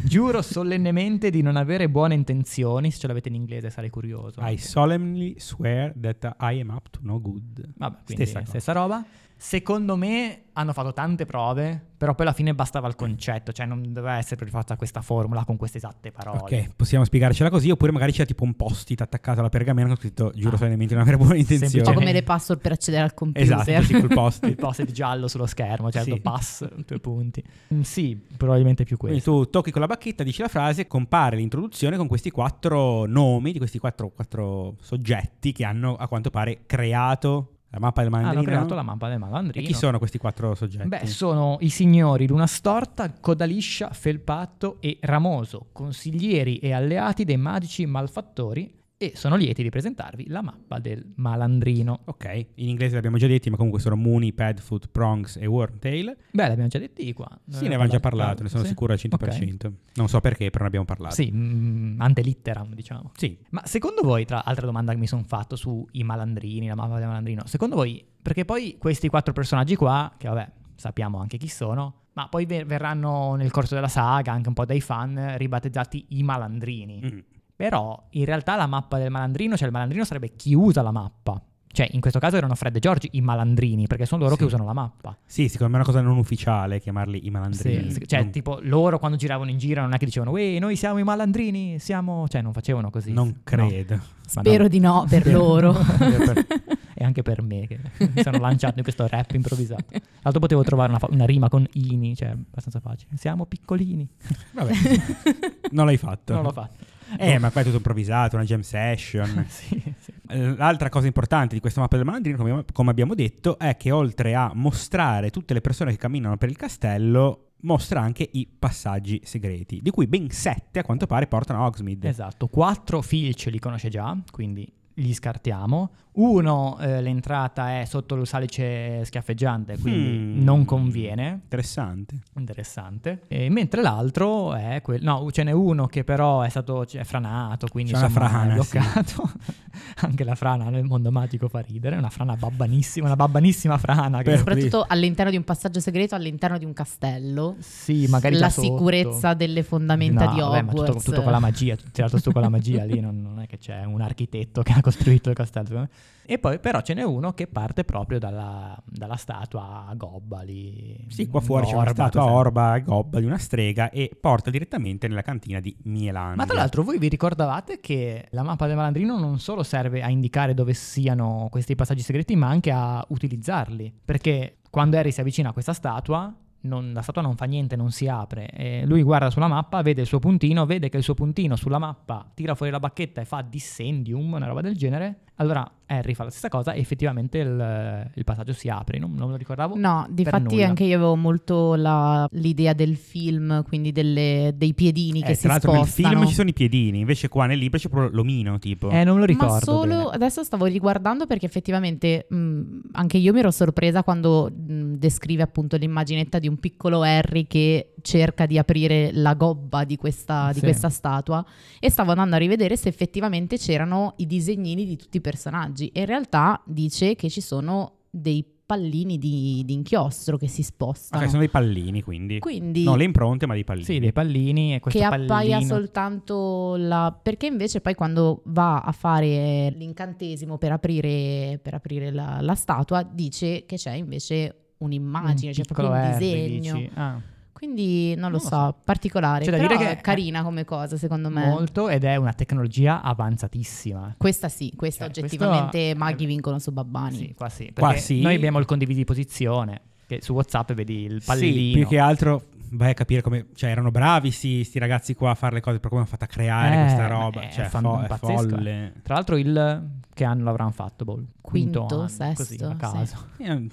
[SPEAKER 1] Giuro solennemente di non avere buone intenzioni. Se ce l'avete in inglese sarei curioso.
[SPEAKER 2] I solemnly swear that I am up to no good.
[SPEAKER 1] Vabbè, quindi
[SPEAKER 2] Stessa
[SPEAKER 1] stessa,
[SPEAKER 2] cosa.
[SPEAKER 1] roba. Secondo me hanno fatto tante prove, però poi alla fine bastava il concetto, cioè non doveva essere per forza questa formula con queste esatte parole.
[SPEAKER 2] Ok, possiamo spiegarcela così, oppure magari c'è tipo un post-it attaccato alla pergamena con scritto giuro
[SPEAKER 1] Ah.
[SPEAKER 2] solamente non avere buone
[SPEAKER 1] Semplice-
[SPEAKER 2] intenzioni.
[SPEAKER 3] Un po' come
[SPEAKER 1] Cioè-
[SPEAKER 3] le password per accedere al computer.
[SPEAKER 2] Esatto, sì, col
[SPEAKER 1] Il
[SPEAKER 2] post-it.
[SPEAKER 1] post-it giallo sullo schermo, certo,
[SPEAKER 2] Sì.
[SPEAKER 1] pass, due punti. Mm, sì, probabilmente più
[SPEAKER 2] Quindi
[SPEAKER 1] questo.
[SPEAKER 2] tu tocchi con la bacchetta, dici la frase, compare l'introduzione con questi quattro nomi di questi quattro, quattro soggetti che hanno a quanto pare creato la mappa del
[SPEAKER 1] Ah, Hanno
[SPEAKER 2] mandrino.
[SPEAKER 1] creato la mappa del malandrino.
[SPEAKER 2] E chi sono questi quattro soggetti?
[SPEAKER 1] Beh, sono i signori Luna Storta, Codaliscia, Felpatto e Ramoso, consiglieri e alleati dei magici malfattori e sono lieti di presentarvi la mappa del malandrino.
[SPEAKER 2] Ok, in inglese l'abbiamo già detti, ma comunque sono Mooney, Padfoot, Prongs e Wormtail.
[SPEAKER 1] Beh, l'abbiamo già detti qua.
[SPEAKER 2] Sì, ne avevamo già parlato, ne sono
[SPEAKER 1] Sì?
[SPEAKER 2] sicuro al 100%.
[SPEAKER 1] Ok.
[SPEAKER 2] Non so perché, però ne abbiamo parlato.
[SPEAKER 1] Sì, mm, ante litteram, diciamo.
[SPEAKER 2] Sì,
[SPEAKER 1] Ma secondo voi, tra altre domande che mi sono fatto sui malandrini, la mappa del malandrino, secondo voi, perché poi questi quattro personaggi qua, che vabbè, sappiamo anche chi sono, ma poi ver- verranno nel corso della saga, anche un po' dai fan, ribattezzati i malandrini.
[SPEAKER 2] Mm.
[SPEAKER 1] Però in realtà la mappa del malandrino, cioè il malandrino sarebbe chi usa la mappa. Cioè, in questo caso erano Fred e George i malandrini, perché sono loro
[SPEAKER 2] Sì.
[SPEAKER 1] che usano la mappa.
[SPEAKER 2] Sì, secondo me è una cosa non ufficiale chiamarli i malandrini.
[SPEAKER 1] Sì, Cioè,
[SPEAKER 2] non,
[SPEAKER 1] tipo, loro quando giravano in giro non è che dicevano, Uè, noi siamo i malandrini, siamo... Cioè, non facevano così.
[SPEAKER 2] non
[SPEAKER 1] No.
[SPEAKER 2] credo.
[SPEAKER 3] Spero di no per
[SPEAKER 1] Spero-
[SPEAKER 3] loro.
[SPEAKER 1] e anche per me che mi sono lanciato in questo rap improvvisato. Tra l'altro potevo trovare una, fa- una rima con ini, cioè abbastanza facile. Siamo piccolini.
[SPEAKER 2] Vabbè, non l'hai fatto.
[SPEAKER 1] Non l'ho fatto.
[SPEAKER 2] Eh, ma qua è tutto improvvisato, una jam session.
[SPEAKER 1] Eh,
[SPEAKER 2] Eh,
[SPEAKER 1] Sì, sì.
[SPEAKER 2] L'altra cosa importante di questa mappa del malandrino, come, come abbiamo detto, è che oltre a mostrare tutte le persone che camminano per il castello, mostra anche i passaggi segreti, di cui ben sette a quanto pare portano a Hogsmeade.
[SPEAKER 1] Esatto, quattro Filch li conosce già, quindi li scartiamo. Uno, eh, l'entrata è sotto il salice schiaffeggiante, quindi
[SPEAKER 2] Mm.
[SPEAKER 1] non conviene.
[SPEAKER 2] Interessante.
[SPEAKER 1] Interessante. E mentre l'altro è quel... No, ce n'è uno che però è stato cioè, è franato, quindi
[SPEAKER 2] C'è una
[SPEAKER 1] insomma,
[SPEAKER 2] frana,
[SPEAKER 1] è bloccato. Anche la frana nel mondo magico fa ridere, una frana babbanissima, una babbanissima frana. Che...
[SPEAKER 2] Però-
[SPEAKER 3] Soprattutto all'interno di un passaggio segreto, all'interno di un castello.
[SPEAKER 1] Sì, magari
[SPEAKER 3] la
[SPEAKER 1] già sotto.
[SPEAKER 3] sicurezza delle fondamenta
[SPEAKER 1] No,
[SPEAKER 3] di
[SPEAKER 1] vabbè, ma
[SPEAKER 3] Hogwarts.
[SPEAKER 1] tutto, tutto con la magia, tutto tirato su con la magia lì, non, non è che c'è un architetto che ha costruito il castello. E poi però ce n'è uno che parte proprio dalla, dalla statua a gobba lì. cioè,
[SPEAKER 2] Sì, qua fuori c'è una
[SPEAKER 1] Mm, Orba,
[SPEAKER 2] statua
[SPEAKER 1] cos'è?
[SPEAKER 2] orba e gobba di una strega e porta direttamente nella cantina di Mielandia.
[SPEAKER 1] Ma tra l'altro voi vi ricordavate che la mappa del malandrino non solo serve a indicare dove siano questi passaggi segreti, ma anche a utilizzarli. Perché quando Harry si avvicina a questa statua, non- la statua non fa niente, non si apre. E lui guarda sulla mappa, vede il suo puntino, vede che il suo puntino sulla mappa tira fuori la bacchetta e fa dissendium, una roba del genere. Allora Harry fa la stessa cosa e effettivamente il, il passaggio si apre. Non, non me lo ricordavo.
[SPEAKER 3] No, difatti
[SPEAKER 1] nulla.
[SPEAKER 3] anche io avevo molto la- l'idea del film, quindi delle- dei piedini che
[SPEAKER 2] Eh,
[SPEAKER 3] si
[SPEAKER 2] tra l'altro
[SPEAKER 3] spostano.
[SPEAKER 2] nel film ci sono i piedini, invece qua nel libro c'è proprio l'omino, tipo.
[SPEAKER 1] Eh, non me lo ricordo.
[SPEAKER 3] Ma solo
[SPEAKER 1] bene.
[SPEAKER 3] adesso stavo riguardando perché effettivamente mh, anche io mi ero sorpresa quando mh, descrive appunto l'immaginetta di un piccolo Harry che cerca di aprire la gobba di questa, di
[SPEAKER 1] Sì.
[SPEAKER 3] questa statua e stavo andando a rivedere se effettivamente c'erano i disegnini di tutti i personaggi e in realtà dice che ci sono dei pallini di, di inchiostro che si spostano.
[SPEAKER 2] Ok, sono dei pallini, quindi.
[SPEAKER 3] Quindi
[SPEAKER 2] No, le impronte, ma dei pallini.
[SPEAKER 1] Sì, dei pallini e questo
[SPEAKER 3] che appaia
[SPEAKER 1] pallino
[SPEAKER 3] soltanto la... perché invece poi quando va a fare l'incantesimo per aprire, per aprire la, la statua dice che c'è invece un'immagine, c'è cioè, proprio un disegno.
[SPEAKER 1] ah.
[SPEAKER 3] Quindi non
[SPEAKER 1] Non
[SPEAKER 3] lo
[SPEAKER 1] lo
[SPEAKER 3] so, particolare,
[SPEAKER 1] C'è da
[SPEAKER 3] però
[SPEAKER 1] dire che
[SPEAKER 3] è carina come cosa secondo me.
[SPEAKER 1] Molto ed è una tecnologia avanzatissima.
[SPEAKER 3] Questa sì, questa
[SPEAKER 1] Cioè,
[SPEAKER 3] oggettivamente
[SPEAKER 1] questo-
[SPEAKER 3] maghi vincono su Babbani.
[SPEAKER 1] Sì, qua sì.
[SPEAKER 2] Qua
[SPEAKER 1] perché
[SPEAKER 2] sì.
[SPEAKER 1] Noi abbiamo il condividi posizione, che su WhatsApp vedi il
[SPEAKER 2] Sì,
[SPEAKER 1] pallino.
[SPEAKER 2] più che altro vai a capire come. Cioè, erano bravi, sì, sti ragazzi qua a fare le cose, però come hanno fatto a creare
[SPEAKER 1] Eh,
[SPEAKER 2] questa
[SPEAKER 1] ma
[SPEAKER 2] roba.
[SPEAKER 1] è
[SPEAKER 2] cioè, è
[SPEAKER 1] fan-
[SPEAKER 2] fo- è
[SPEAKER 1] pazzesco, eh.
[SPEAKER 2] folle.
[SPEAKER 1] Tra l'altro il che anno l'avranno fatto, boh, il quinto,
[SPEAKER 3] Quinto,
[SPEAKER 1] anno,
[SPEAKER 3] sesto,
[SPEAKER 1] così a
[SPEAKER 3] sì.
[SPEAKER 1] caso.
[SPEAKER 2] Eh,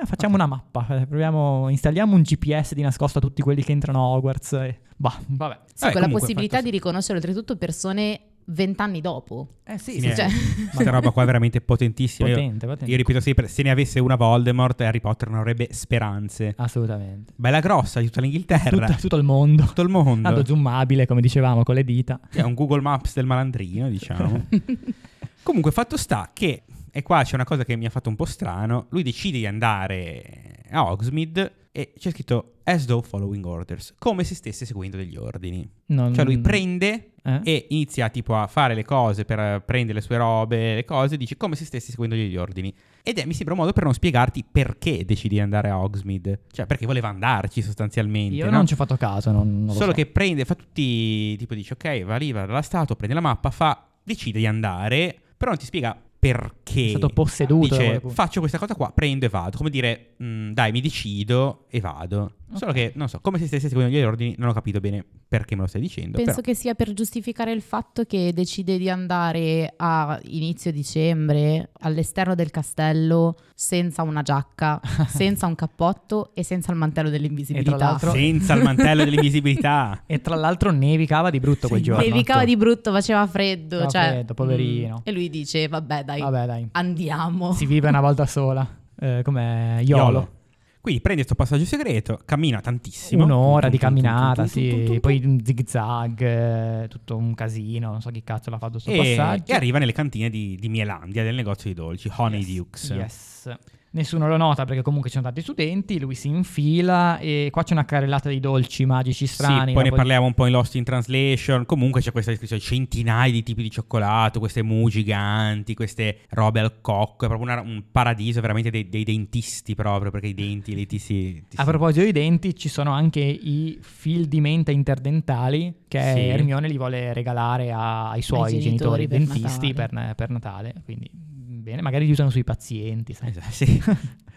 [SPEAKER 1] Eh, facciamo una mappa, eh, proviamo, installiamo un GPS di nascosto a tutti quelli che entrano a Hogwarts e bah, vabbè.
[SPEAKER 3] Sì,
[SPEAKER 2] Vabbè,
[SPEAKER 3] con la
[SPEAKER 2] comunque,
[SPEAKER 3] possibilità
[SPEAKER 2] fatto-
[SPEAKER 3] di riconoscere oltretutto persone vent'anni dopo.
[SPEAKER 1] Eh sì,
[SPEAKER 2] sì, eh,
[SPEAKER 3] cioè-
[SPEAKER 2] Questa roba qua è veramente potentissima. Io-
[SPEAKER 1] potente, potente.
[SPEAKER 2] io ripeto sempre: se ne avesse una Voldemort, Harry Potter non avrebbe speranze.
[SPEAKER 1] Ah. Assolutamente.
[SPEAKER 2] Bella grossa di tutta l'Inghilterra,
[SPEAKER 1] Tutto, tutto il mondo.
[SPEAKER 2] tutto il mondo.
[SPEAKER 1] Tanto zoomabile, come dicevamo, con le dita.
[SPEAKER 2] Sì, È un Google Maps del malandrino, diciamo. Comunque, fatto sta che, e qua c'è una cosa che mi ha fatto un po' strano, lui decide di andare a Hogsmeade e c'è scritto as though following orders, come se stesse seguendo degli ordini.
[SPEAKER 1] Non-
[SPEAKER 2] Cioè lui prende
[SPEAKER 1] Mm. Eh?
[SPEAKER 2] e inizia tipo a fare le cose per eh, prendere le sue robe, le cose, dice come se stesse seguendo gli ordini. Ed è, mi sembra un modo per non spiegarti perché decidi di andare a Hogsmeade, cioè perché voleva andarci sostanzialmente.
[SPEAKER 1] Io
[SPEAKER 2] no?
[SPEAKER 1] non ci ho fatto caso, non, non lo
[SPEAKER 2] Solo
[SPEAKER 1] so.
[SPEAKER 2] che prende, fa tutti, tipo dice ok, va lì, va dalla statua, prende la mappa, fa, decide di andare, però non ti spiega perché.
[SPEAKER 1] È stato posseduto da
[SPEAKER 2] Dice,
[SPEAKER 1] qualcuno.
[SPEAKER 2] faccio questa cosa qua, prendo e vado. Come dire, "Mm, dai, mi decido e vado. Solo
[SPEAKER 1] Ok.
[SPEAKER 2] che, non so, come se stesse seguendo gli ordini, non ho capito bene perché me lo stai dicendo.
[SPEAKER 3] Penso
[SPEAKER 2] però.
[SPEAKER 3] che sia per giustificare il fatto che decide di andare a inizio dicembre all'esterno del castello senza una giacca, senza un cappotto e senza il mantello dell'invisibilità.
[SPEAKER 1] E tra l'altro-
[SPEAKER 2] Senza il mantello dell'invisibilità.
[SPEAKER 1] E tra l'altro nevicava di brutto quel
[SPEAKER 2] Sì,
[SPEAKER 1] giorno.
[SPEAKER 3] Nevicava di brutto, faceva freddo.
[SPEAKER 1] Faceva
[SPEAKER 3] cioè,
[SPEAKER 1] freddo, poverino.
[SPEAKER 3] mm, e lui dice: Vabbè, dai,
[SPEAKER 1] Vabbè, dai.
[SPEAKER 3] andiamo.
[SPEAKER 1] Si vive una volta sola. Eh, com'è? Iolo.
[SPEAKER 2] Yolo. Quindi prende questo passaggio segreto, cammina tantissimo.
[SPEAKER 1] Un'ora di
[SPEAKER 2] Tum, tum, tum,
[SPEAKER 1] camminata,
[SPEAKER 2] tum, tum, tum, tum,
[SPEAKER 1] sì.
[SPEAKER 2] tum.
[SPEAKER 1] Poi un zig zag, eh, tutto un casino. Non so chi cazzo l'ha fatto sto
[SPEAKER 2] E,
[SPEAKER 1] passaggio.
[SPEAKER 2] e arriva nelle cantine di, di Mielandia, del negozio di dolci, Honey
[SPEAKER 1] Yes,
[SPEAKER 2] Dukes.
[SPEAKER 1] Yes. Nessuno lo nota perché comunque ci sono tanti studenti, lui si infila e qua c'è una carrellata di dolci magici strani.
[SPEAKER 2] Sì, poi ne
[SPEAKER 1] dopo-
[SPEAKER 2] parliamo un po' in Lost in Translation. Comunque c'è questa descrizione: centinaia di tipi di cioccolato, queste mu giganti, queste robe al cocco. È proprio una- un paradiso veramente dei, dei dentisti, proprio perché i denti lì ti si. ti
[SPEAKER 1] A
[SPEAKER 2] si-
[SPEAKER 1] proposito dei denti, ci sono anche i fil di menta interdentali che
[SPEAKER 2] Sì.
[SPEAKER 1] Hermione li vuole regalare a- ai suoi
[SPEAKER 3] Ai
[SPEAKER 1] genitori,
[SPEAKER 3] genitori per
[SPEAKER 1] dentisti per per Natale. Quindi bene, magari li usano sui pazienti. sai.
[SPEAKER 2] Esatto, sì.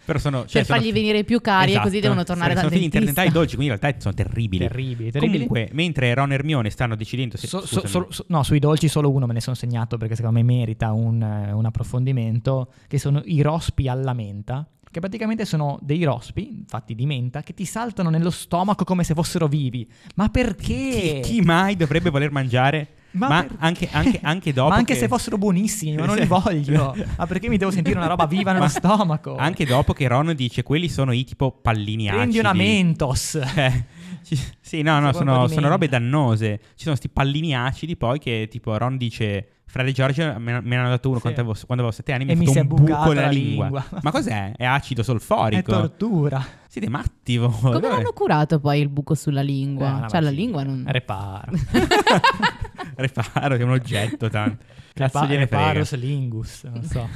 [SPEAKER 2] Però sono, cioè,
[SPEAKER 3] per
[SPEAKER 2] sono-
[SPEAKER 3] fargli venire più cari
[SPEAKER 2] Esatto.
[SPEAKER 3] e così devono tornare
[SPEAKER 2] sono,
[SPEAKER 3] dal
[SPEAKER 2] sono figli
[SPEAKER 3] dentista.
[SPEAKER 2] interdentali dolci, quindi in realtà sono terribili.
[SPEAKER 1] Terribili, terribili.
[SPEAKER 2] Comunque, mentre Ron e Hermione stanno decidendo se.
[SPEAKER 1] So- so-
[SPEAKER 2] scusami.
[SPEAKER 1] so- so- no, sui dolci solo uno me ne sono segnato perché secondo me merita un, eh, un approfondimento, che sono i rospi alla menta, che praticamente sono dei rospi fatti di menta che ti saltano nello stomaco come se fossero vivi. Ma
[SPEAKER 2] chi,
[SPEAKER 1] perché?
[SPEAKER 2] chi mai dovrebbe voler mangiare? Ma,
[SPEAKER 1] Ma perché?
[SPEAKER 2] anche, anche, anche dopo.
[SPEAKER 1] Ma anche
[SPEAKER 2] che-
[SPEAKER 1] se fossero buonissimi, ma non li voglio. Ma perché mi devo sentire una roba viva nello
[SPEAKER 2] Esatto. Ma
[SPEAKER 1] stomaco?
[SPEAKER 2] Anche dopo che Ron dice quelli sono i tipo pallini
[SPEAKER 1] Prendi
[SPEAKER 2] acidi.
[SPEAKER 1] una Mentos.
[SPEAKER 2] Eh, ci- sì, no, no,
[SPEAKER 1] Secondo
[SPEAKER 2] sono,
[SPEAKER 1] di
[SPEAKER 2] sono
[SPEAKER 1] me.
[SPEAKER 2] robe dannose. Ci sono sti pallini acidi poi che tipo Ron dice... Fred e George me, me ne hanno dato uno
[SPEAKER 1] Sì.
[SPEAKER 2] quando, avevo, quando avevo sette anni
[SPEAKER 1] E
[SPEAKER 2] mi
[SPEAKER 1] mi
[SPEAKER 2] ha
[SPEAKER 1] si
[SPEAKER 2] fatto
[SPEAKER 1] è
[SPEAKER 2] un buco
[SPEAKER 1] bucata
[SPEAKER 2] nella
[SPEAKER 1] la
[SPEAKER 2] lingua.
[SPEAKER 1] lingua.
[SPEAKER 2] Ma cos'è? È acido
[SPEAKER 1] È
[SPEAKER 2] solforico.
[SPEAKER 1] tortura.
[SPEAKER 2] Siete matti voi.
[SPEAKER 3] Come
[SPEAKER 2] Vabbè.
[SPEAKER 3] l'hanno curato poi il buco sulla
[SPEAKER 1] Eh,
[SPEAKER 3] lingua?
[SPEAKER 1] ma
[SPEAKER 3] cioè, la
[SPEAKER 1] sì.
[SPEAKER 3] lingua non.
[SPEAKER 1] Reparo.
[SPEAKER 2] Reparo, che è un oggetto tanto. Cazzo
[SPEAKER 1] Repa-
[SPEAKER 2] gliene frega.
[SPEAKER 1] Reparus lingus, non so.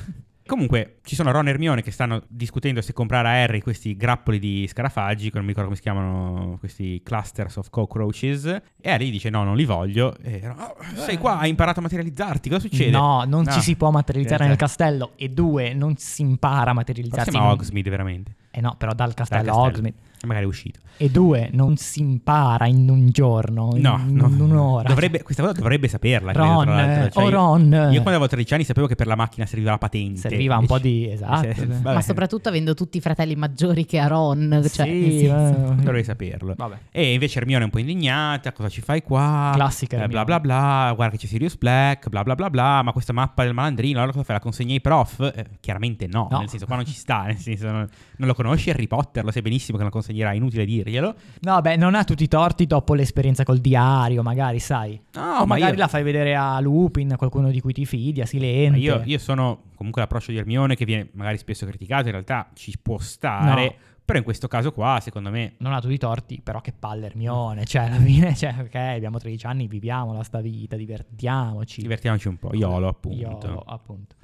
[SPEAKER 2] Comunque, ci sono Ron e Hermione che stanno discutendo se comprare a Harry questi grappoli di scarafaggi, che non mi ricordo come si chiamano, questi clusters of cockroaches. E Harry dice no, non li voglio. E Ron, "Oh, sei qua, hai imparato a materializzarti, cosa succede?
[SPEAKER 1] No, non
[SPEAKER 2] No.
[SPEAKER 1] ci si può materializzare nel
[SPEAKER 2] Certo.
[SPEAKER 1] castello. E due, non si impara a
[SPEAKER 2] Però si
[SPEAKER 1] materializzarsi.
[SPEAKER 2] chiama
[SPEAKER 1] in-
[SPEAKER 2] Hogsmeade veramente.
[SPEAKER 1] Eh no, però dal
[SPEAKER 2] Dal
[SPEAKER 1] castello,
[SPEAKER 2] castello.
[SPEAKER 1] Hogsmeade.
[SPEAKER 2] Magari è uscito.
[SPEAKER 1] E due, non si impara in un giorno, in,
[SPEAKER 2] No, no.
[SPEAKER 1] in un'ora.
[SPEAKER 2] Dovrebbe- questa cosa dovrebbe saperla. credo,
[SPEAKER 1] Ron,
[SPEAKER 2] tra l'altro. cioè
[SPEAKER 1] eh, oh, Ron.
[SPEAKER 2] Io quando avevo 13 anni sapevo che per la macchina serviva la patente.
[SPEAKER 1] Serviva un po' di-
[SPEAKER 2] Eh,
[SPEAKER 1] esatto,
[SPEAKER 2] sì,
[SPEAKER 1] sì.
[SPEAKER 2] vabbè.
[SPEAKER 3] Ma soprattutto avendo tutti i fratelli maggiori che Aaron. Cioè, nel
[SPEAKER 1] sì,
[SPEAKER 3] senso-
[SPEAKER 1] eh,
[SPEAKER 2] Dovrei saperlo.
[SPEAKER 1] Vabbè.
[SPEAKER 2] E invece Hermione è un po' indignata, cosa ci fai qua?
[SPEAKER 1] Classica
[SPEAKER 2] Eh, bla
[SPEAKER 1] Hermione.
[SPEAKER 2] bla bla, guarda che c'è Sirius Black, bla bla bla bla, ma questa mappa del malandrino, allora cosa fai? La consegni ai prof? Eh, chiaramente no,
[SPEAKER 1] No.
[SPEAKER 2] nel senso qua non ci sta, nel senso non, non lo conosci Harry Potter, lo sai benissimo che non consegnerà, è inutile dirglielo.
[SPEAKER 1] No, beh, non ha tutti i torti dopo l'esperienza col diario, magari, sai.
[SPEAKER 2] No,
[SPEAKER 1] O
[SPEAKER 2] ma
[SPEAKER 1] magari
[SPEAKER 2] io,
[SPEAKER 1] la fai vedere a Lupin, a qualcuno di cui ti fidi, a Silente.
[SPEAKER 2] ma io, io sono comunque l'approccio di Hermione che viene magari spesso criticato, in realtà ci può stare,
[SPEAKER 1] No.
[SPEAKER 2] però in questo caso qua secondo me...
[SPEAKER 1] Non ha tutti i torti, però che palle Hermione. Cioè, alla fine, cioè, ok, abbiamo 13 anni, viviamola sta vita, divertiamoci.
[SPEAKER 2] Divertiamoci un po', Iolo appunto.
[SPEAKER 1] Iolo, appunto.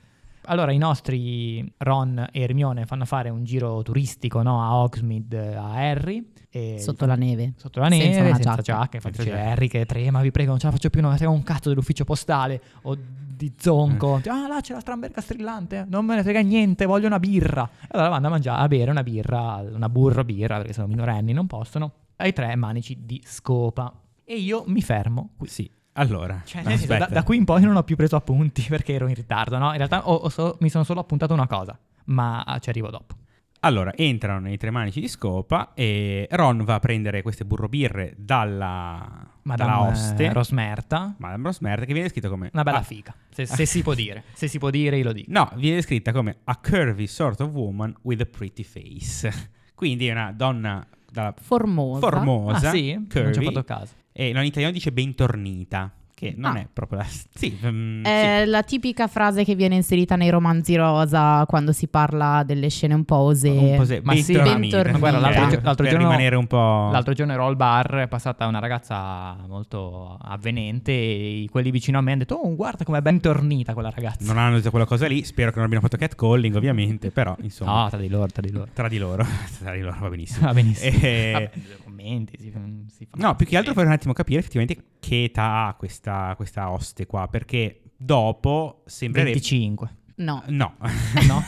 [SPEAKER 1] Allora, i nostri Ron e Hermione fanno fare un giro turistico no, a Hogsmeade, eh, a Harry. E
[SPEAKER 3] Sotto la neve.
[SPEAKER 1] sotto la
[SPEAKER 3] Senza
[SPEAKER 1] neve, senza,
[SPEAKER 3] una
[SPEAKER 1] giacca.
[SPEAKER 3] giacca.
[SPEAKER 1] Infatti
[SPEAKER 2] Senza
[SPEAKER 1] c'è
[SPEAKER 2] giacca.
[SPEAKER 1] Harry che trema, vi prego, non ce la faccio più, non me ne frega un cazzo dell'ufficio postale o di zonco.
[SPEAKER 2] Mm.
[SPEAKER 1] Ah, là c'è la stramberga strillante, eh. non me ne frega niente, voglio una birra. E allora vanno a mangiare, a bere una birra, una burro birra, perché sono minorenni, non possono, ai tre manici di scopa. E io mi fermo qui.
[SPEAKER 2] Sì, allora...
[SPEAKER 1] Cioè,
[SPEAKER 2] no,
[SPEAKER 1] nel senso, da,
[SPEAKER 2] aspetta.
[SPEAKER 1] da qui in poi non ho più preso appunti perché ero in ritardo, no? In realtà ho- ho so- mi sono solo appuntato una cosa, ma ah, ci arrivo dopo.
[SPEAKER 2] Allora, entrano nei tre manici di scopa e Ron va a prendere queste burrobirre dalla, dalla
[SPEAKER 1] Madame
[SPEAKER 2] oste,
[SPEAKER 1] eh, Rosmerta,
[SPEAKER 2] Madame Rosmer, che viene scritta come...
[SPEAKER 1] una bella
[SPEAKER 2] Ah,
[SPEAKER 1] figa, se, se si può dire. Se si può dire io lo dico.
[SPEAKER 2] No, viene descritta come a curvy sort of woman with a pretty face. Quindi è una donna dalla-
[SPEAKER 3] Formosa.
[SPEAKER 2] formosa,
[SPEAKER 1] Ah sì? Non ci ho
[SPEAKER 2] curvy,
[SPEAKER 1] fatto caso.
[SPEAKER 2] e in italiano dice bentornita, Che non
[SPEAKER 3] Ah.
[SPEAKER 2] è proprio la... Sì, mm,
[SPEAKER 3] È la tipica frase che viene inserita nei romanzi rosa quando si parla delle scene un po' osé.
[SPEAKER 2] sì. Un po' se-
[SPEAKER 1] Ma sì,
[SPEAKER 2] bentornati.
[SPEAKER 3] bentornati.
[SPEAKER 1] Ma guarda, l'altro,
[SPEAKER 2] Per-
[SPEAKER 1] gio- l'altro
[SPEAKER 2] per
[SPEAKER 1] giorno,
[SPEAKER 2] rimanere un po'...
[SPEAKER 1] l'altro giorno ero al bar, è passata una ragazza molto avvenente e quelli vicino a me hanno detto, oh guarda com'è ben tornita quella ragazza.
[SPEAKER 2] Non hanno usato quella cosa lì, spero che non abbiano fatto catcalling ovviamente, però insomma...
[SPEAKER 1] No, tra di loro, tra di loro.
[SPEAKER 2] Tra di loro, tra di loro va benissimo.
[SPEAKER 1] Ah. Va benissimo.
[SPEAKER 2] Eh,
[SPEAKER 1] Vabbè, commenti, si, si fa-
[SPEAKER 2] No, più che altro per un attimo capire effettivamente che età ha questa, questa oste qua, perché dopo sembrerebbe...
[SPEAKER 1] 25.
[SPEAKER 3] No.
[SPEAKER 2] No,
[SPEAKER 1] Eh, No?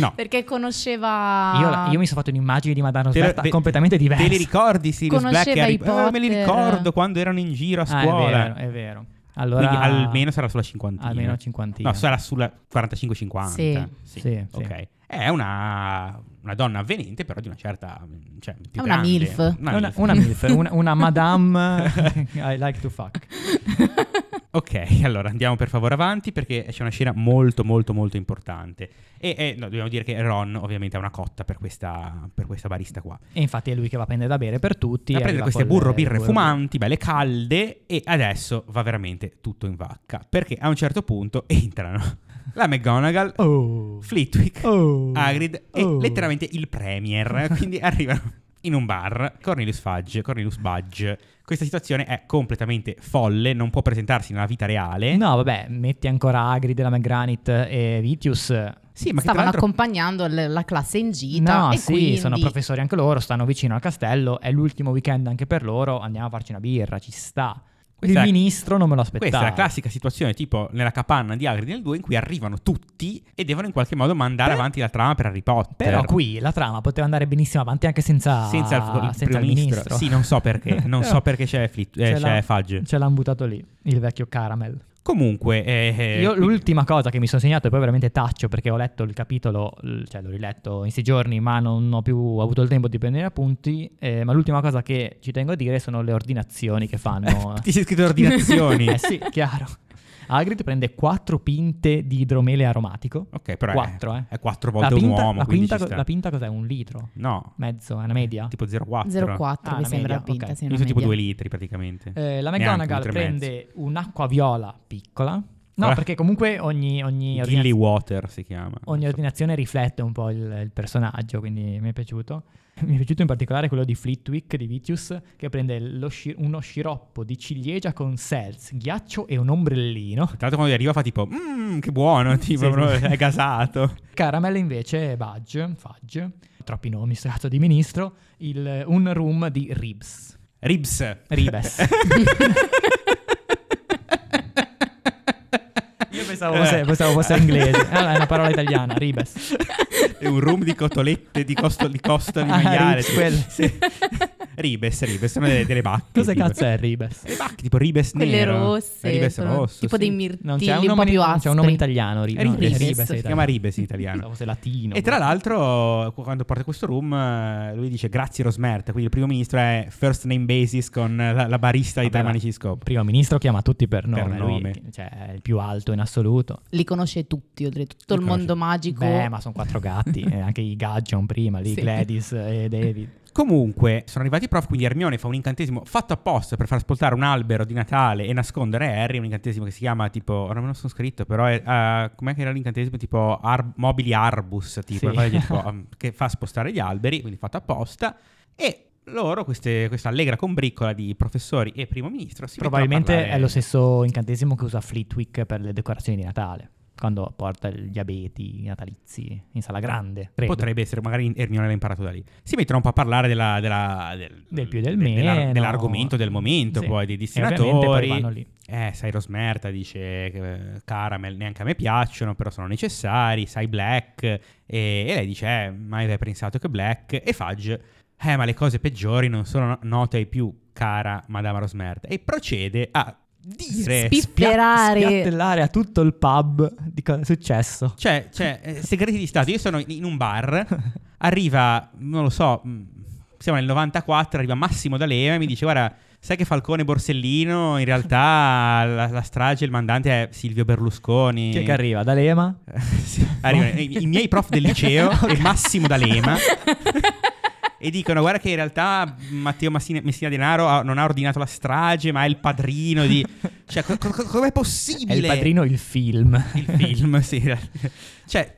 [SPEAKER 2] no.
[SPEAKER 3] Perché conosceva...
[SPEAKER 1] Io, io mi sono fatto un'immagine di Madame
[SPEAKER 2] Te lo-
[SPEAKER 1] Roberta
[SPEAKER 2] ve-
[SPEAKER 1] completamente diversa.
[SPEAKER 2] Te li ricordi Sirius Black e
[SPEAKER 3] Conosceva
[SPEAKER 2] Harry
[SPEAKER 3] i
[SPEAKER 2] Potter? Ah, me li
[SPEAKER 3] Potter.
[SPEAKER 2] ricordo quando erano in giro a
[SPEAKER 1] Ah, è
[SPEAKER 2] scuola.
[SPEAKER 1] vero, è vero. Allora,
[SPEAKER 2] Quindi almeno sarà sulla cinquantina.
[SPEAKER 1] almeno cinquantina.
[SPEAKER 2] No, sarà sulla 45-50.
[SPEAKER 3] Sì.
[SPEAKER 1] Sì, sì.
[SPEAKER 2] ok. È una, una donna avvenente, però di una certa... Cioè, più
[SPEAKER 3] È una
[SPEAKER 2] grande.
[SPEAKER 3] milf.
[SPEAKER 1] È una,
[SPEAKER 2] milf.
[SPEAKER 1] una MILF, una, una Madame eh, I like to fuck.
[SPEAKER 2] Ok, allora andiamo per favore avanti perché c'è una scena molto molto molto importante. E, e, no, dobbiamo dire che Ron ovviamente è una cotta per questa, per questa barista qua.
[SPEAKER 1] E infatti è lui che va a prendere da bere per tutti.
[SPEAKER 2] a
[SPEAKER 1] e
[SPEAKER 2] prendere
[SPEAKER 1] arriva
[SPEAKER 2] queste
[SPEAKER 1] col-
[SPEAKER 2] burro birre
[SPEAKER 1] col-
[SPEAKER 2] fumanti, belle calde, e adesso va veramente tutto in vacca. Perché a un certo punto entrano la McGonagall,
[SPEAKER 1] Oh.
[SPEAKER 2] Flitwick,
[SPEAKER 1] Oh.
[SPEAKER 2] Hagrid e
[SPEAKER 1] Oh.
[SPEAKER 2] letteralmente il Premier. Quindi arrivano in un bar, Cornelius Fudge, Cornelius Budge. Questa situazione è completamente folle, non può presentarsi nella vita reale.
[SPEAKER 1] No, vabbè, metti ancora Agrid, la McGranite e Vitius.
[SPEAKER 2] Sì, ma che tra
[SPEAKER 3] Stavano
[SPEAKER 2] l'altro-
[SPEAKER 3] accompagnando l- la classe in gita.
[SPEAKER 1] No,
[SPEAKER 3] e
[SPEAKER 1] sì,
[SPEAKER 3] quindi...
[SPEAKER 1] sono professori anche loro, stanno vicino al castello, è l'ultimo weekend anche per loro, andiamo a farci una birra, ci sta.
[SPEAKER 2] Questa
[SPEAKER 1] il
[SPEAKER 2] è-
[SPEAKER 1] ministro non me lo aspettavo.
[SPEAKER 2] Questa è la classica situazione tipo nella capanna di Hagrid nel 2 in cui arrivano tutti e devono in qualche modo mandare avanti la trama per Harry Potter. Ah,
[SPEAKER 1] Però qui la trama poteva andare benissimo avanti anche senza,
[SPEAKER 2] senza il, il
[SPEAKER 1] senza
[SPEAKER 2] primo ministro. Sì, non so perché, non
[SPEAKER 1] Però
[SPEAKER 2] so perché c'è, Flit- eh,
[SPEAKER 1] ce l'ha-
[SPEAKER 2] c'è Fudge.
[SPEAKER 1] Ce l'hanno buttato lì, il vecchio caramel.
[SPEAKER 2] Comunque, eh, eh,
[SPEAKER 1] Io
[SPEAKER 2] quindi-
[SPEAKER 1] l'ultima cosa che mi sono segnato e poi veramente taccio perché ho letto il capitolo, l- cioè l'ho riletto in sei giorni ma non ho più avuto il tempo di prendere appunti, eh, ma l'ultima cosa che ci tengo a dire sono le ordinazioni che fanno.
[SPEAKER 2] ti sei scritto le ordinazioni.
[SPEAKER 1] eh sì, chiaro. Hagrid prende quattro pinte di idromele aromatico.
[SPEAKER 2] Ok, però è-
[SPEAKER 1] Quattro, eh.
[SPEAKER 2] è quattro
[SPEAKER 1] La
[SPEAKER 2] volte un
[SPEAKER 1] pinta-
[SPEAKER 2] uomo,
[SPEAKER 1] La
[SPEAKER 2] quindi
[SPEAKER 1] pinta,
[SPEAKER 2] ci sta.
[SPEAKER 1] la pinta cos'è? Un litro?
[SPEAKER 2] No,
[SPEAKER 1] Mezzo? È una media?
[SPEAKER 2] tipo 0,4.
[SPEAKER 1] Ah, la
[SPEAKER 3] 0,4 mi sembra
[SPEAKER 1] media,
[SPEAKER 3] la pinta,
[SPEAKER 1] ok.
[SPEAKER 3] sì,
[SPEAKER 2] Io
[SPEAKER 3] una
[SPEAKER 2] so tipo
[SPEAKER 3] media.
[SPEAKER 2] 2 litri praticamente.
[SPEAKER 1] Eh, la
[SPEAKER 2] Neanche
[SPEAKER 1] McGonagall
[SPEAKER 2] un tre Ah. e
[SPEAKER 1] prende un'acqua viola piccola. No,
[SPEAKER 2] Guarda.
[SPEAKER 1] perché comunque ogni, ogni,
[SPEAKER 2] mezzo.
[SPEAKER 1] ordina-
[SPEAKER 2] Gilly Water si chiama.
[SPEAKER 1] ogni ordinazione riflette un po' il, il personaggio, quindi mi è piaciuto. Mi è piaciuto in particolare quello di Flitwick, di Vitius, che prende lo sci- uno sciroppo di ciliegia con seltz, ghiaccio e un ombrellino.
[SPEAKER 2] Tra l'altro quando gli arriva fa tipo, mmm, che buono, tipo,
[SPEAKER 1] Sì,
[SPEAKER 2] proprio
[SPEAKER 1] sì.
[SPEAKER 2] è gasato.
[SPEAKER 1] Caramel invece è Budge, Fudge, troppi nomi, sto cazzo di ministro, il- un room di ribs.
[SPEAKER 2] Ribs.
[SPEAKER 1] Ribes. Io pensavo
[SPEAKER 2] Eh.
[SPEAKER 1] fosse, pensavo fosse inglese. Ah, no, è una parola italiana, ribes.
[SPEAKER 2] È un room di cotolette di costo di, costo di
[SPEAKER 1] Ah,
[SPEAKER 2] maiale.
[SPEAKER 1] ribs,
[SPEAKER 2] sì.
[SPEAKER 1] quelle.
[SPEAKER 2] Sì. Ribes, ribes, sono delle, delle bacche.
[SPEAKER 1] Cosa
[SPEAKER 2] tipo.
[SPEAKER 1] cazzo è ribes?
[SPEAKER 2] Le bacche, tipo ribes
[SPEAKER 3] Quelle
[SPEAKER 2] nero.
[SPEAKER 3] rosse.
[SPEAKER 2] Ribes
[SPEAKER 3] sono
[SPEAKER 2] rosso.
[SPEAKER 3] Tipo
[SPEAKER 2] sì.
[SPEAKER 3] dei
[SPEAKER 1] Non
[SPEAKER 3] mirtilli
[SPEAKER 1] c'è un
[SPEAKER 3] un, po'
[SPEAKER 1] nome,
[SPEAKER 3] più
[SPEAKER 1] non
[SPEAKER 3] aspri.
[SPEAKER 1] c'è un nome italiano, ri- no,
[SPEAKER 2] Ribes.
[SPEAKER 1] è
[SPEAKER 3] Ribes,
[SPEAKER 1] è
[SPEAKER 2] Si chiama ribes in italiano.
[SPEAKER 1] Pensavo fosse latino.
[SPEAKER 2] E tra l'altro, qu- quando porta questo room, eh, lui dice grazie Rosmert. Quindi il primo ministro è first name basis con eh, la, la barista di
[SPEAKER 1] Vabbè,
[SPEAKER 2] Tre
[SPEAKER 1] ma-
[SPEAKER 2] Manici Scope.
[SPEAKER 1] Primo ministro chiama tutti per nome,
[SPEAKER 2] Per nome.
[SPEAKER 1] Lui, cioè, è il più alto in assoluto.
[SPEAKER 3] Li conosce tutti, oltretutto tutto il
[SPEAKER 2] conosce-
[SPEAKER 3] mondo magico.
[SPEAKER 1] Beh, ma sono quattro gatti, eh, anche i Gadgeon prima, lì
[SPEAKER 3] Sì.
[SPEAKER 1] Gladys e David.
[SPEAKER 2] Comunque, sono arrivati i prof, quindi Hermione fa un incantesimo fatto apposta per far spoltare un albero di Natale e nascondere Harry, un incantesimo che si chiama tipo, ora non me lo sono scritto, però è, eh, com'è che era l'incantesimo? Tipo ar- mobili arbus, tipo,
[SPEAKER 1] Sì.
[SPEAKER 2] una cosa del tipo, um, che fa spostare gli alberi, quindi fatto apposta, e loro, queste- questa allegra combriccola di professori e primo ministro, si mettono a
[SPEAKER 1] Probabilmente
[SPEAKER 2] parlare-
[SPEAKER 1] è lo stesso incantesimo che usa Flitwick per le decorazioni di Natale, quando porta gli abeti natalizi in sala grande. credo.
[SPEAKER 2] Potrebbe essere, magari Hermione l'ha imparato da lì. Si mettono un po' a parlare della, della- del,
[SPEAKER 1] Del più e del
[SPEAKER 2] de- della-
[SPEAKER 1] meno.
[SPEAKER 2] dell'argomento del momento,
[SPEAKER 1] Sì.
[SPEAKER 2] poi dei
[SPEAKER 1] E ovviamente poi
[SPEAKER 2] dissinatori.
[SPEAKER 1] vanno lì.
[SPEAKER 2] Eh, sai Rosmerta dice che eh, caramel neanche a me piacciono, però sono necessari, sai Black. E, e lei dice, eh, mai avrei pensato che Black. E Fudge, eh, ma le cose peggiori non sono no- note ai più, cara Madame Rosmerta. E procede a dire...
[SPEAKER 3] Spifferare.
[SPEAKER 1] Spiattellare a tutto il pub di cosa è successo.
[SPEAKER 2] Cioè, cioè eh, segreti di Stato. Io sono in- in un bar, arriva, non lo so, mh, siamo nel 94, arriva Massimo D'Alema e mi dice, guarda, sai che Falcone Borsellino, in realtà la, la strage, il mandante è Silvio Berlusconi.
[SPEAKER 1] Chi è che arriva? D'Alema?
[SPEAKER 2] Sì, arrivano i, i miei prof del liceo e Massimo D'Alema. E dicono, guarda che in realtà Matteo Massina- Messina Denaro ha- non ha ordinato la strage, ma è il padrino di... Cioè, co- co- co- com'è
[SPEAKER 1] È
[SPEAKER 2] possibile?
[SPEAKER 1] il padrino il film.
[SPEAKER 2] Il film, sì. in realtà. Cioè,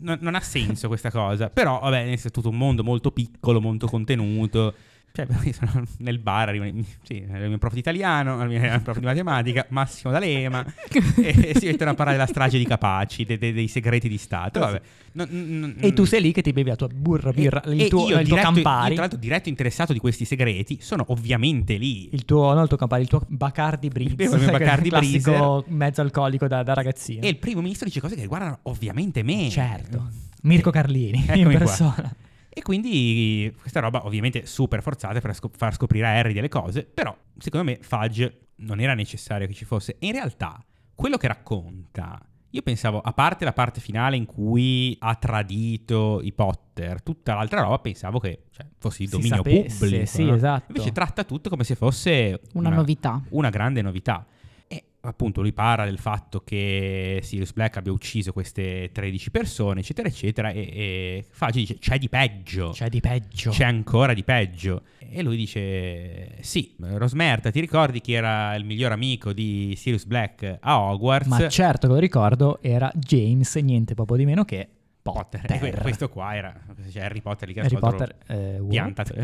[SPEAKER 2] n- non ha senso questa cosa. Però, vabbè, è tutto un mondo molto piccolo, molto contenuto. Cioè, io sono nel bar, arrivano- sì, il mio prof di italiano, il mio prof di matematica, Massimo D'Alema, e, e Eh, si mettono a parlare della strage di Capaci, de- de- dei segreti di Stato. Vabbè. Non- non- mm.
[SPEAKER 1] E tu sei lì che ti bevi la tua burra birra,
[SPEAKER 2] e
[SPEAKER 1] il tuo,
[SPEAKER 2] io
[SPEAKER 1] il tuo
[SPEAKER 2] diretto-
[SPEAKER 1] Campari.
[SPEAKER 2] io, tra l'altro, diretto interessato di questi segreti, sono ovviamente lì.
[SPEAKER 1] Il tuo, non il tuo Campari, il tuo Bacardi Brizz.
[SPEAKER 2] bevo il mio
[SPEAKER 1] che è il
[SPEAKER 2] Bacardi
[SPEAKER 1] classico mezzo alcolico da, da ragazzino.
[SPEAKER 2] E il primo ministro dice cose che riguardano ovviamente me.
[SPEAKER 1] Certo. Mirko Carlini, in
[SPEAKER 2] Eccomi qua.
[SPEAKER 1] persona.
[SPEAKER 2] E quindi questa roba ovviamente super forzata per scop- far scoprire a Harry delle cose, però secondo me Fudge non era necessario che ci fosse. E in realtà quello che racconta, io pensavo, a parte la parte finale in cui ha tradito i Potter, tutta l'altra roba pensavo che cioè, fosse il
[SPEAKER 1] Si
[SPEAKER 2] dominio
[SPEAKER 1] sapesse,
[SPEAKER 2] pubblico.
[SPEAKER 1] sì,
[SPEAKER 2] no?
[SPEAKER 1] esatto.
[SPEAKER 2] Invece tratta tutto come se fosse
[SPEAKER 3] Una novità.
[SPEAKER 2] una grande novità. E appunto lui parla del fatto che Sirius Black abbia ucciso queste 13 persone, eccetera, eccetera, e, e Fudge dice c'è di peggio.
[SPEAKER 1] C'è di peggio.
[SPEAKER 2] C'è ancora di peggio. E lui dice: Sì, Rosmerta, ti ricordi chi era il miglior amico di Sirius Black a Hogwarts?
[SPEAKER 1] Ma certo che lo ricordo, era James, niente proprio di meno che Potter.
[SPEAKER 2] E que- questo qua era cioè Harry Potter lì che
[SPEAKER 1] Harry
[SPEAKER 2] ascolta
[SPEAKER 1] Potter,
[SPEAKER 2] loro-
[SPEAKER 1] eh, what?
[SPEAKER 2] piantato.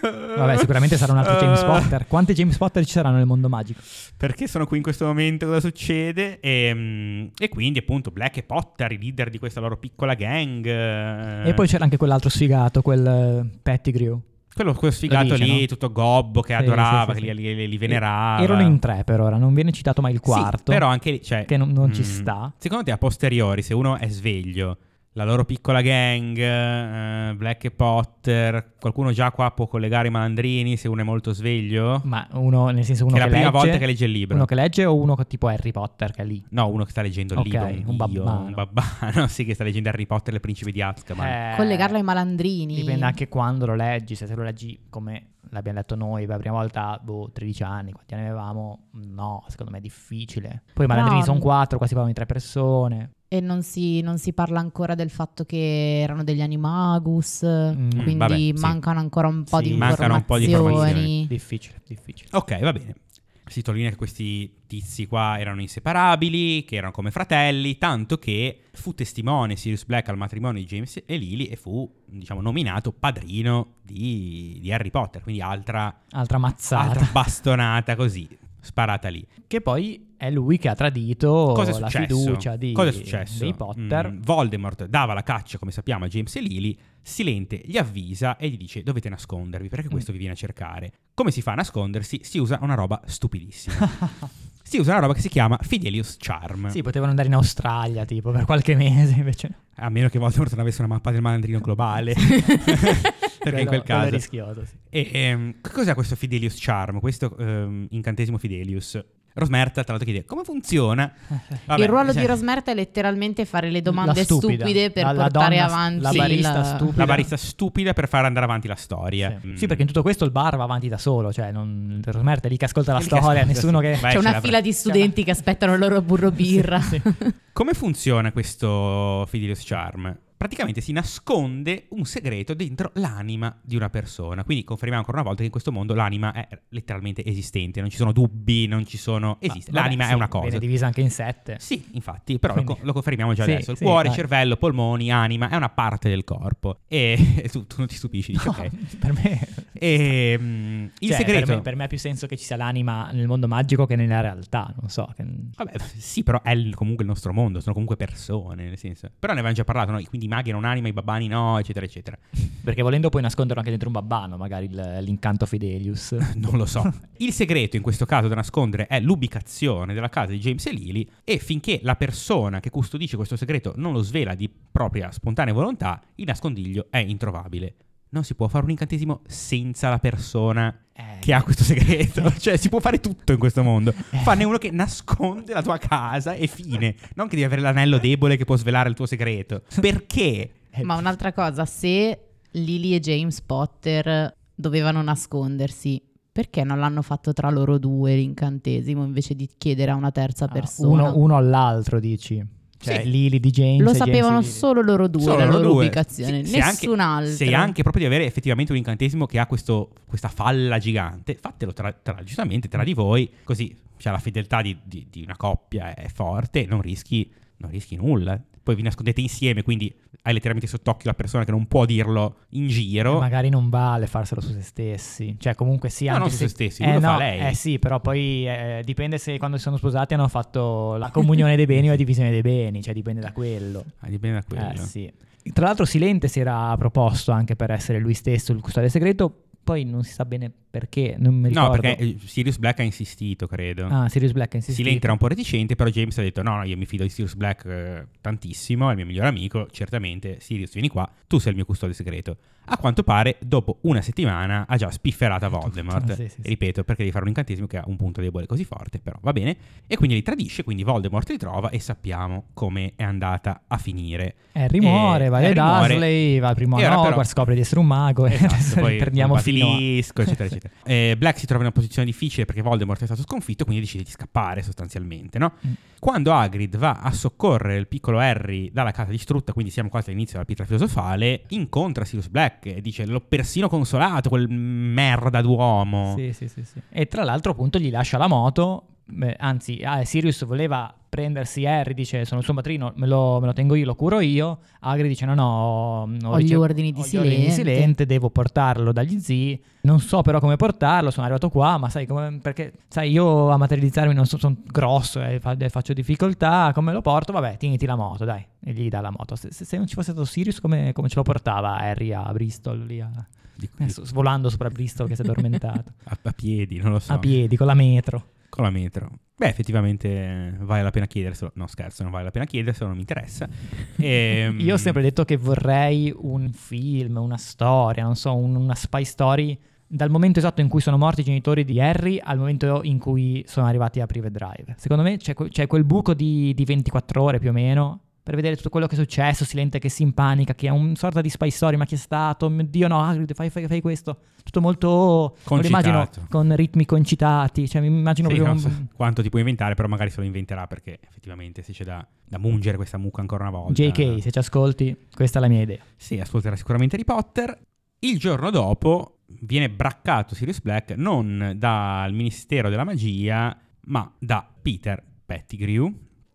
[SPEAKER 1] Vabbè, sicuramente sarà un altro James
[SPEAKER 2] Eh,
[SPEAKER 1] Potter. Quanti James Potter ci saranno nel mondo magico?
[SPEAKER 2] Perché sono qui in questo momento? Cosa succede? E, mm, e quindi, appunto, Black e Potter, i leader di questa loro piccola gang. eh,
[SPEAKER 1] E poi c'era anche quell'altro sfigato, quel eh, Pettigrew.
[SPEAKER 2] quello, quello sfigato
[SPEAKER 1] Lo dice,
[SPEAKER 2] lì,
[SPEAKER 1] no?
[SPEAKER 2] tutto gobbo che
[SPEAKER 1] Sì,
[SPEAKER 2] adorava,
[SPEAKER 1] sì, sì,
[SPEAKER 2] che
[SPEAKER 1] sì.
[SPEAKER 2] Li, li- li venerava.
[SPEAKER 1] Erano in tre per ora, non viene citato mai il quarto.
[SPEAKER 2] Sì, però anche lì, cioè,
[SPEAKER 1] che non- non ci
[SPEAKER 2] mm,
[SPEAKER 1] sta.
[SPEAKER 2] Secondo te, a posteriori, se uno è sveglio, la loro piccola gang, eh, Black e Potter, qualcuno già qua può collegare i malandrini se uno è molto sveglio?
[SPEAKER 1] Ma uno, nel senso uno
[SPEAKER 2] Che è
[SPEAKER 1] che
[SPEAKER 2] la prima
[SPEAKER 1] legge-
[SPEAKER 2] volta che legge il libro.
[SPEAKER 1] Uno che legge o uno che- tipo Harry Potter che è lì?
[SPEAKER 2] No, uno che sta leggendo il
[SPEAKER 1] Ok,
[SPEAKER 2] libro,
[SPEAKER 1] un
[SPEAKER 2] io,
[SPEAKER 1] babbano.
[SPEAKER 2] un babbano, sì, che sta leggendo Harry Potter e il principe di Azkaban.
[SPEAKER 1] Eh,
[SPEAKER 3] Collegarlo ai malandrini.
[SPEAKER 1] Dipende anche quando lo leggi, se te lo leggi come l'abbiamo detto noi per la prima volta, boh, 13 anni, quanti anni avevamo? No, secondo me è difficile. Poi i malandrini
[SPEAKER 3] No.
[SPEAKER 1] sono quattro, qua si parlano di tre persone.
[SPEAKER 3] E non si, non si parla ancora del fatto che erano degli animagus, quindi
[SPEAKER 2] vabbè, sì.
[SPEAKER 3] mancano ancora un po'
[SPEAKER 1] Sì,
[SPEAKER 3] di
[SPEAKER 2] mancano un po' di informazioni.
[SPEAKER 3] informazioni.
[SPEAKER 1] Difficile, difficile.
[SPEAKER 2] Ok, va bene. Si sottolinea che questi tizi qua erano inseparabili, che erano come fratelli, tanto che fu testimone Sirius Black al matrimonio di James e Lily e fu, diciamo, nominato padrino di, di Harry Potter, quindi altra,
[SPEAKER 1] Altra mazzata.
[SPEAKER 2] altra bastonata così, sparata lì.
[SPEAKER 1] Che poi è lui che ha tradito
[SPEAKER 2] Cosa è
[SPEAKER 1] la
[SPEAKER 2] successo?
[SPEAKER 1] fiducia di,
[SPEAKER 2] Cosa è successo?
[SPEAKER 1] dei Potter.
[SPEAKER 2] Mm, Voldemort dava la caccia, come sappiamo, a James e Lily, silente gli avvisa e gli dice dovete nascondervi perché questo vi viene a cercare. Come si fa a nascondersi? Si usa una roba stupidissima. si usa una roba che si chiama Fidelius Charm.
[SPEAKER 1] Sì, potevano andare in Australia tipo per qualche mese invece. no.
[SPEAKER 2] A meno che Voldemort non avesse una mappa del malandrino globale. perché in
[SPEAKER 1] Quello-
[SPEAKER 2] quel
[SPEAKER 1] quello è
[SPEAKER 2] caso...
[SPEAKER 1] rischioso, sì.
[SPEAKER 2] E, ehm, che cos'è questo Fidelius Charm? Questo ehm, incantesimo Fidelius? Rosmerta tra l'altro chiede come funziona? Vabbè,
[SPEAKER 3] il ruolo
[SPEAKER 2] cioè-
[SPEAKER 3] di Rosmerta è letteralmente fare le
[SPEAKER 1] La
[SPEAKER 3] domande
[SPEAKER 1] stupida,
[SPEAKER 3] stupide per
[SPEAKER 1] la- la
[SPEAKER 3] portare
[SPEAKER 1] donna-
[SPEAKER 3] avanti
[SPEAKER 1] la barista
[SPEAKER 3] il-
[SPEAKER 1] stupida.
[SPEAKER 2] La barista stupida per far andare avanti la storia.
[SPEAKER 1] Sì.
[SPEAKER 2] Mm.
[SPEAKER 1] Sì, perché in tutto questo il bar va avanti da solo, cioè non Romerta è lì che ascolta la
[SPEAKER 2] È lì che
[SPEAKER 1] storia,
[SPEAKER 2] ascolta,
[SPEAKER 1] nessuno
[SPEAKER 2] sì.
[SPEAKER 1] che
[SPEAKER 2] Vai.
[SPEAKER 3] C'è
[SPEAKER 2] ce
[SPEAKER 3] una
[SPEAKER 2] l'avrà.
[SPEAKER 3] fila di studenti che aspettano il loro burro birra.
[SPEAKER 2] Come funziona questo Fidelius Charm? Praticamente si nasconde un segreto dentro l'anima di una persona. Quindi confermiamo ancora una volta che in questo mondo l'anima è letteralmente esistente. Non ci sono dubbi, non ci sono. Esiste.
[SPEAKER 1] Vabbè,
[SPEAKER 2] l'anima
[SPEAKER 1] sì,
[SPEAKER 2] è una cosa.
[SPEAKER 1] Viene divisa anche in sette.
[SPEAKER 2] Sì, infatti, però lo,
[SPEAKER 1] Quindi-
[SPEAKER 2] co- lo confermiamo già
[SPEAKER 1] Sì,
[SPEAKER 2] adesso. Il
[SPEAKER 1] sì,
[SPEAKER 2] cuore,
[SPEAKER 1] vai.
[SPEAKER 2] cervello, polmoni, anima è una parte del corpo. E tu, tu non ti stupisci, dici
[SPEAKER 1] No,
[SPEAKER 2] ok.
[SPEAKER 1] per me
[SPEAKER 2] E, mm, il
[SPEAKER 1] Cioè,
[SPEAKER 2] segreto.
[SPEAKER 1] per me, per me ha più senso che ci sia l'anima nel mondo magico che nella realtà, non so, che-
[SPEAKER 2] Vabbè, sì, però è il- comunque il nostro mondo, sono comunque persone, nel senso. Però ne avevamo già parlato, noi, quindi i maghi non anima, i babbani no, eccetera, eccetera.
[SPEAKER 1] perché volendo puoi nasconderlo anche dentro un babbano, magari il- l'incanto Fidelius.
[SPEAKER 2] Non lo so. Il segreto in questo caso da nascondere è l'ubicazione della casa di James e Lily e finché la persona che custodisce questo segreto non lo svela di propria spontanea volontà, il nascondiglio è introvabile. Non si può fare un incantesimo senza la persona
[SPEAKER 1] Eh,
[SPEAKER 2] che ha questo segreto. Cioè, si può fare tutto in questo mondo. Fanne uno che nasconde la tua casa e fine. Non che devi avere l'anello debole che può svelare il tuo segreto. Perché?
[SPEAKER 1] eh,
[SPEAKER 3] Ma un'altra cosa, se Lily e James Potter dovevano nascondersi, perché non l'hanno fatto tra loro due l'incantesimo invece di chiedere a una terza
[SPEAKER 1] ah,
[SPEAKER 3] persona?
[SPEAKER 1] uno, uno all'altro, dici. Cioè,
[SPEAKER 2] Sì.
[SPEAKER 1] Lily di James
[SPEAKER 3] Lo
[SPEAKER 1] e James
[SPEAKER 3] sapevano
[SPEAKER 1] di Lily.
[SPEAKER 3] solo loro due,
[SPEAKER 2] Solo
[SPEAKER 3] la
[SPEAKER 2] loro
[SPEAKER 3] loro
[SPEAKER 2] due.
[SPEAKER 3] ubicazione,
[SPEAKER 2] Sì, se anche-
[SPEAKER 3] nessun altro.
[SPEAKER 2] Se anche proprio di avere effettivamente un incantesimo che ha questo- questa falla gigante, fatelo tra, tra- giustamente tra di voi, così Cioè la fedeltà di, di- di una coppia è forte, non rischi, non rischi nulla. Poi vi nascondete insieme, quindi hai letteralmente sott'occhio la persona che non può dirlo in
[SPEAKER 1] E
[SPEAKER 2] giro.
[SPEAKER 1] Magari non vale farselo su se stessi. Cioè, comunque sì,
[SPEAKER 2] No,
[SPEAKER 1] anche
[SPEAKER 2] non
[SPEAKER 1] se
[SPEAKER 2] su se stessi, lui
[SPEAKER 1] eh,
[SPEAKER 2] lo fa
[SPEAKER 1] no,
[SPEAKER 2] lei.
[SPEAKER 1] Eh sì, però poi eh, dipende se quando si sono sposati hanno fatto la comunione dei beni o la divisione dei beni, cioè dipende da quello.
[SPEAKER 2] Ah, dipende da quello.
[SPEAKER 1] Eh sì. Tra l'altro Silente si era proposto anche per essere lui stesso il custode segreto, poi non si sa bene perché, non mi
[SPEAKER 2] no,
[SPEAKER 1] ricordo.
[SPEAKER 2] perché eh, Sirius Black ha insistito, credo.
[SPEAKER 1] Ah, Sirius Black ha insistito.
[SPEAKER 2] Silente era un po' reticente, però James ha detto: No, no, io mi fido di Sirius Black eh, tantissimo, è il mio migliore amico. Certamente, Sirius, vieni qua, tu sei il mio custode segreto. A quanto pare, dopo una settimana ha già spifferata Voldemort.
[SPEAKER 1] Ah, Sì, sì, sì.
[SPEAKER 2] Ripeto, perché devi fare un incantesimo che ha un punto debole così forte, però va bene. E quindi li tradisce, quindi Voldemort li trova e sappiamo come è andata a finire.
[SPEAKER 1] Harry muore,
[SPEAKER 2] Eh,
[SPEAKER 1] va da
[SPEAKER 2] Harry muore.
[SPEAKER 1] Dursley, va primo a
[SPEAKER 2] E ora però- Esatto,
[SPEAKER 1] Hogwarts, scopre di essere un mago e adesso
[SPEAKER 2] poi
[SPEAKER 1] riprendiamo fino a...
[SPEAKER 2] Basilisco, eccetera, eccetera. Eh, Black si trova in una posizione difficile perché Voldemort è stato sconfitto, quindi decide di scappare sostanzialmente, no?
[SPEAKER 1] Mm.
[SPEAKER 2] Quando Hagrid va a soccorrere il piccolo Harry dalla casa distrutta, quindi siamo quasi all'inizio della pietra filosofale, incontra Sirius Black e dice l'ho persino consolato quel merda d'uomo.
[SPEAKER 1] Sì, sì, sì, sì. E tra l'altro appunto gli lascia la moto, beh, anzi ah, Sirius voleva prendersi Harry, dice sono il suo patrino, me lo, me lo tengo io, lo curo io. Agri dice no, no, ho,
[SPEAKER 3] Ho gli ordini di
[SPEAKER 1] ho gli ordini di
[SPEAKER 3] Silente."
[SPEAKER 1] Silente, devo portarlo dagli zii, non so però come portarlo, sono arrivato qua, ma sai come, perché sai io a materializzarmi non so, sono grosso e fa- e faccio difficoltà, come lo porto? Vabbè, tieniti la moto, dai, e gli dà la moto. Se, se- se non ci fosse stato Sirius come, come ce lo portava Harry a Bristol, lì a-
[SPEAKER 2] Di-
[SPEAKER 1] eh, so- svolando sopra Bristol che si è addormentato?
[SPEAKER 2] a, a piedi, non lo so.
[SPEAKER 1] a piedi con la metro.
[SPEAKER 2] Con la metro. Beh, effettivamente eh, vale la pena chiederselo. No, scherzo, non vale la pena chiederselo, non mi interessa. Ehm,
[SPEAKER 1] Io ho sempre detto che vorrei un film, una storia, non so, un- una spy story dal momento esatto in cui sono morti i genitori di Harry al momento in cui sono arrivati a Private Drive. Secondo me c'è, que- c'è quel buco di, di 24 ore più o meno per vedere tutto quello che è successo, Silente che si impanica, che è un sorta di spy story, ma chi è stato? Mio Dio no, Hagrid, fai, fai- fai questo. Tutto molto... me lo immagino
[SPEAKER 2] Concitato.
[SPEAKER 1] con ritmi concitati, cioè mi immagino
[SPEAKER 2] Sì,
[SPEAKER 1] proprio...
[SPEAKER 2] non
[SPEAKER 1] un-
[SPEAKER 2] so quanto ti puoi inventare, però magari se lo inventerà perché effettivamente se c'è da, da mungere questa mucca ancora una volta.
[SPEAKER 1] JK, se ci ascolti, questa è la mia idea.
[SPEAKER 2] Sì, ascolterà sicuramente Harry Potter. Il giorno dopo viene braccato Sirius Black non dal Ministero della Magia, ma da Peter Pettigrew,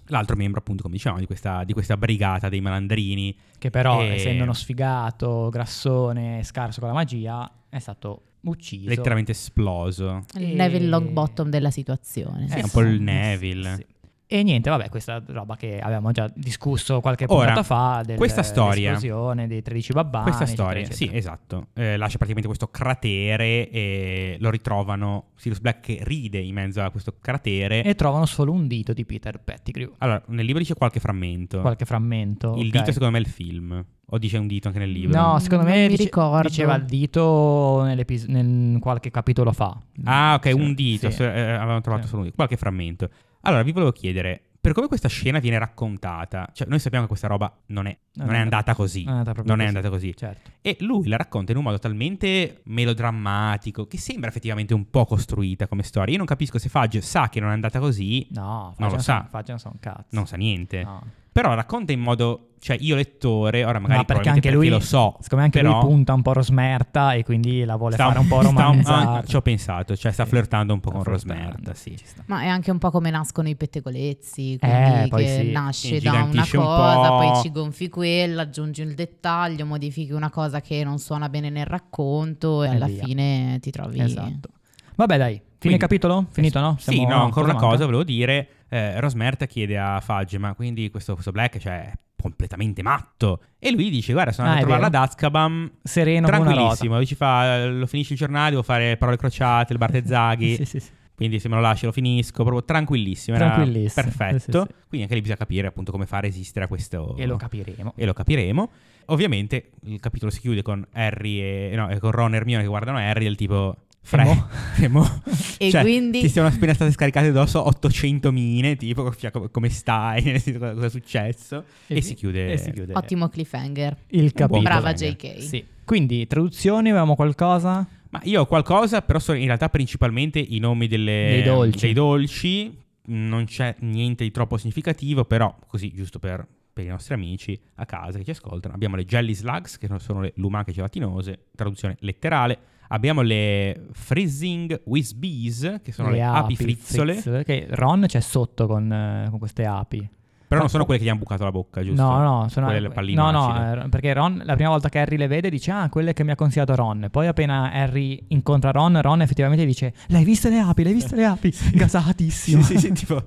[SPEAKER 2] l'altro membro appunto, come dicevamo, di questa, di questa brigata dei malandrini
[SPEAKER 1] Che però,
[SPEAKER 2] E-
[SPEAKER 1] essendo uno sfigato, grassone, scarso con la magia, è stato ucciso.
[SPEAKER 2] letteralmente esploso.
[SPEAKER 1] E-
[SPEAKER 3] Il Neville Longbottom della situazione.
[SPEAKER 1] Eh,
[SPEAKER 2] Sì, Eh. è un
[SPEAKER 1] sì.
[SPEAKER 2] po' il Neville.
[SPEAKER 1] Sì. E niente, vabbè, questa roba che avevamo già discusso qualche
[SPEAKER 2] Ora,
[SPEAKER 1] puntata fa del-
[SPEAKER 2] questa storia-
[SPEAKER 1] dell'esplosione dei 13 babbani.
[SPEAKER 2] Questa
[SPEAKER 1] eccetera,
[SPEAKER 2] storia, sì,
[SPEAKER 1] Ah, eccetera.
[SPEAKER 2] esatto. Eh, lascia praticamente questo cratere e lo ritrovano Sirius Black che ride in mezzo a questo cratere.
[SPEAKER 1] E trovano solo un dito di Peter Pettigrew,
[SPEAKER 2] Allora, nel libro dice qualche frammento.
[SPEAKER 1] qualche frammento.
[SPEAKER 2] Esatto. Il
[SPEAKER 1] ok.
[SPEAKER 2] dito secondo me è il film. O dice un dito anche nel libro.
[SPEAKER 1] No, secondo
[SPEAKER 3] Non
[SPEAKER 1] me
[SPEAKER 3] mi
[SPEAKER 1] dice-
[SPEAKER 3] ricordo.
[SPEAKER 1] diceva il dito nell'epis- nel qualche capitolo fa.
[SPEAKER 2] Ah, ok,
[SPEAKER 1] Sì,
[SPEAKER 2] un dito.
[SPEAKER 1] sì.
[SPEAKER 2] so- eh, avevamo trovato
[SPEAKER 1] Sì.
[SPEAKER 2] solo un dito. Qualche frammento. Allora, vi volevo chiedere, per come questa scena viene raccontata, cioè noi sappiamo che questa roba non è, non è andata così.
[SPEAKER 1] Non è andata proprio
[SPEAKER 2] Non è
[SPEAKER 1] così.
[SPEAKER 2] andata così.
[SPEAKER 1] Certo.
[SPEAKER 2] E lui la racconta in un modo talmente melodrammatico che sembra effettivamente un po' costruita come storia. Io non capisco se Fudge sa che non è andata così,
[SPEAKER 1] No,
[SPEAKER 2] Non lo
[SPEAKER 1] facciano
[SPEAKER 2] sa.
[SPEAKER 1] so- facciano so un cazzo.
[SPEAKER 2] non sa niente.
[SPEAKER 1] No.
[SPEAKER 2] Però racconta in modo, cioè io lettore, ora magari
[SPEAKER 1] Ma perché
[SPEAKER 2] probabilmente
[SPEAKER 1] anche lui,
[SPEAKER 2] lo so,
[SPEAKER 1] secondo me anche
[SPEAKER 2] però
[SPEAKER 1] lui punta un po' Rosmerta e quindi la vuole
[SPEAKER 2] sta
[SPEAKER 1] fare un po'
[SPEAKER 2] sta un-
[SPEAKER 1] romanzata.
[SPEAKER 2] ah, Ci ho pensato, cioè sta
[SPEAKER 1] Sì.
[SPEAKER 2] flirtando un po'
[SPEAKER 1] Sta
[SPEAKER 2] con
[SPEAKER 1] flirtando,
[SPEAKER 2] Rosmerta, sì.
[SPEAKER 1] ci sta.
[SPEAKER 3] Ma è anche un po' come nascono i pettegolezzi,
[SPEAKER 1] Eh,
[SPEAKER 3] quindi
[SPEAKER 1] poi
[SPEAKER 3] che
[SPEAKER 1] sì.
[SPEAKER 3] nasce da una
[SPEAKER 2] Ingigantisce un
[SPEAKER 3] cosa,
[SPEAKER 2] po'.
[SPEAKER 3] poi ci gonfi quella, aggiungi il dettaglio, modifichi una cosa che non suona bene nel racconto e,
[SPEAKER 1] E
[SPEAKER 3] alla
[SPEAKER 1] via.
[SPEAKER 3] fine Eh, ti trovi...
[SPEAKER 1] Esatto. Vabbè dai, fine
[SPEAKER 2] Quindi-
[SPEAKER 1] capitolo? Finito no?
[SPEAKER 2] sì,
[SPEAKER 1] Siamo-
[SPEAKER 2] no, ancora una cosa
[SPEAKER 1] manca?
[SPEAKER 2] volevo dire. eh, Rosmerta chiede a Fudge, ma quindi questo, questo Black cioè, è completamente matto. E lui dice, guarda, sono
[SPEAKER 1] Ah,
[SPEAKER 2] andato
[SPEAKER 1] è
[SPEAKER 2] a trovarla
[SPEAKER 1] vero.
[SPEAKER 2] ad Azkaban,
[SPEAKER 1] Sereno come una rosa.
[SPEAKER 2] tranquillissimo. Lui ci fa, lo finisci il giornale, devo fare parole crociate, il Bartezzaghi.
[SPEAKER 1] Sì, sì, sì.
[SPEAKER 2] Quindi se me lo lasci lo finisco, proprio tranquillissimo. era
[SPEAKER 1] Tranquillissimo,
[SPEAKER 2] Perfetto.
[SPEAKER 1] sì, sì, sì.
[SPEAKER 2] Quindi anche lì bisogna capire appunto come far resistere a questo...
[SPEAKER 1] E lo capiremo.
[SPEAKER 2] e lo capiremo. Ovviamente il capitolo si chiude con Harry e... No, eh, con Ron e Hermione che guardano Harry del tipo... Fre,
[SPEAKER 1] mo?
[SPEAKER 2] e mo?
[SPEAKER 3] E
[SPEAKER 2] Cioè,
[SPEAKER 3] quindi...
[SPEAKER 2] Ti sono appena state scaricate addosso 800 mine, tipo cioè, come- come stai, Nel senso, cosa cosa è successo. E, si chiude.
[SPEAKER 1] e si chiude.
[SPEAKER 3] Ottimo cliffhanger.
[SPEAKER 1] Il capitolo.
[SPEAKER 3] Brava
[SPEAKER 2] cliffhanger.
[SPEAKER 3] JK.
[SPEAKER 1] Sì. Quindi, traduzioni, avevamo qualcosa?
[SPEAKER 2] Ma io ho qualcosa, però sono in realtà principalmente i nomi delle-
[SPEAKER 1] Dei dolci.
[SPEAKER 2] dei dolci. Non c'è niente di troppo significativo, però così, giusto per, per i nostri amici a casa che ci ascoltano, abbiamo le Jelly Slugs, che sono le lumache gelatinose, traduzione letterale. Abbiamo le Freezing Whiz Bees, che sono le, api frizzole,
[SPEAKER 1] Che Ron c'è sotto con, eh, con queste api.
[SPEAKER 2] però non sono quelle che gli hanno bucato la bocca, giusto?
[SPEAKER 1] No, no, sono
[SPEAKER 2] quelle palline
[SPEAKER 1] No, no,
[SPEAKER 2] acide.
[SPEAKER 1] eh, perché Ron, la prima volta che Harry le vede, dice: Ah, quelle che mi ha consigliato Ron. Poi, appena Harry incontra Ron, Ron effettivamente dice: L'hai viste le api? L'hai viste le api? Gasatissimo.
[SPEAKER 2] Sì, sì, sì, tipo,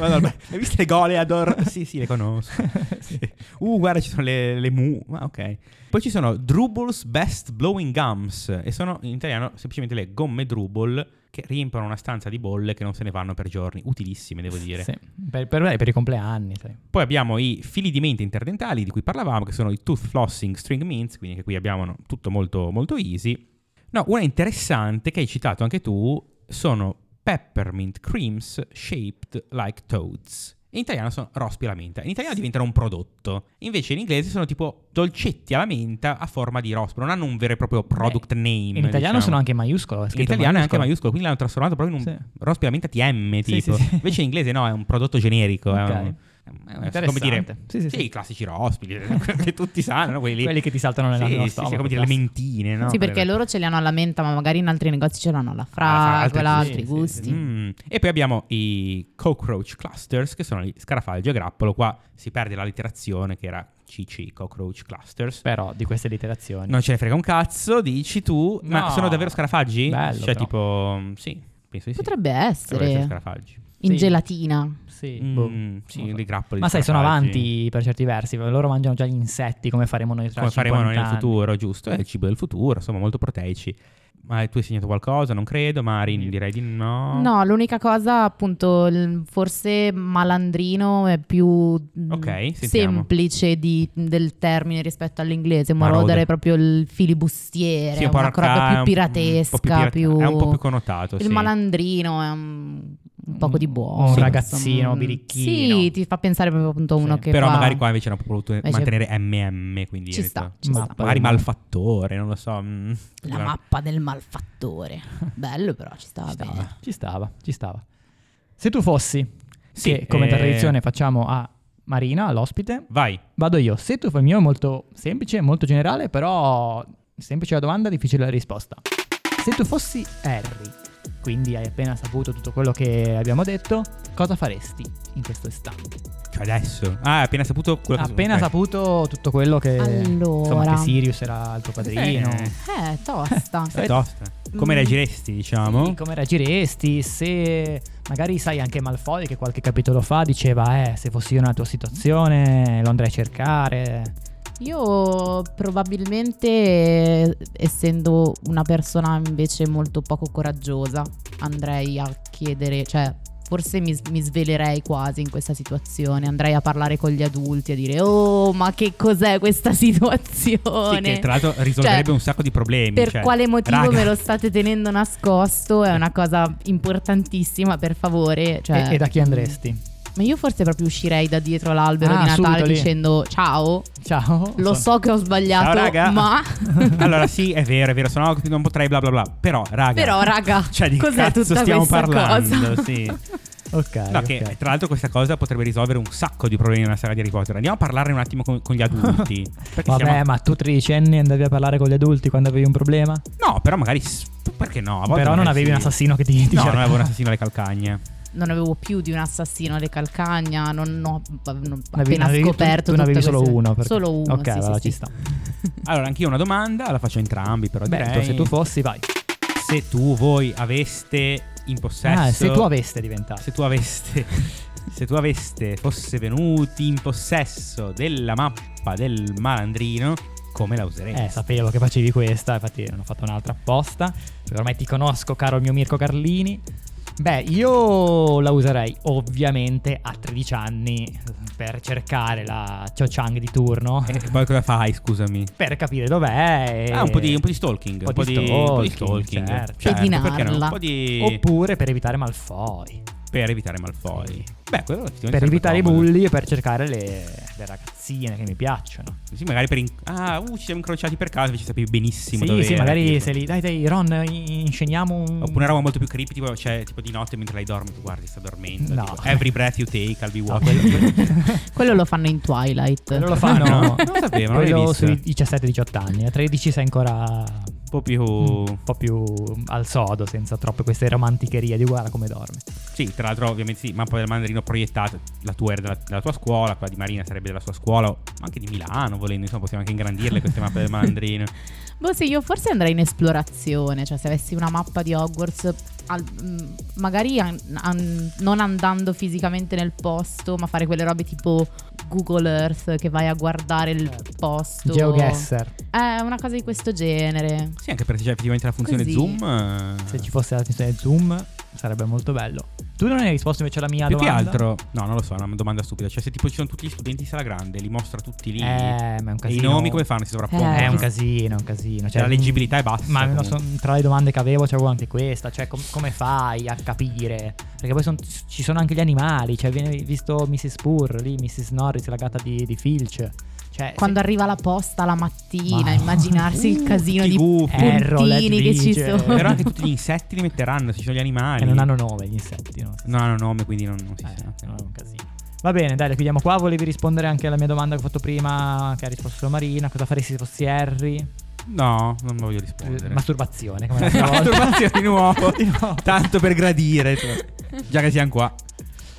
[SPEAKER 2] Madonna, ma hai visto le goleador? Sì, sì, le conosco. Sì. Uh, guarda, ci sono le, le mu, ah, ok. Poi ci sono Drubal's Best Blowing Gums, e sono in italiano semplicemente le gomme Drubal che riempiono una stanza di bolle che non se ne vanno per giorni, utilissime devo dire.
[SPEAKER 1] Sì, Per, per- per i compleanni, sai.
[SPEAKER 2] Poi abbiamo i fili di mente interdentali di cui parlavamo, che sono i tooth flossing string mints, quindi anche qui abbiamo no, tutto molto, molto easy. No, una interessante che hai citato anche tu sono peppermint creams shaped like toads. In italiano sono rospi alla menta. In italiano diventano un prodotto. Invece in inglese sono tipo dolcetti alla menta a forma di rospo. Non hanno un vero e proprio product name.
[SPEAKER 1] In italiano
[SPEAKER 2] diciamo.
[SPEAKER 1] sono anche in maiuscolo.
[SPEAKER 2] In italiano è anche maiuscolo, quindi l'hanno trasformato proprio in un
[SPEAKER 1] Sì.
[SPEAKER 2] rospi alla menta TM.
[SPEAKER 1] Sì,
[SPEAKER 2] Tipo.
[SPEAKER 1] sì, sì.
[SPEAKER 2] Invece in inglese no, è un prodotto generico. è
[SPEAKER 1] Ok.
[SPEAKER 2] un- è un- come
[SPEAKER 1] Interessante.
[SPEAKER 2] dire,
[SPEAKER 1] Sì, sì, sì.
[SPEAKER 2] i classici rospi, quelli che tutti sanno, no? quelli, lì.
[SPEAKER 1] Quelli che ti saltano nella-
[SPEAKER 2] Sì,
[SPEAKER 1] nello
[SPEAKER 2] sì,
[SPEAKER 1] stomaco,
[SPEAKER 2] sì, come dire, le
[SPEAKER 1] classico.
[SPEAKER 2] mentine, no?
[SPEAKER 3] sì, perché
[SPEAKER 2] Quelle-
[SPEAKER 3] loro ce li hanno alla menta, ma magari in altri negozi ce l'hanno alla
[SPEAKER 2] fra-
[SPEAKER 3] fragola,
[SPEAKER 2] altri
[SPEAKER 3] altri
[SPEAKER 1] gusti,
[SPEAKER 3] gusti.
[SPEAKER 1] sì, sì,
[SPEAKER 2] Mm. E poi abbiamo i cockroach clusters, che sono gli scarafaggi a grappolo. Qua si perde la literazione che era CC, cockroach clusters.
[SPEAKER 1] Però di queste literazioni.
[SPEAKER 2] Non ce ne frega un cazzo, dici tu. Ma
[SPEAKER 1] No.
[SPEAKER 2] sono davvero scarafaggi?
[SPEAKER 1] Bello,
[SPEAKER 2] cioè,
[SPEAKER 1] però.
[SPEAKER 2] tipo, mm, sì, penso di sì.
[SPEAKER 3] Potrebbe
[SPEAKER 2] Potrebbero essere
[SPEAKER 3] essere
[SPEAKER 2] scarafaggi.
[SPEAKER 3] in
[SPEAKER 1] Sì.
[SPEAKER 3] gelatina.
[SPEAKER 1] Sì,
[SPEAKER 2] Mm,
[SPEAKER 1] boh,
[SPEAKER 2] sì,
[SPEAKER 1] non lo so.
[SPEAKER 2] dei grappoli
[SPEAKER 1] Ma
[SPEAKER 2] di
[SPEAKER 1] sai, sono
[SPEAKER 2] scarafaggi.
[SPEAKER 1] avanti per certi versi. Loro mangiano già gli insetti, come faremo noi tra
[SPEAKER 2] Cioè, Come faremo noi
[SPEAKER 1] 50
[SPEAKER 2] nel
[SPEAKER 1] anni.
[SPEAKER 2] futuro, giusto? È il cibo del futuro, insomma, molto proteici. Ma tu hai segnato qualcosa? Non credo, Marin, direi di no.
[SPEAKER 3] No, l'unica cosa, appunto, il- forse malandrino è più mm,
[SPEAKER 2] Ok, sentiamo.
[SPEAKER 3] semplice di- del termine rispetto all'inglese.
[SPEAKER 2] Marauder.
[SPEAKER 3] Marauder è proprio il filibustiere,
[SPEAKER 2] Sì,
[SPEAKER 3] è una cosa
[SPEAKER 2] arcaico,
[SPEAKER 3] più
[SPEAKER 2] un-
[SPEAKER 3] piratesca.
[SPEAKER 2] un po' più pirata-
[SPEAKER 3] più-
[SPEAKER 2] È un po' più connotato,
[SPEAKER 3] Il
[SPEAKER 2] sì. Mm.
[SPEAKER 3] malandrino è un, un poco di buono.
[SPEAKER 1] Un
[SPEAKER 3] insomma. Mm.
[SPEAKER 1] ragazzino birichino.
[SPEAKER 3] Sì, ti fa pensare proprio appunto a uno
[SPEAKER 1] Sì.
[SPEAKER 3] che
[SPEAKER 2] Però
[SPEAKER 3] fa-
[SPEAKER 2] magari qua invece hanno voluto
[SPEAKER 3] Invece-
[SPEAKER 2] mantenere MM, quindi...
[SPEAKER 3] Ci
[SPEAKER 2] hai
[SPEAKER 3] sta,
[SPEAKER 2] detto,
[SPEAKER 3] ci
[SPEAKER 1] Ma-
[SPEAKER 3] sta.
[SPEAKER 2] Magari
[SPEAKER 1] Ma-
[SPEAKER 2] malfattore, non lo so. mm.
[SPEAKER 3] La mappa del malfattore. Bello però, ci stava bene.
[SPEAKER 1] Ah, Ci stava, ci stava. Se tu fossi,
[SPEAKER 2] Sì,
[SPEAKER 1] che come
[SPEAKER 2] eh,
[SPEAKER 1] tradizione facciamo a Marina, all'ospite,
[SPEAKER 2] Vai.
[SPEAKER 1] vado io. Se tu fai il mio è molto semplice, molto generale, però semplice la domanda, difficile la risposta. Se tu fossi Harry, quindi hai appena saputo tutto quello che abbiamo detto, cosa faresti in questo istante?
[SPEAKER 2] Cioè adesso. Ah, hai appena saputo quello che...
[SPEAKER 1] appena
[SPEAKER 2] ok.
[SPEAKER 1] saputo tutto quello che... Insomma,
[SPEAKER 3] Allora.
[SPEAKER 1] che Sirius era il tuo padrino.
[SPEAKER 2] Eh,
[SPEAKER 3] Eh, tosta.
[SPEAKER 2] è tosta. Come
[SPEAKER 3] Mm.
[SPEAKER 2] reagiresti, diciamo?
[SPEAKER 1] Sì, come reagiresti se magari sai anche Malfoy che qualche capitolo fa diceva eh se fossi io nella tua situazione lo andrei a cercare
[SPEAKER 3] Io probabilmente, eh, essendo una persona invece molto poco coraggiosa, andrei a chiedere, cioè forse mi, mi svelerei quasi in questa situazione, andrei a parlare con gli adulti, a dire oh ma che cos'è questa
[SPEAKER 2] Sì,
[SPEAKER 3] situazione?
[SPEAKER 2] che tra l'altro risolverebbe
[SPEAKER 3] Cioè,
[SPEAKER 2] un sacco di problemi.
[SPEAKER 3] per
[SPEAKER 2] cioè,
[SPEAKER 3] quale motivo
[SPEAKER 2] raga,
[SPEAKER 3] me lo state tenendo nascosto? È una cosa importantissima, per favore. cioè-
[SPEAKER 1] e, e da chi andresti?
[SPEAKER 3] Ma io forse proprio uscirei da dietro l'albero
[SPEAKER 1] Ah,
[SPEAKER 3] di Natale
[SPEAKER 1] subito lì.
[SPEAKER 3] dicendo ciao,
[SPEAKER 1] Ciao.
[SPEAKER 3] lo so che ho sbagliato,
[SPEAKER 2] Ciao, raga.
[SPEAKER 3] ma...
[SPEAKER 2] allora sì, è vero, è vero, sennò non potrei bla bla bla. Però, raga.
[SPEAKER 3] Però raga,
[SPEAKER 2] cioè, di
[SPEAKER 3] cos'è
[SPEAKER 2] cazzo
[SPEAKER 3] tutta
[SPEAKER 2] stiamo
[SPEAKER 3] questa
[SPEAKER 2] parlando?
[SPEAKER 3] cosa?
[SPEAKER 2] Sì.
[SPEAKER 1] Ok. Eh,
[SPEAKER 2] No,
[SPEAKER 1] ok.
[SPEAKER 2] che tra l'altro questa cosa potrebbe risolvere un sacco di problemi nella saga di Harry Potter. Andiamo a parlarne un attimo con, con gli adulti. Perché
[SPEAKER 1] Vabbè,
[SPEAKER 2] siamo-
[SPEAKER 1] ma tu tredicenni andavi a parlare con gli adulti quando avevi un problema?
[SPEAKER 2] No, però magari. s- Perché no? A volte
[SPEAKER 1] Però non
[SPEAKER 2] magari
[SPEAKER 1] avevi
[SPEAKER 2] sì.
[SPEAKER 1] un assassino cioè. che ti, ti
[SPEAKER 2] No,
[SPEAKER 1] cercava.
[SPEAKER 2] non avevo un assassino alle calcagne.
[SPEAKER 3] Non avevo più di un assassino alle calcagna, non ho non-
[SPEAKER 1] Ne avevi-
[SPEAKER 3] appena
[SPEAKER 1] ne avevi- tu- tu
[SPEAKER 3] scoperto
[SPEAKER 1] ne
[SPEAKER 3] tutte
[SPEAKER 1] avevi solo
[SPEAKER 3] queste-
[SPEAKER 1] uno. perché-
[SPEAKER 3] Solo uno,
[SPEAKER 1] Ok,
[SPEAKER 3] sì, sì,
[SPEAKER 1] allora
[SPEAKER 3] sì.
[SPEAKER 1] ci sta.
[SPEAKER 2] Allora, anch'io una domanda, la faccio a entrambi, però
[SPEAKER 1] Beh,
[SPEAKER 2] direi.
[SPEAKER 1] se tu fossi, vai.
[SPEAKER 2] se tu voi aveste in possesso.
[SPEAKER 1] Ah, se tu aveste diventato.
[SPEAKER 2] Se tu aveste. Se tu aveste fosse venuti in possesso della mappa del malandrino, come la useresti?
[SPEAKER 1] Eh, sapevo che facevi questa, infatti non ho fatto un'altra apposta. perché Ormai ti conosco, caro il mio Mirko Carlini. Beh, io la userei ovviamente a 13 anni per cercare la Cho Chang di turno,
[SPEAKER 2] E Eh, poi cosa fai, scusami?
[SPEAKER 1] per capire dov'è. e-
[SPEAKER 2] Ah, un po' di, un po' di stalking.
[SPEAKER 1] Eh, Un po' di
[SPEAKER 2] un po' di
[SPEAKER 1] stalking,
[SPEAKER 2] stalking.
[SPEAKER 1] certo.
[SPEAKER 2] Certo, perché no? Un
[SPEAKER 3] Pedinarla.
[SPEAKER 2] po' di...
[SPEAKER 1] Oppure per evitare Malfoy,
[SPEAKER 2] Per evitare Malfoy. Beh, quello effettivamente
[SPEAKER 1] per
[SPEAKER 2] sarebbe
[SPEAKER 1] evitare i
[SPEAKER 2] comodo.
[SPEAKER 1] bulli e per cercare le, le ragazzine che mi piacciono.
[SPEAKER 2] Sì, magari per... in- Ah, uh, ci siamo incrociati per caso, invece sapevi benissimo
[SPEAKER 1] sì,
[SPEAKER 2] dove
[SPEAKER 1] sì,
[SPEAKER 2] era,
[SPEAKER 1] magari
[SPEAKER 2] tipo.
[SPEAKER 1] se li... Dai, dai, Ron, in- insceniamo un...
[SPEAKER 2] Oppure una roba molto più creepy, tipo, cioè, tipo di notte mentre lei dorme, tu guardi, sta dormendo.
[SPEAKER 1] No.
[SPEAKER 2] tipo, Every breath you take, I'll be
[SPEAKER 1] No,
[SPEAKER 2] walking.
[SPEAKER 1] quello-
[SPEAKER 3] Quello lo fanno in Twilight.
[SPEAKER 1] Quello lo fanno.
[SPEAKER 2] no, non lo sapevo, non l'avevo
[SPEAKER 1] Esatto. Quello
[SPEAKER 2] visto.
[SPEAKER 1] sui 17-18 anni. A 13 sei ancora un po'
[SPEAKER 2] po' più...
[SPEAKER 1] un po' più al sodo, senza troppe queste romanticherie di guarda come dorme.
[SPEAKER 2] Sì, tra l'altro ovviamente sì, mappa del mandarino proiettata, la tua era della, della tua scuola, quella di Marina sarebbe della sua scuola, o anche di Milano volendo, insomma possiamo anche ingrandirle queste mappe del mandarino.
[SPEAKER 3] Boh, sì, io forse andrei in esplorazione, cioè se avessi una mappa di Hogwarts, al- mm, magari an- an- non andando fisicamente nel posto, ma fare quelle robe tipo Google Earth che vai a guardare il
[SPEAKER 1] Certo.
[SPEAKER 3] posto.
[SPEAKER 1] GeoGuessr,
[SPEAKER 3] Eh, una cosa di questo genere.
[SPEAKER 2] Sì, anche perché c'è effettivamente la funzione
[SPEAKER 3] Così.
[SPEAKER 2] zoom. eh,
[SPEAKER 1] se ci fosse la funzione zoom sarebbe molto bello. Tu non hai risposto invece alla mia
[SPEAKER 2] Più che
[SPEAKER 1] domanda?
[SPEAKER 2] altro, no, non lo so, è una domanda stupida. Cioè, se tipo ci sono tutti gli studenti in sala grande, li mostra tutti lì.
[SPEAKER 1] Eh, ma è un
[SPEAKER 2] e i
[SPEAKER 1] casino.
[SPEAKER 2] nomi come fanno? Si sovrappongono.
[SPEAKER 3] Eh,
[SPEAKER 1] È un casino, è un casino.
[SPEAKER 2] Cioè, la leggibilità è bassa. Mm,
[SPEAKER 1] Ma non
[SPEAKER 2] comunque.
[SPEAKER 1] so, tra le domande che avevo c'avevo anche questa, cioè com- come fai a capire? Perché poi son- ci sono anche gli animali, cioè viene visto Mrs. Purr lì, Mrs. Norris, la gatta di, di Filch. Cioè,
[SPEAKER 3] Quando arriva la posta la
[SPEAKER 1] Ma-
[SPEAKER 3] mattina,
[SPEAKER 1] uh,
[SPEAKER 3] immaginarsi il casino
[SPEAKER 2] tutti
[SPEAKER 3] di
[SPEAKER 1] Eh.
[SPEAKER 2] gufi.
[SPEAKER 3] puntini
[SPEAKER 1] Errol,
[SPEAKER 3] che ci
[SPEAKER 1] Edwige.
[SPEAKER 3] sono.
[SPEAKER 2] Però anche tutti gli insetti li metteranno, se ci sono gli animali.
[SPEAKER 1] E Eh, non hanno nome gli insetti, no?
[SPEAKER 2] Non hanno nome, quindi non, non si
[SPEAKER 1] Eh,
[SPEAKER 2] sa.
[SPEAKER 1] no, è un casino. Va bene, dai, la chiudiamo qua. Volevi rispondere anche alla mia domanda che ho fatto prima, che ha risposto solo Marina. Cosa faresti se fossi Harry? Eh,
[SPEAKER 2] No, non voglio rispondere.
[SPEAKER 1] Masturbazione, come la prima volta.
[SPEAKER 2] Masturbazione di nuovo.
[SPEAKER 1] Di nuovo.
[SPEAKER 2] Tanto per gradire. cioè. Già che siamo qua.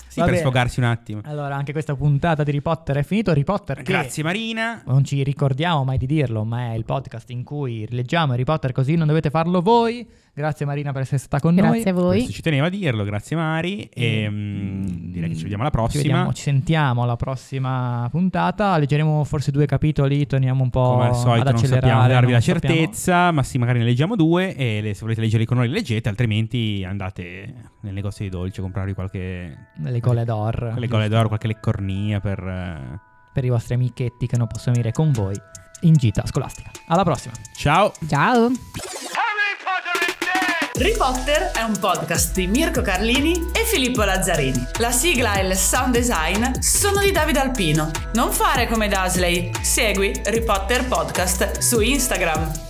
[SPEAKER 2] Sì,
[SPEAKER 1] Va
[SPEAKER 2] per
[SPEAKER 1] bene.
[SPEAKER 2] sfogarsi un attimo.
[SPEAKER 1] Allora, anche questa puntata di Harry Potter è finita. Harry Potter che...
[SPEAKER 2] Grazie Marina.
[SPEAKER 1] Non ci ricordiamo mai di dirlo, ma è il podcast in cui leggiamo Harry Potter così non dovete farlo voi. Grazie Marina per essere stata con noi.
[SPEAKER 3] Grazie a voi.
[SPEAKER 2] Questo ci tenevo a dirlo, grazie Mari. E, mm, direi che ci vediamo alla
[SPEAKER 1] Ci
[SPEAKER 2] prossima.
[SPEAKER 1] vediamo, ci sentiamo alla prossima puntata. Leggeremo forse due capitoli, torniamo un po'
[SPEAKER 2] Come al solito
[SPEAKER 1] ad
[SPEAKER 2] non
[SPEAKER 1] accelerare.
[SPEAKER 2] sappiamo darvi la
[SPEAKER 1] non sappiamo.
[SPEAKER 2] certezza, ma sì, magari ne leggiamo due e le- se volete leggerli con noi li leggete, altrimenti andate nel negozio di dolci a comprarvi qualche...
[SPEAKER 1] Le gole d'or.
[SPEAKER 2] Quelle gole d'oro, qualche leccornia per... eh,
[SPEAKER 1] Per i vostri amichetti che non possono venire con voi in gita scolastica. Alla prossima.
[SPEAKER 2] Ciao!
[SPEAKER 3] Ciao.
[SPEAKER 4] Harry Potter is dead!
[SPEAKER 6] Harry Potter è un podcast di Mirko Carlini e Filippo Lazzarini. La sigla e il sound design sono di Davide Alpino. Non fare come Dasley, segui Harry Potter Podcast su Instagram.